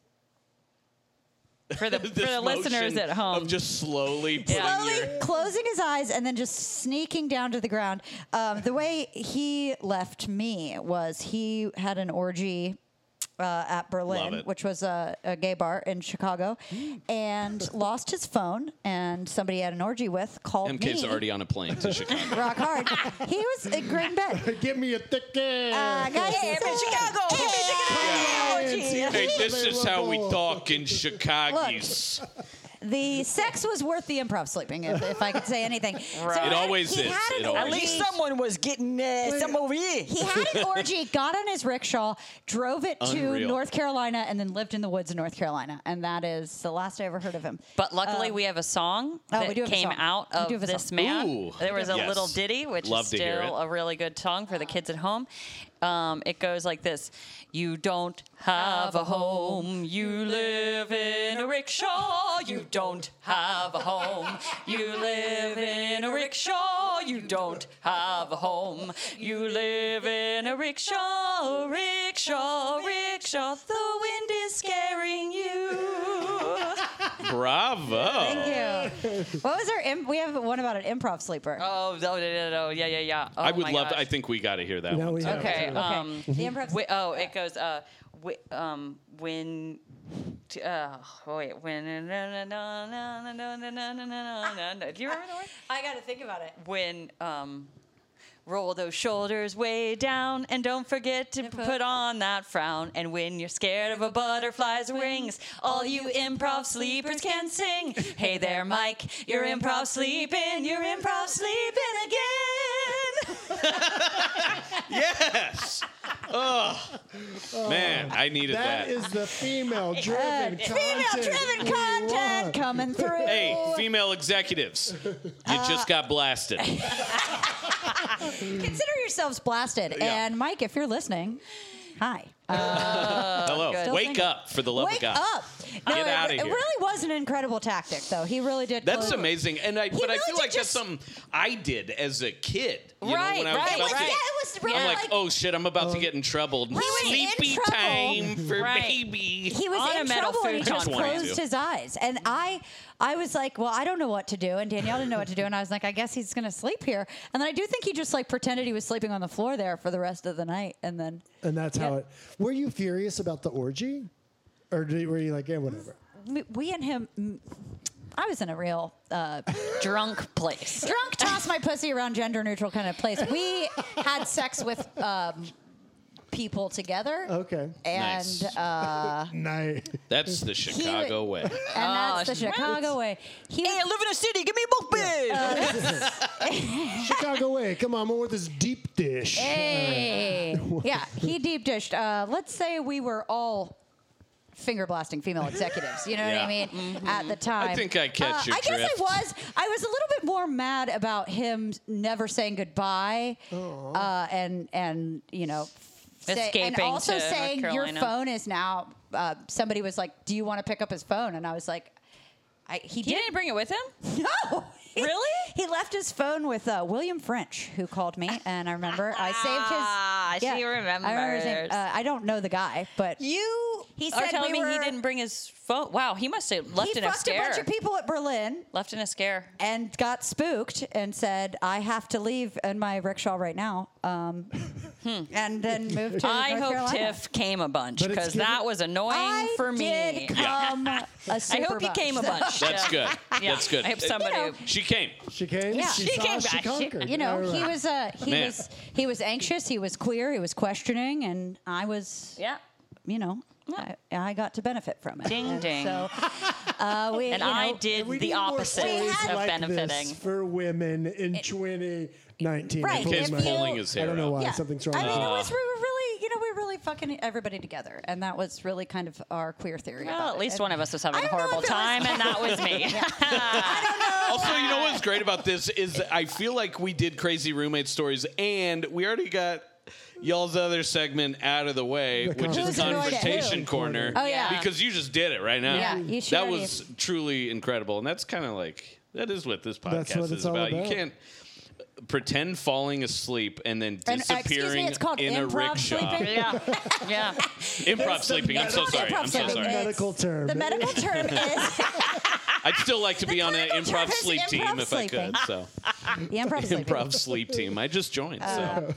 Speaker 3: for the for
Speaker 1: This
Speaker 3: the listeners
Speaker 1: motion
Speaker 3: at home.
Speaker 1: of just slowly putting
Speaker 4: slowly
Speaker 1: your
Speaker 4: closing his eyes and then just sneaking down to the ground. Um, the way he left me was he had an orgy. Uh, at
Speaker 1: Love
Speaker 4: Berlin,
Speaker 1: it.
Speaker 4: which was a, a gay bar in Chicago, and lost his phone, and somebody he had an orgy with called
Speaker 1: MK's
Speaker 4: me.
Speaker 1: already on a plane to Chicago.
Speaker 4: rock hard. he was a great bed.
Speaker 2: Give me a thick
Speaker 4: Uh,
Speaker 2: ass.
Speaker 4: guys,
Speaker 3: Yeah, from
Speaker 4: uh,
Speaker 3: Chicago. From Chicago.
Speaker 4: yeah.
Speaker 1: Hey, this is how we
Speaker 2: Available.
Speaker 1: talk in Chicago.
Speaker 4: The sex was worth the improv sleeping, if, if I could say anything.
Speaker 3: Right. It
Speaker 1: always
Speaker 4: he
Speaker 1: is.
Speaker 4: Had an
Speaker 1: It always
Speaker 6: At
Speaker 4: orgy.
Speaker 6: least someone was getting uh, some over here.
Speaker 4: He had an orgy, got on his rickshaw, drove it to
Speaker 1: Unreal.
Speaker 4: North Carolina, and then lived in the woods in North Carolina. And that is the last I ever heard of him.
Speaker 3: But luckily, we have a song
Speaker 4: Um, oh, we
Speaker 3: that
Speaker 4: do have a
Speaker 3: came
Speaker 4: song.
Speaker 3: out
Speaker 4: We
Speaker 3: of
Speaker 4: do have a
Speaker 3: this
Speaker 4: song.
Speaker 3: man.
Speaker 1: Ooh.
Speaker 3: There was a
Speaker 1: Yes.
Speaker 3: little ditty, which
Speaker 1: Love
Speaker 3: is
Speaker 1: to hear
Speaker 3: still
Speaker 1: it.
Speaker 3: a really good song for the kids at home. Um, it goes like this: You don't have a home, you live in a rickshaw. You don't have a home, you live in a rickshaw. You don't have a home, you live in a rickshaw, rickshaw, rickshaw. The wind is scaring you.
Speaker 1: Bravo.
Speaker 4: Thank you. What was our? Im- we have one about an improv sleeper.
Speaker 3: Oh, no, no, no, no. yeah, yeah, yeah. Oh,
Speaker 1: I would
Speaker 3: my
Speaker 1: love.
Speaker 3: gosh.
Speaker 1: I think we got to hear that
Speaker 2: Now
Speaker 1: one.
Speaker 2: we
Speaker 1: too.
Speaker 2: have
Speaker 3: Okay.
Speaker 4: Okay.
Speaker 3: Um,
Speaker 4: The improv
Speaker 3: wi-
Speaker 4: sleeper.
Speaker 3: oh, it goes. Uh, wi- um, when. t- Uh, oh, wait. When. na- na- na- na- na- na- na- na- na- na- na- na- Do you remember the word?
Speaker 4: I got to think about it.
Speaker 3: When. Um, Roll those shoulders way down and don't forget to p- put on that frown. And when you're scared of a butterfly's wings, all you improv sleepers can sing. Hey there, Mike, you're improv sleeping, you're improv sleeping again.
Speaker 1: Yes. Oh man, I needed
Speaker 2: That
Speaker 1: that.
Speaker 2: is the female driven content.
Speaker 4: Uh, Female driven
Speaker 2: we
Speaker 4: content
Speaker 2: want.
Speaker 4: coming through.
Speaker 1: hey, female executives, you
Speaker 4: Uh,
Speaker 1: just got blasted.
Speaker 4: Oh, Consider yourselves blasted.
Speaker 1: Yeah.
Speaker 4: And Mike, if you're listening, hi. Uh,
Speaker 1: Hello.
Speaker 3: good.
Speaker 1: Wake up for the love
Speaker 4: wake
Speaker 1: of God.
Speaker 4: up. No,
Speaker 1: Get
Speaker 4: it,
Speaker 1: outta
Speaker 4: It
Speaker 1: here.
Speaker 4: really was an incredible tactic, though. He really did.
Speaker 1: That's
Speaker 4: close-
Speaker 1: amazing, and I but I
Speaker 4: really
Speaker 1: feel
Speaker 4: did
Speaker 1: like that's
Speaker 4: just-
Speaker 1: something I did as a kid. You
Speaker 3: Right,
Speaker 1: know, when I was
Speaker 3: right,
Speaker 4: It was,
Speaker 1: about
Speaker 4: Yeah,
Speaker 1: to-
Speaker 4: it was really
Speaker 1: I'm like,
Speaker 4: like
Speaker 1: oh shit, I'm about to get in trouble.
Speaker 4: was in
Speaker 1: Sleepy
Speaker 4: trouble.
Speaker 1: time for
Speaker 3: Right.
Speaker 1: baby.
Speaker 4: he was
Speaker 3: on
Speaker 4: in
Speaker 3: a metal
Speaker 4: trouble and he
Speaker 3: futon.
Speaker 4: just
Speaker 1: Just wanted
Speaker 4: closed
Speaker 1: to.
Speaker 4: his eyes. And I, I was like, well, I don't know what to do. And Danielle didn't know what to do. And I was like, I guess he's gonna sleep here. And then I do think he just like pretended he was sleeping on the floor there for the rest of the night. And then
Speaker 2: And that's how
Speaker 4: Yeah.
Speaker 2: it. Were you furious about the orgy, or did, were you like, yeah, whatever?
Speaker 4: we, we and him, mm, I was in a real uh,
Speaker 3: Drunk place.
Speaker 4: drunk, toss my pussy around, gender neutral kind of place. We had sex with um, people together.
Speaker 2: Okay.
Speaker 4: And
Speaker 1: Nice.
Speaker 4: uh,
Speaker 2: Night.
Speaker 1: That's the
Speaker 4: wa-
Speaker 1: Chicago way.
Speaker 4: and
Speaker 3: Oh,
Speaker 4: that's the Chicago way. He
Speaker 6: Hey, I live in a city. Give me a book bed.
Speaker 3: Uh,
Speaker 2: Chicago way. Come on, more with this deep dish.
Speaker 4: Eh, Hey. yeah, he deep dished. Uh, let's say we were all finger blasting female executives. You know what
Speaker 1: Yeah.
Speaker 4: I mean? At the time, Uh,
Speaker 1: I think I catch your
Speaker 4: I guess
Speaker 1: drift.
Speaker 4: I was. I was a little bit more mad about him never saying goodbye, uh, and and you know, say, and
Speaker 3: Escaping
Speaker 4: also
Speaker 3: to North
Speaker 4: saying your
Speaker 3: Carolina."
Speaker 4: phone is now. Uh, somebody was like, "Do you want to pick up his phone?" And I was like. I, he
Speaker 3: He
Speaker 4: did
Speaker 3: didn't bring it with him?
Speaker 4: no.
Speaker 3: Really?
Speaker 4: He left his phone with uh, William French, who called me, and I remember I saved his.
Speaker 3: Ah, she
Speaker 4: I, remember his name.
Speaker 3: remembers.
Speaker 4: Uh, I don't know the guy, but
Speaker 6: You
Speaker 4: he
Speaker 3: Are
Speaker 4: said
Speaker 3: telling
Speaker 4: we
Speaker 3: me
Speaker 4: were,
Speaker 3: he didn't bring his phone? Wow, he must have left
Speaker 4: he
Speaker 3: in a
Speaker 4: fucked a
Speaker 3: scare.
Speaker 4: bunch of people at Berlin
Speaker 3: left in a scare.
Speaker 4: and got spooked and said, "I have to leave in my rickshaw right now," um, and then moved to.
Speaker 3: Hmm. I
Speaker 4: North
Speaker 3: hope
Speaker 4: Carolina.
Speaker 3: Tiff came a bunch
Speaker 2: But it's
Speaker 3: because that
Speaker 2: given-
Speaker 3: was annoying
Speaker 4: I
Speaker 3: for me.
Speaker 4: did come a
Speaker 3: I
Speaker 4: super
Speaker 3: hope he
Speaker 4: bunch.
Speaker 3: came a bunch.
Speaker 1: That's
Speaker 3: Tiff.
Speaker 1: good.
Speaker 3: Yeah.
Speaker 1: That's good.
Speaker 3: I hope somebody.
Speaker 4: You know,
Speaker 1: She came.
Speaker 2: She came.
Speaker 4: Yeah.
Speaker 2: She,
Speaker 4: She
Speaker 2: saw,
Speaker 3: came
Speaker 2: She
Speaker 3: back. She-
Speaker 2: conquered.
Speaker 4: you know,
Speaker 2: All
Speaker 4: he
Speaker 2: right.
Speaker 4: was uh, he
Speaker 1: Man.
Speaker 4: was he was anxious, he was queer, he was questioning, and I was
Speaker 3: yeah.
Speaker 4: you know, I, I got to benefit from it.
Speaker 3: Ding,
Speaker 4: And
Speaker 3: ding.
Speaker 4: So uh, we,
Speaker 3: And
Speaker 4: you know,
Speaker 3: I did
Speaker 2: We
Speaker 3: the
Speaker 2: need more
Speaker 3: opposite
Speaker 2: stories
Speaker 4: had-
Speaker 3: of
Speaker 2: like
Speaker 3: benefiting.
Speaker 2: This for women in 2019.
Speaker 4: Right,
Speaker 2: I believe
Speaker 4: if
Speaker 2: my-
Speaker 4: you-
Speaker 1: pulling his hair
Speaker 2: I don't know
Speaker 1: out.
Speaker 2: why
Speaker 4: Yeah.
Speaker 2: something's wrong.
Speaker 4: I
Speaker 2: with
Speaker 4: mean, it
Speaker 2: that.
Speaker 4: was we were really, you know, we were really fucking everybody together, and that was really kind of our queer theory.
Speaker 3: Well,
Speaker 4: about
Speaker 3: at
Speaker 4: it.
Speaker 3: least
Speaker 4: And
Speaker 3: one of us was having
Speaker 4: I
Speaker 3: a
Speaker 4: don't know
Speaker 3: horrible
Speaker 4: if it was-
Speaker 3: time, and that was me.
Speaker 1: Also, you know what's great about this is I feel like we did crazy roommate stories, and we already got y'all's other segment out of the way, which is
Speaker 4: Who's annoyed at
Speaker 1: confrontation
Speaker 4: who?
Speaker 1: corner.
Speaker 4: Oh, yeah.
Speaker 1: because you just did it right now.
Speaker 4: Yeah, you
Speaker 1: that
Speaker 4: sure
Speaker 1: was truly incredible, and that's kind of like that is what this
Speaker 2: That's
Speaker 1: podcast
Speaker 2: what
Speaker 1: is
Speaker 2: it's all
Speaker 1: about.
Speaker 2: about.
Speaker 1: You can't pretend falling asleep and then
Speaker 4: And, uh, excuse me,
Speaker 1: disappearing
Speaker 4: it's called
Speaker 1: in a
Speaker 4: improv
Speaker 1: rickshaw.
Speaker 4: sleeping.
Speaker 3: yeah. Yeah.
Speaker 1: Improv sleeping. I'm so
Speaker 4: It's
Speaker 1: sorry.
Speaker 4: improv
Speaker 1: I'm so
Speaker 4: sleeping.
Speaker 1: sorry.
Speaker 4: It's-
Speaker 2: Medical term.
Speaker 4: The medical term is
Speaker 1: I'd still like to be on an
Speaker 4: clinical
Speaker 1: improv
Speaker 4: term is
Speaker 1: sleep
Speaker 4: improv
Speaker 1: team if I
Speaker 4: sleeping.
Speaker 1: could. So.
Speaker 4: the improv sleeping. Oh.
Speaker 1: improv sleep team. I just joined, so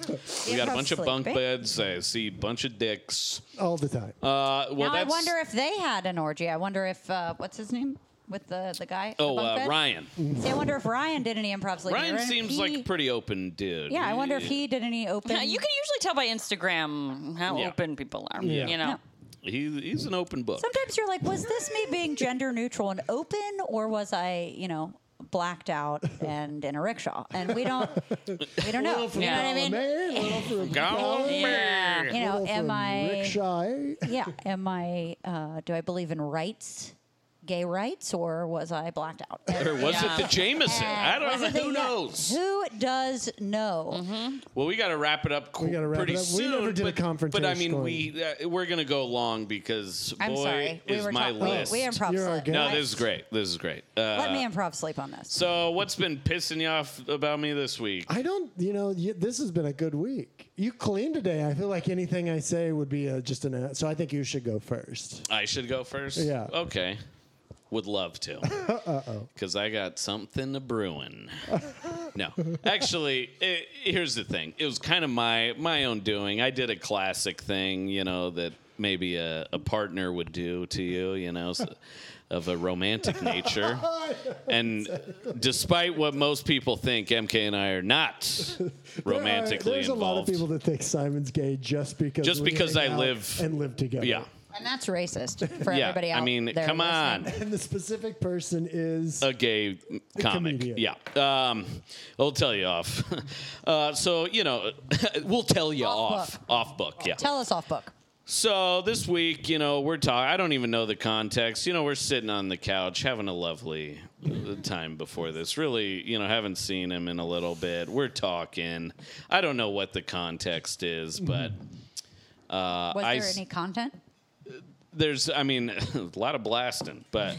Speaker 1: we got a
Speaker 4: improv
Speaker 1: bunch of bunk
Speaker 4: sleeping.
Speaker 1: beds. I see a bunch of dicks.
Speaker 2: all the time.
Speaker 1: Uh, well,
Speaker 4: Now I
Speaker 1: that's
Speaker 4: wonder if they had an orgy. I wonder if uh, what's his name with the the guy. the
Speaker 1: oh
Speaker 4: bunk
Speaker 1: uh,
Speaker 4: bed?
Speaker 1: Ryan.
Speaker 4: See, I wonder if Ryan did any improv sleeping. I
Speaker 1: Ryan
Speaker 4: wonder if
Speaker 1: seems
Speaker 4: he-
Speaker 1: like a pretty open dude.
Speaker 4: Yeah, I wonder if he did any open.
Speaker 3: Yeah, You can usually tell by Instagram how
Speaker 1: Yeah.
Speaker 3: open people are.
Speaker 2: Yeah.
Speaker 3: You know.
Speaker 4: No.
Speaker 1: He, he's an open book.
Speaker 4: Sometimes you're like, was this me being gender neutral and open, or was I, you know, blacked out and in a rickshaw? And we don't, we don't know.
Speaker 2: Little for
Speaker 4: You know what I
Speaker 2: Colin
Speaker 4: mean?
Speaker 2: Mayer, Oh, little for
Speaker 1: Go
Speaker 2: Colin,
Speaker 3: Yeah.
Speaker 4: You know,
Speaker 2: little
Speaker 4: am
Speaker 2: for
Speaker 4: I?
Speaker 2: rickshaw?
Speaker 4: Yeah, am I? Uh, do I believe in rights, gay rights, or was I blacked out?
Speaker 1: Or was
Speaker 3: Yeah.
Speaker 1: it the Jameson? I don't
Speaker 4: Was
Speaker 1: know.
Speaker 4: it the-
Speaker 1: Who
Speaker 4: yeah.
Speaker 1: knows? Mm-hmm.
Speaker 4: Who does know?
Speaker 1: Well, we got to wrap it up. qu-
Speaker 2: gotta wrap
Speaker 1: pretty
Speaker 2: it up. We
Speaker 1: soon.
Speaker 2: never did a
Speaker 1: but, But I
Speaker 2: confrontation.
Speaker 1: mean, we uh, we're gonna go long because
Speaker 4: I'm
Speaker 1: boy
Speaker 4: sorry, we
Speaker 1: is
Speaker 4: were
Speaker 1: my
Speaker 4: talking.
Speaker 1: list.
Speaker 4: We improv
Speaker 2: You're our
Speaker 4: sleep.
Speaker 2: guest.
Speaker 1: no, this is great. This is great. Uh,
Speaker 4: Let me improv sleep on this.
Speaker 1: so, what's been pissing you off about me this week?
Speaker 2: I don't, you know, you, this has been a good week. You clean today. I feel like anything I say would be uh just an. So I think you should go first.
Speaker 1: I should go first.
Speaker 2: Yeah.
Speaker 1: Okay. Would love to. Uh oh. Because I got something to brewing. no, actually, it, here's the thing. It was kind of my my own doing. I did a classic thing, you know, that maybe a, a partner would do to you, you know, so- of a romantic nature. And despite what most people think, MK and I are not romantically
Speaker 2: Uh, There's a lot of
Speaker 1: involved.
Speaker 2: people that think Simon's gay just because
Speaker 1: Just
Speaker 2: we
Speaker 1: because
Speaker 2: hang
Speaker 1: I
Speaker 2: out
Speaker 1: live-
Speaker 2: and live together.
Speaker 1: yeah.
Speaker 4: And that's racist for
Speaker 1: Yeah.
Speaker 4: everybody else.
Speaker 1: I mean, come on.
Speaker 2: And the specific person is
Speaker 1: a gay comic.
Speaker 2: comedian.
Speaker 1: Yeah. Um, I'll tell you off. uh, so, you know, we'll tell you
Speaker 4: Off
Speaker 1: off. Off book, yeah.
Speaker 4: Tell us off book.
Speaker 1: So this week, you know, we're talking. I don't even know the context. You know, we're sitting on the couch having a lovely uh, time before this. Really, you know, haven't seen him in a little bit. We're talking. I don't know what the context is, but
Speaker 4: Was there
Speaker 1: Uh, I s-
Speaker 4: any content?
Speaker 1: there's i mean a lot of blasting but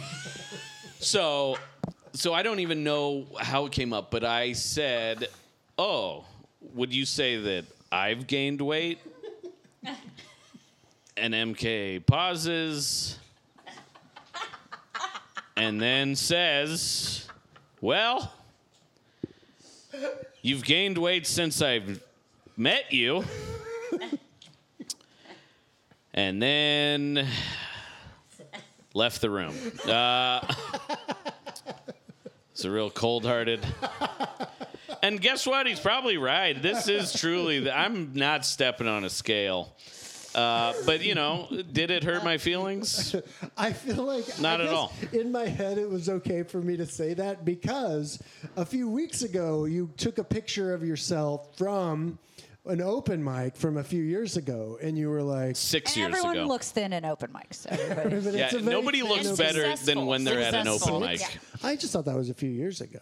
Speaker 1: so so i don't even know how it came up but i said oh would you say that i've gained weight and mk pauses and then says well you've gained weight since i've met you and then left the room. Uh, it's a real cold-hearted. And guess what? He's probably right. This is truly. The, I'm not stepping on a scale. Uh, but you know, did it hurt my feelings?
Speaker 2: I feel like
Speaker 1: Not
Speaker 2: I
Speaker 1: at
Speaker 2: guess
Speaker 1: all.
Speaker 2: In my head, it was okay for me to say that because a few weeks ago, you took a picture of yourself from an open mic from a few years ago, and you were like,
Speaker 1: Six
Speaker 4: And
Speaker 1: years
Speaker 4: everyone
Speaker 1: ago.
Speaker 4: looks thin in open mics. Everybody.
Speaker 2: "But it's
Speaker 1: yeah,
Speaker 2: a very
Speaker 1: nobody
Speaker 2: thin
Speaker 1: looks
Speaker 2: open
Speaker 1: better than
Speaker 3: Successful.
Speaker 1: when they're at an open
Speaker 3: Successful.
Speaker 1: mic.
Speaker 3: Yeah.
Speaker 2: mic." I just thought that was a few years ago.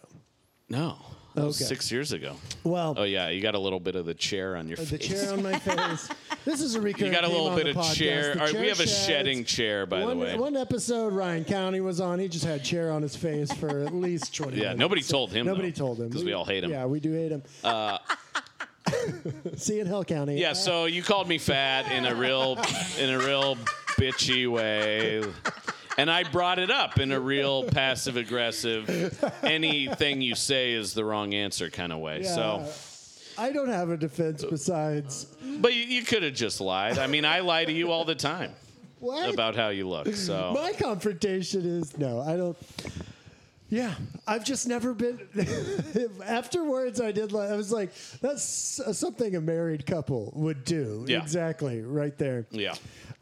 Speaker 1: No, that was
Speaker 2: Okay.
Speaker 1: six years ago.
Speaker 2: Well,
Speaker 1: Oh yeah, you got a little bit of the chair on your
Speaker 2: Uh, the
Speaker 1: face.
Speaker 2: chair on my face. This is a recurring.
Speaker 1: You got a
Speaker 2: theme
Speaker 1: little
Speaker 2: on
Speaker 1: bit
Speaker 2: the
Speaker 1: of
Speaker 2: podcast.
Speaker 1: chair.
Speaker 2: The
Speaker 1: All right, we have a
Speaker 2: sheds.
Speaker 1: shedding chair, by the
Speaker 2: One-
Speaker 1: way.
Speaker 2: One episode Ryan County was on. He just had chair on his face for at least twenty.
Speaker 1: Yeah,
Speaker 2: minutes.
Speaker 1: nobody told him,
Speaker 2: Nobody
Speaker 1: though,
Speaker 2: told him
Speaker 1: 'cause we all hate him. Uh,
Speaker 2: Yeah, we do hate him. See you in Hell County.
Speaker 1: Yeah, so you called me fat in a real in a real bitchy way. And I brought it up in a real passive aggressive anything you say is the wrong answer kind of way. So
Speaker 2: uh, I don't have a defense besides
Speaker 1: but you, you could have just lied. I mean, I lie to you all the time
Speaker 2: what
Speaker 1: about how you look. So
Speaker 2: my confrontation is no. I don't. Yeah, I've just never been. afterwards, I did. Like, I was like, that's s- something a married couple would do.
Speaker 1: Yeah.
Speaker 2: exactly. Right there.
Speaker 1: yeah.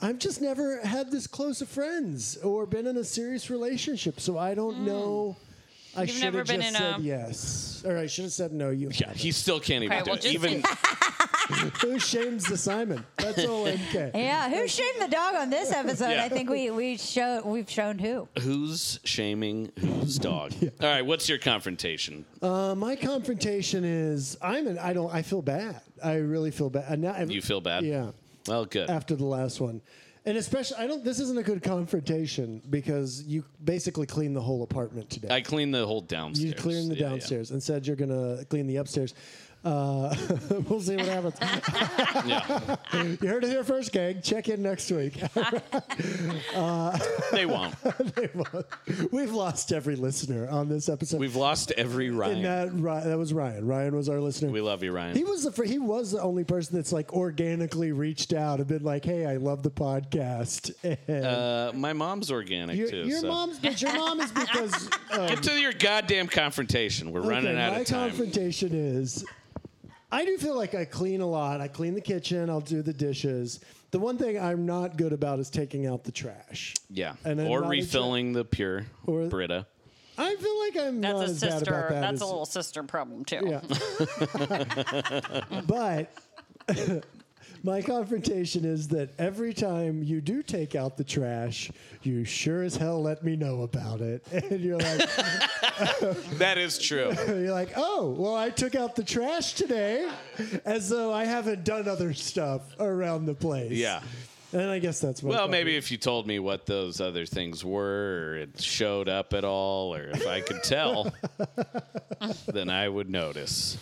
Speaker 2: I've just never had this close of friends or been in a serious relationship, so I don't know. I
Speaker 3: Hmm. You've
Speaker 2: should
Speaker 3: never
Speaker 2: have
Speaker 3: been
Speaker 2: just
Speaker 3: in
Speaker 2: said
Speaker 3: a-
Speaker 2: yes, or I should have said no. You.
Speaker 1: Yeah, he still can't even
Speaker 3: Okay,
Speaker 1: do
Speaker 3: well,
Speaker 1: it.
Speaker 3: just-
Speaker 1: Even
Speaker 2: Who shames the Simon? That's all. Okay.
Speaker 4: Yeah, who shamed the dog on this episode?
Speaker 1: Yeah.
Speaker 4: I think we we show we've shown who.
Speaker 1: who's shaming whose dog? All right, what's your confrontation?
Speaker 2: Uh, my confrontation is I'm an I don't I feel bad. I really feel bad. And now,
Speaker 1: You feel bad?
Speaker 2: Yeah.
Speaker 1: Well, good.
Speaker 2: After the last one. And especially I don't this isn't a good confrontation because you basically cleaned the whole apartment today.
Speaker 1: I cleaned the whole downstairs.
Speaker 2: you cleaned the
Speaker 1: Yeah, yeah.
Speaker 2: downstairs and said you're gonna clean the upstairs. Uh, we'll see what happens.
Speaker 1: yeah.
Speaker 2: you heard it here first, gang. Check in next week.
Speaker 1: They won't.
Speaker 2: We've lost every listener on this episode.
Speaker 1: We've lost every Ryan.
Speaker 2: and that, Ry- that was Ryan. Ryan was our listener.
Speaker 1: we love you, Ryan.
Speaker 2: He was the fir- he was the only person that's like organically reached out and been like, "Hey, I love the podcast." And
Speaker 1: uh, my mom's organic
Speaker 2: your
Speaker 1: too.
Speaker 2: your
Speaker 1: so.
Speaker 2: mom's, but your mom is because um,
Speaker 1: Get to your goddamn confrontation. We're
Speaker 2: okay,
Speaker 1: running out
Speaker 2: my
Speaker 1: of time.
Speaker 2: confrontation is I do feel like I clean a lot. I clean the kitchen. I'll do the dishes. The one thing I'm not good about is taking out the trash.
Speaker 1: Yeah.
Speaker 2: I'm
Speaker 1: or
Speaker 2: not a
Speaker 1: refilling the pure
Speaker 2: Or-
Speaker 1: Brita.
Speaker 2: I feel like I'm
Speaker 3: That's
Speaker 2: not
Speaker 3: a
Speaker 2: as bad
Speaker 3: sister.
Speaker 2: about that.
Speaker 3: That's
Speaker 2: as,
Speaker 3: a little sister problem too.
Speaker 2: Yeah. but my confrontation is that every time you do take out the trash, you sure as hell let me know about it, and you're like,
Speaker 1: That is true.
Speaker 2: you're like, oh, well, I took out the trash today, as though I haven't done other stuff around the place.
Speaker 1: Yeah.
Speaker 2: and I guess that's my
Speaker 1: Well,
Speaker 2: confrontation.
Speaker 1: maybe if you told me what those other things were, or it showed up at all, or if I could tell, then I would notice.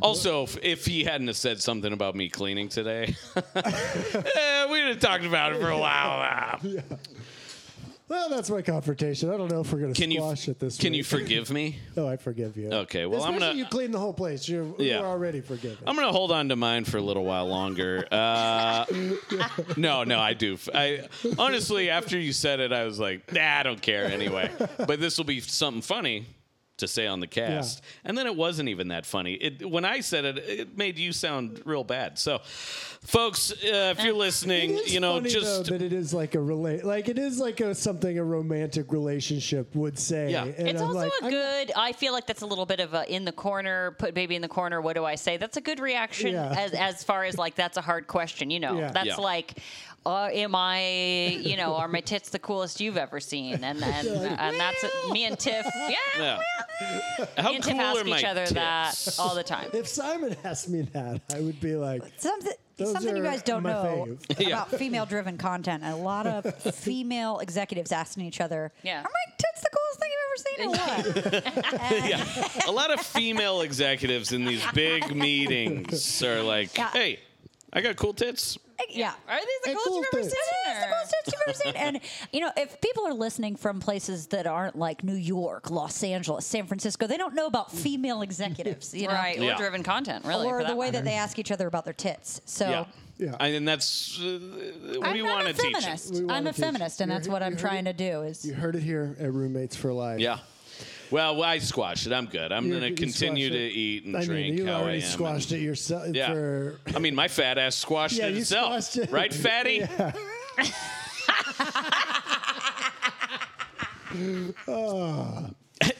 Speaker 1: Also, if, if he hadn't have said something about me cleaning today, eh, we'd have talked about it for a while. Ah,
Speaker 2: Well, that's my confrontation. I don't know if we're gonna
Speaker 1: Can you
Speaker 2: squash it this
Speaker 1: can
Speaker 2: week.
Speaker 1: you forgive me?
Speaker 2: Oh, I forgive you.
Speaker 1: Okay, well, I'm
Speaker 2: Especially
Speaker 1: gonna-
Speaker 2: You clean the whole place. You're,
Speaker 1: Yeah.
Speaker 2: you're already forgiven.
Speaker 1: I'm gonna hold on to mine for a little while longer. Uh, no, no, I do. I honestly, after you said it, I was like, nah, I don't care anyway. But this will be something funny to say on the cast. And then it wasn't even that funny. It, when I said it, it made you sound real bad. So, folks, uh, if you're listening,
Speaker 2: It is
Speaker 1: you know,
Speaker 2: funny,
Speaker 1: just
Speaker 2: though, that it is like a relate, like it is like a something a romantic relationship would say.
Speaker 1: Yeah.
Speaker 2: and
Speaker 3: it's
Speaker 2: I'm
Speaker 3: also
Speaker 2: like,
Speaker 3: a
Speaker 2: I'm-
Speaker 3: good. I feel like that's a little bit of a in the corner, put baby in the corner. What do I say? That's a good reaction
Speaker 2: Yeah.
Speaker 3: as as far as like that's a hard question. You know,
Speaker 2: Yeah.
Speaker 3: that's
Speaker 1: Yeah.
Speaker 3: like, uh, am I? You know, are my tits the coolest you've ever seen? And and, and that's me and Tiff. Yeah,
Speaker 1: yeah. how
Speaker 3: me and
Speaker 1: cool
Speaker 3: Tiff
Speaker 1: are
Speaker 3: ask
Speaker 1: my
Speaker 3: each other that
Speaker 1: tits?
Speaker 3: all the time.
Speaker 2: If Simon asked me that, I would be like,
Speaker 4: Something,
Speaker 2: Those
Speaker 4: something you
Speaker 2: are
Speaker 4: guys don't
Speaker 2: my
Speaker 4: know
Speaker 1: Yeah.
Speaker 4: about female-driven content. A lot of female executives asking each other,
Speaker 3: Yeah.
Speaker 4: "Are my tits the coolest thing you've ever seen?" Or what?
Speaker 1: yeah. A lot of female executives in these big meetings are like,
Speaker 4: Yeah.
Speaker 1: hey, I got cool tits.
Speaker 4: yeah.
Speaker 3: Are these the
Speaker 2: Hey,
Speaker 3: coolest
Speaker 2: cool
Speaker 3: you've ever
Speaker 2: tits.
Speaker 3: seen?
Speaker 4: It is the
Speaker 3: or-
Speaker 4: coolest tits you've ever seen. And you know, if people are listening from places that aren't like New York, Los Angeles, San Francisco, they don't know about female executives, you know,
Speaker 3: Right, or
Speaker 1: Yeah.
Speaker 3: driven content, really.
Speaker 4: or
Speaker 3: for
Speaker 4: the way
Speaker 3: matter.
Speaker 4: that they ask each other about their tits. So.
Speaker 1: Yeah.
Speaker 2: Yeah.
Speaker 1: I, and that's uh, we
Speaker 4: Oh. I'm not
Speaker 1: want
Speaker 4: a
Speaker 1: to teach. it.
Speaker 4: feminist.
Speaker 2: We
Speaker 4: I'm
Speaker 2: wanna
Speaker 4: a
Speaker 2: teach it.
Speaker 4: feminist, and
Speaker 2: You're-
Speaker 4: that's what
Speaker 2: you
Speaker 4: I'm
Speaker 2: heard
Speaker 4: trying
Speaker 2: it.
Speaker 4: to do. Is
Speaker 2: you heard it here at Roommates for Life.
Speaker 1: Yeah. Well, I squash it. I'm good. I'm
Speaker 2: You're-
Speaker 1: going
Speaker 2: you
Speaker 1: to continue
Speaker 2: squashed
Speaker 1: to
Speaker 2: it.
Speaker 1: eat and
Speaker 2: I
Speaker 1: drink
Speaker 2: mean, you
Speaker 1: how I
Speaker 2: already
Speaker 1: am.
Speaker 2: squashed it yourself.
Speaker 1: yeah.
Speaker 2: For,
Speaker 1: I mean, my fat ass squashed
Speaker 2: Yeah,
Speaker 1: it
Speaker 2: you
Speaker 1: itself.
Speaker 2: squashed it.
Speaker 1: Right, fatty?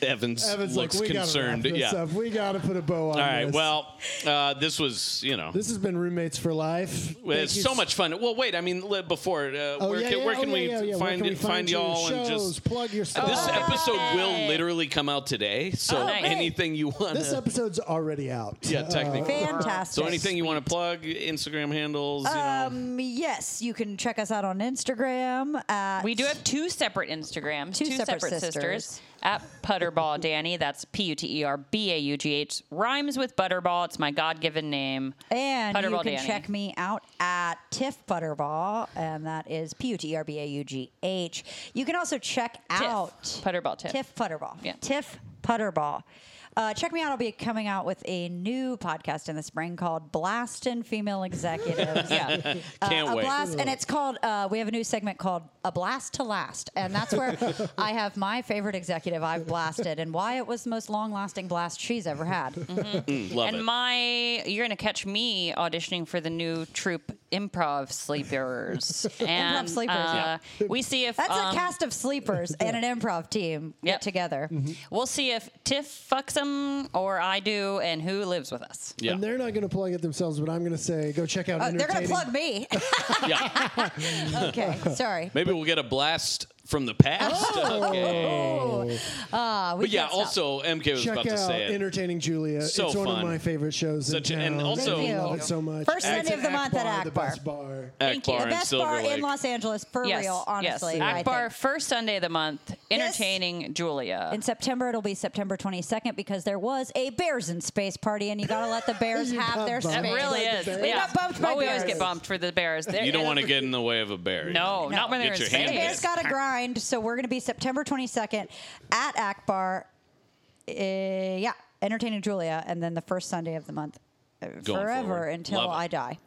Speaker 1: Evans,
Speaker 2: Evan's
Speaker 1: looks
Speaker 2: like, we
Speaker 1: concerned.
Speaker 2: Gotta wrap this
Speaker 1: yeah.
Speaker 2: up. we got to put a bow on.
Speaker 1: All right.
Speaker 2: This.
Speaker 1: Well, uh, this was, you know,
Speaker 2: this has been Roommates for Life. Thank
Speaker 1: it's
Speaker 2: you
Speaker 1: so much fun. Well, wait. I mean, li- before, uh,
Speaker 2: Oh,
Speaker 1: where,
Speaker 2: yeah,
Speaker 1: can,
Speaker 2: yeah,
Speaker 1: where
Speaker 2: oh,
Speaker 1: can
Speaker 2: yeah,
Speaker 1: we
Speaker 2: yeah, yeah. Where
Speaker 1: find
Speaker 2: can we
Speaker 1: it- find
Speaker 2: your
Speaker 1: y'all and
Speaker 2: shows?
Speaker 1: just Uh,
Speaker 2: plug your stuff.
Speaker 1: This
Speaker 2: Oh,
Speaker 1: episode will literally come out today, so
Speaker 3: Oh, nice.
Speaker 1: anything you want.
Speaker 2: this Oh. episode's already out.
Speaker 1: Uh, yeah, technically.
Speaker 4: fantastic.
Speaker 1: so anything you want to plug, Instagram handles, you know.
Speaker 4: Um, yes, you can check us out on Instagram. At
Speaker 3: We do have two separate Instagrams, two, separate, sisters.
Speaker 4: sisters.
Speaker 3: At Putterball Danny, that's P U T E R B A U G H, rhymes with Butterball. It's my God given name.
Speaker 4: and you
Speaker 3: Putterball
Speaker 4: can check me out at Tiff Butterball, and that is P U T E R B A U G H. You can also check out
Speaker 3: Putterball Tiff.
Speaker 4: Tiff Putterball.
Speaker 3: Yeah.
Speaker 4: Tiff Putterball. Uh, check me out. I'll be coming out with a new podcast in the spring called Blastin' Female Executives.
Speaker 3: Yeah.
Speaker 1: Can't
Speaker 4: uh, a
Speaker 1: wait.
Speaker 4: blast, and it's called. Uh, we have a new segment called "A Blast to Last," and that's where I have my favorite executive I've blasted, and why it was the most long-lasting blast she's ever had.
Speaker 2: Mm-hmm.
Speaker 1: Love
Speaker 3: and
Speaker 1: it.
Speaker 3: my, you're going to catch me auditioning for the new troupe Improv Sleepers.
Speaker 4: Improv
Speaker 3: and,
Speaker 4: Sleepers,
Speaker 3: uh, We see if.
Speaker 4: That's
Speaker 3: um,
Speaker 4: a cast of sleepers and an improv team get
Speaker 3: Yep.
Speaker 4: together.
Speaker 2: Mm-hmm.
Speaker 3: We'll see if Tiff fucks them or I do and who lives with us.
Speaker 1: yeah.
Speaker 2: And they're not going to plug it themselves, but I'm going to say, go check out.
Speaker 4: Oh, they're gonna
Speaker 2: Entertaining-
Speaker 4: plug me.
Speaker 1: yeah.
Speaker 4: okay, sorry.
Speaker 1: Maybe we'll get a blast from the past. okay.
Speaker 4: Uh, Oh. we
Speaker 1: But yeah,
Speaker 4: can't stop.
Speaker 1: also MK was
Speaker 2: Check
Speaker 1: about to
Speaker 2: out
Speaker 1: say it.
Speaker 2: Entertaining Julia.
Speaker 1: So
Speaker 2: it's one
Speaker 1: fun.
Speaker 2: of my favorite shows
Speaker 1: Such a-
Speaker 2: in town.
Speaker 1: and also-
Speaker 4: Thank
Speaker 2: I
Speaker 4: you.
Speaker 2: love it so much.
Speaker 4: First
Speaker 2: And
Speaker 1: Sunday
Speaker 2: it's
Speaker 4: of the
Speaker 2: an
Speaker 4: month
Speaker 2: bar,
Speaker 4: at
Speaker 2: the
Speaker 4: Akbar.
Speaker 2: best bar.
Speaker 3: Thank you.
Speaker 1: Akbar
Speaker 3: The
Speaker 4: the
Speaker 1: and
Speaker 4: best
Speaker 1: Silver
Speaker 4: bar
Speaker 1: Lake.
Speaker 4: in Los Angeles for real. Honestly, I think.
Speaker 3: Akbar, first Sunday of the month, entertaining Julia.
Speaker 4: In September, it'll be September 22nd because there was a Bears in Space party, and you gotta let the Bears
Speaker 2: You
Speaker 4: have
Speaker 2: got
Speaker 4: their
Speaker 2: bumped.
Speaker 4: space.
Speaker 3: It really
Speaker 2: Like
Speaker 3: is.
Speaker 2: the Bears.
Speaker 4: We
Speaker 3: yeah.
Speaker 4: got bumped by
Speaker 3: oh, we always
Speaker 4: Bears.
Speaker 3: get bumped for the Bears. They're-
Speaker 1: You don't
Speaker 3: and-
Speaker 1: want to get in the way of a bear.
Speaker 3: No, not when
Speaker 1: Get your
Speaker 3: they're in
Speaker 1: hand
Speaker 4: The
Speaker 1: in.
Speaker 4: Bears
Speaker 3: Vegas.
Speaker 4: gotta grind, so we're gonna be September 22nd at Akbar. Uh, yeah, entertaining Julia, and then the first Sunday of the month. uh,
Speaker 1: Going
Speaker 4: Forever
Speaker 1: forward.
Speaker 4: until
Speaker 1: Love it.
Speaker 4: I die.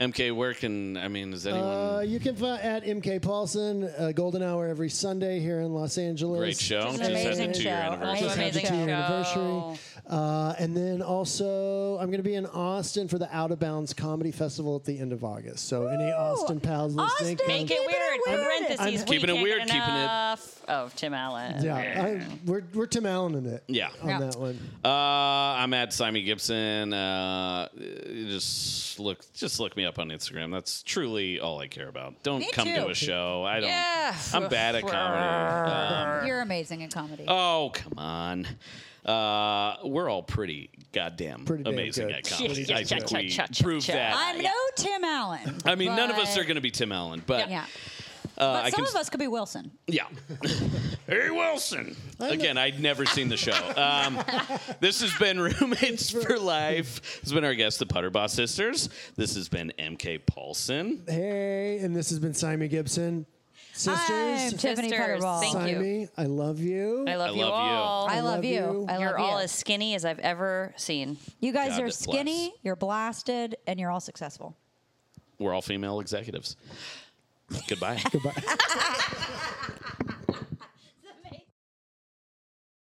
Speaker 1: MK, where can I mean? Is anyone
Speaker 2: Uh, you can find at MK Paulson, uh, Golden Hour every Sunday here in Los Angeles.
Speaker 1: great show?
Speaker 4: It's an
Speaker 1: Just had
Speaker 4: amazing
Speaker 1: the two year
Speaker 4: show.
Speaker 1: anniversary.
Speaker 2: Just had the
Speaker 3: Amazing
Speaker 2: two-year
Speaker 3: show.
Speaker 2: anniversary. Uh, and then also, I'm going to be in Austin for the Out of Bounds Comedy Festival at the end of August. So, any Austin pals listening?
Speaker 4: Austin,
Speaker 2: come-
Speaker 3: Make it
Speaker 4: Keeping it
Speaker 3: weird.
Speaker 4: weird.
Speaker 3: Parentheses.
Speaker 2: I'm-
Speaker 3: we
Speaker 1: Keeping it
Speaker 3: can't
Speaker 1: weird,
Speaker 3: get
Speaker 1: keeping it-
Speaker 3: enough Of Tim Allen.
Speaker 2: Yeah, I, we're, we're Tim Allen in it.
Speaker 1: Yeah.
Speaker 2: On
Speaker 4: Yeah.
Speaker 2: that one.
Speaker 1: Uh, I'm at Simon Gibson. Uh, just look, just look me up on Instagram. That's truly all I care about. Don't
Speaker 4: Me
Speaker 1: come to
Speaker 4: too.
Speaker 1: a show. I don't.
Speaker 3: Yeah.
Speaker 1: I'm bad at comedy. Um,
Speaker 5: You're amazing at comedy.
Speaker 1: oh come on. Uh, we're all pretty goddamn
Speaker 2: Pretty damn
Speaker 1: amazing
Speaker 2: good.
Speaker 1: at comedy.
Speaker 2: Yeah,
Speaker 1: I
Speaker 2: yeah,
Speaker 1: think
Speaker 3: yeah,
Speaker 1: we
Speaker 3: yeah, yeah,
Speaker 1: proved
Speaker 3: yeah.
Speaker 1: that.
Speaker 4: I'm no Tim Allen.
Speaker 1: I mean, none of us
Speaker 4: but-
Speaker 1: are going to be Tim Allen, but
Speaker 4: Yeah.
Speaker 1: uh,
Speaker 4: But
Speaker 1: I
Speaker 4: some
Speaker 1: can
Speaker 4: of us could be Wilson.
Speaker 1: Yeah. hey, Wilson. Again, I'd never seen the show. Um, this has been Roommates for Life. This has been our guest, the Putterbaugh Sisters. This has been MK Paulson.
Speaker 2: Hey, and this has been Simon Gibson.
Speaker 4: I'm
Speaker 2: Sisters,
Speaker 4: Tiffany
Speaker 3: Sisters,
Speaker 4: Putterball.
Speaker 3: thank you.
Speaker 2: Simon, I love you.
Speaker 3: I love,
Speaker 1: I
Speaker 3: you
Speaker 1: love you.
Speaker 3: all.
Speaker 5: I love
Speaker 2: love
Speaker 5: you.
Speaker 2: you.
Speaker 5: I love
Speaker 3: You're
Speaker 5: you.
Speaker 3: all as skinny as I've ever seen.
Speaker 4: You guys
Speaker 1: God
Speaker 4: are
Speaker 1: bless.
Speaker 4: skinny, you're blasted, and you're all successful.
Speaker 1: We're all female executives. Goodbye.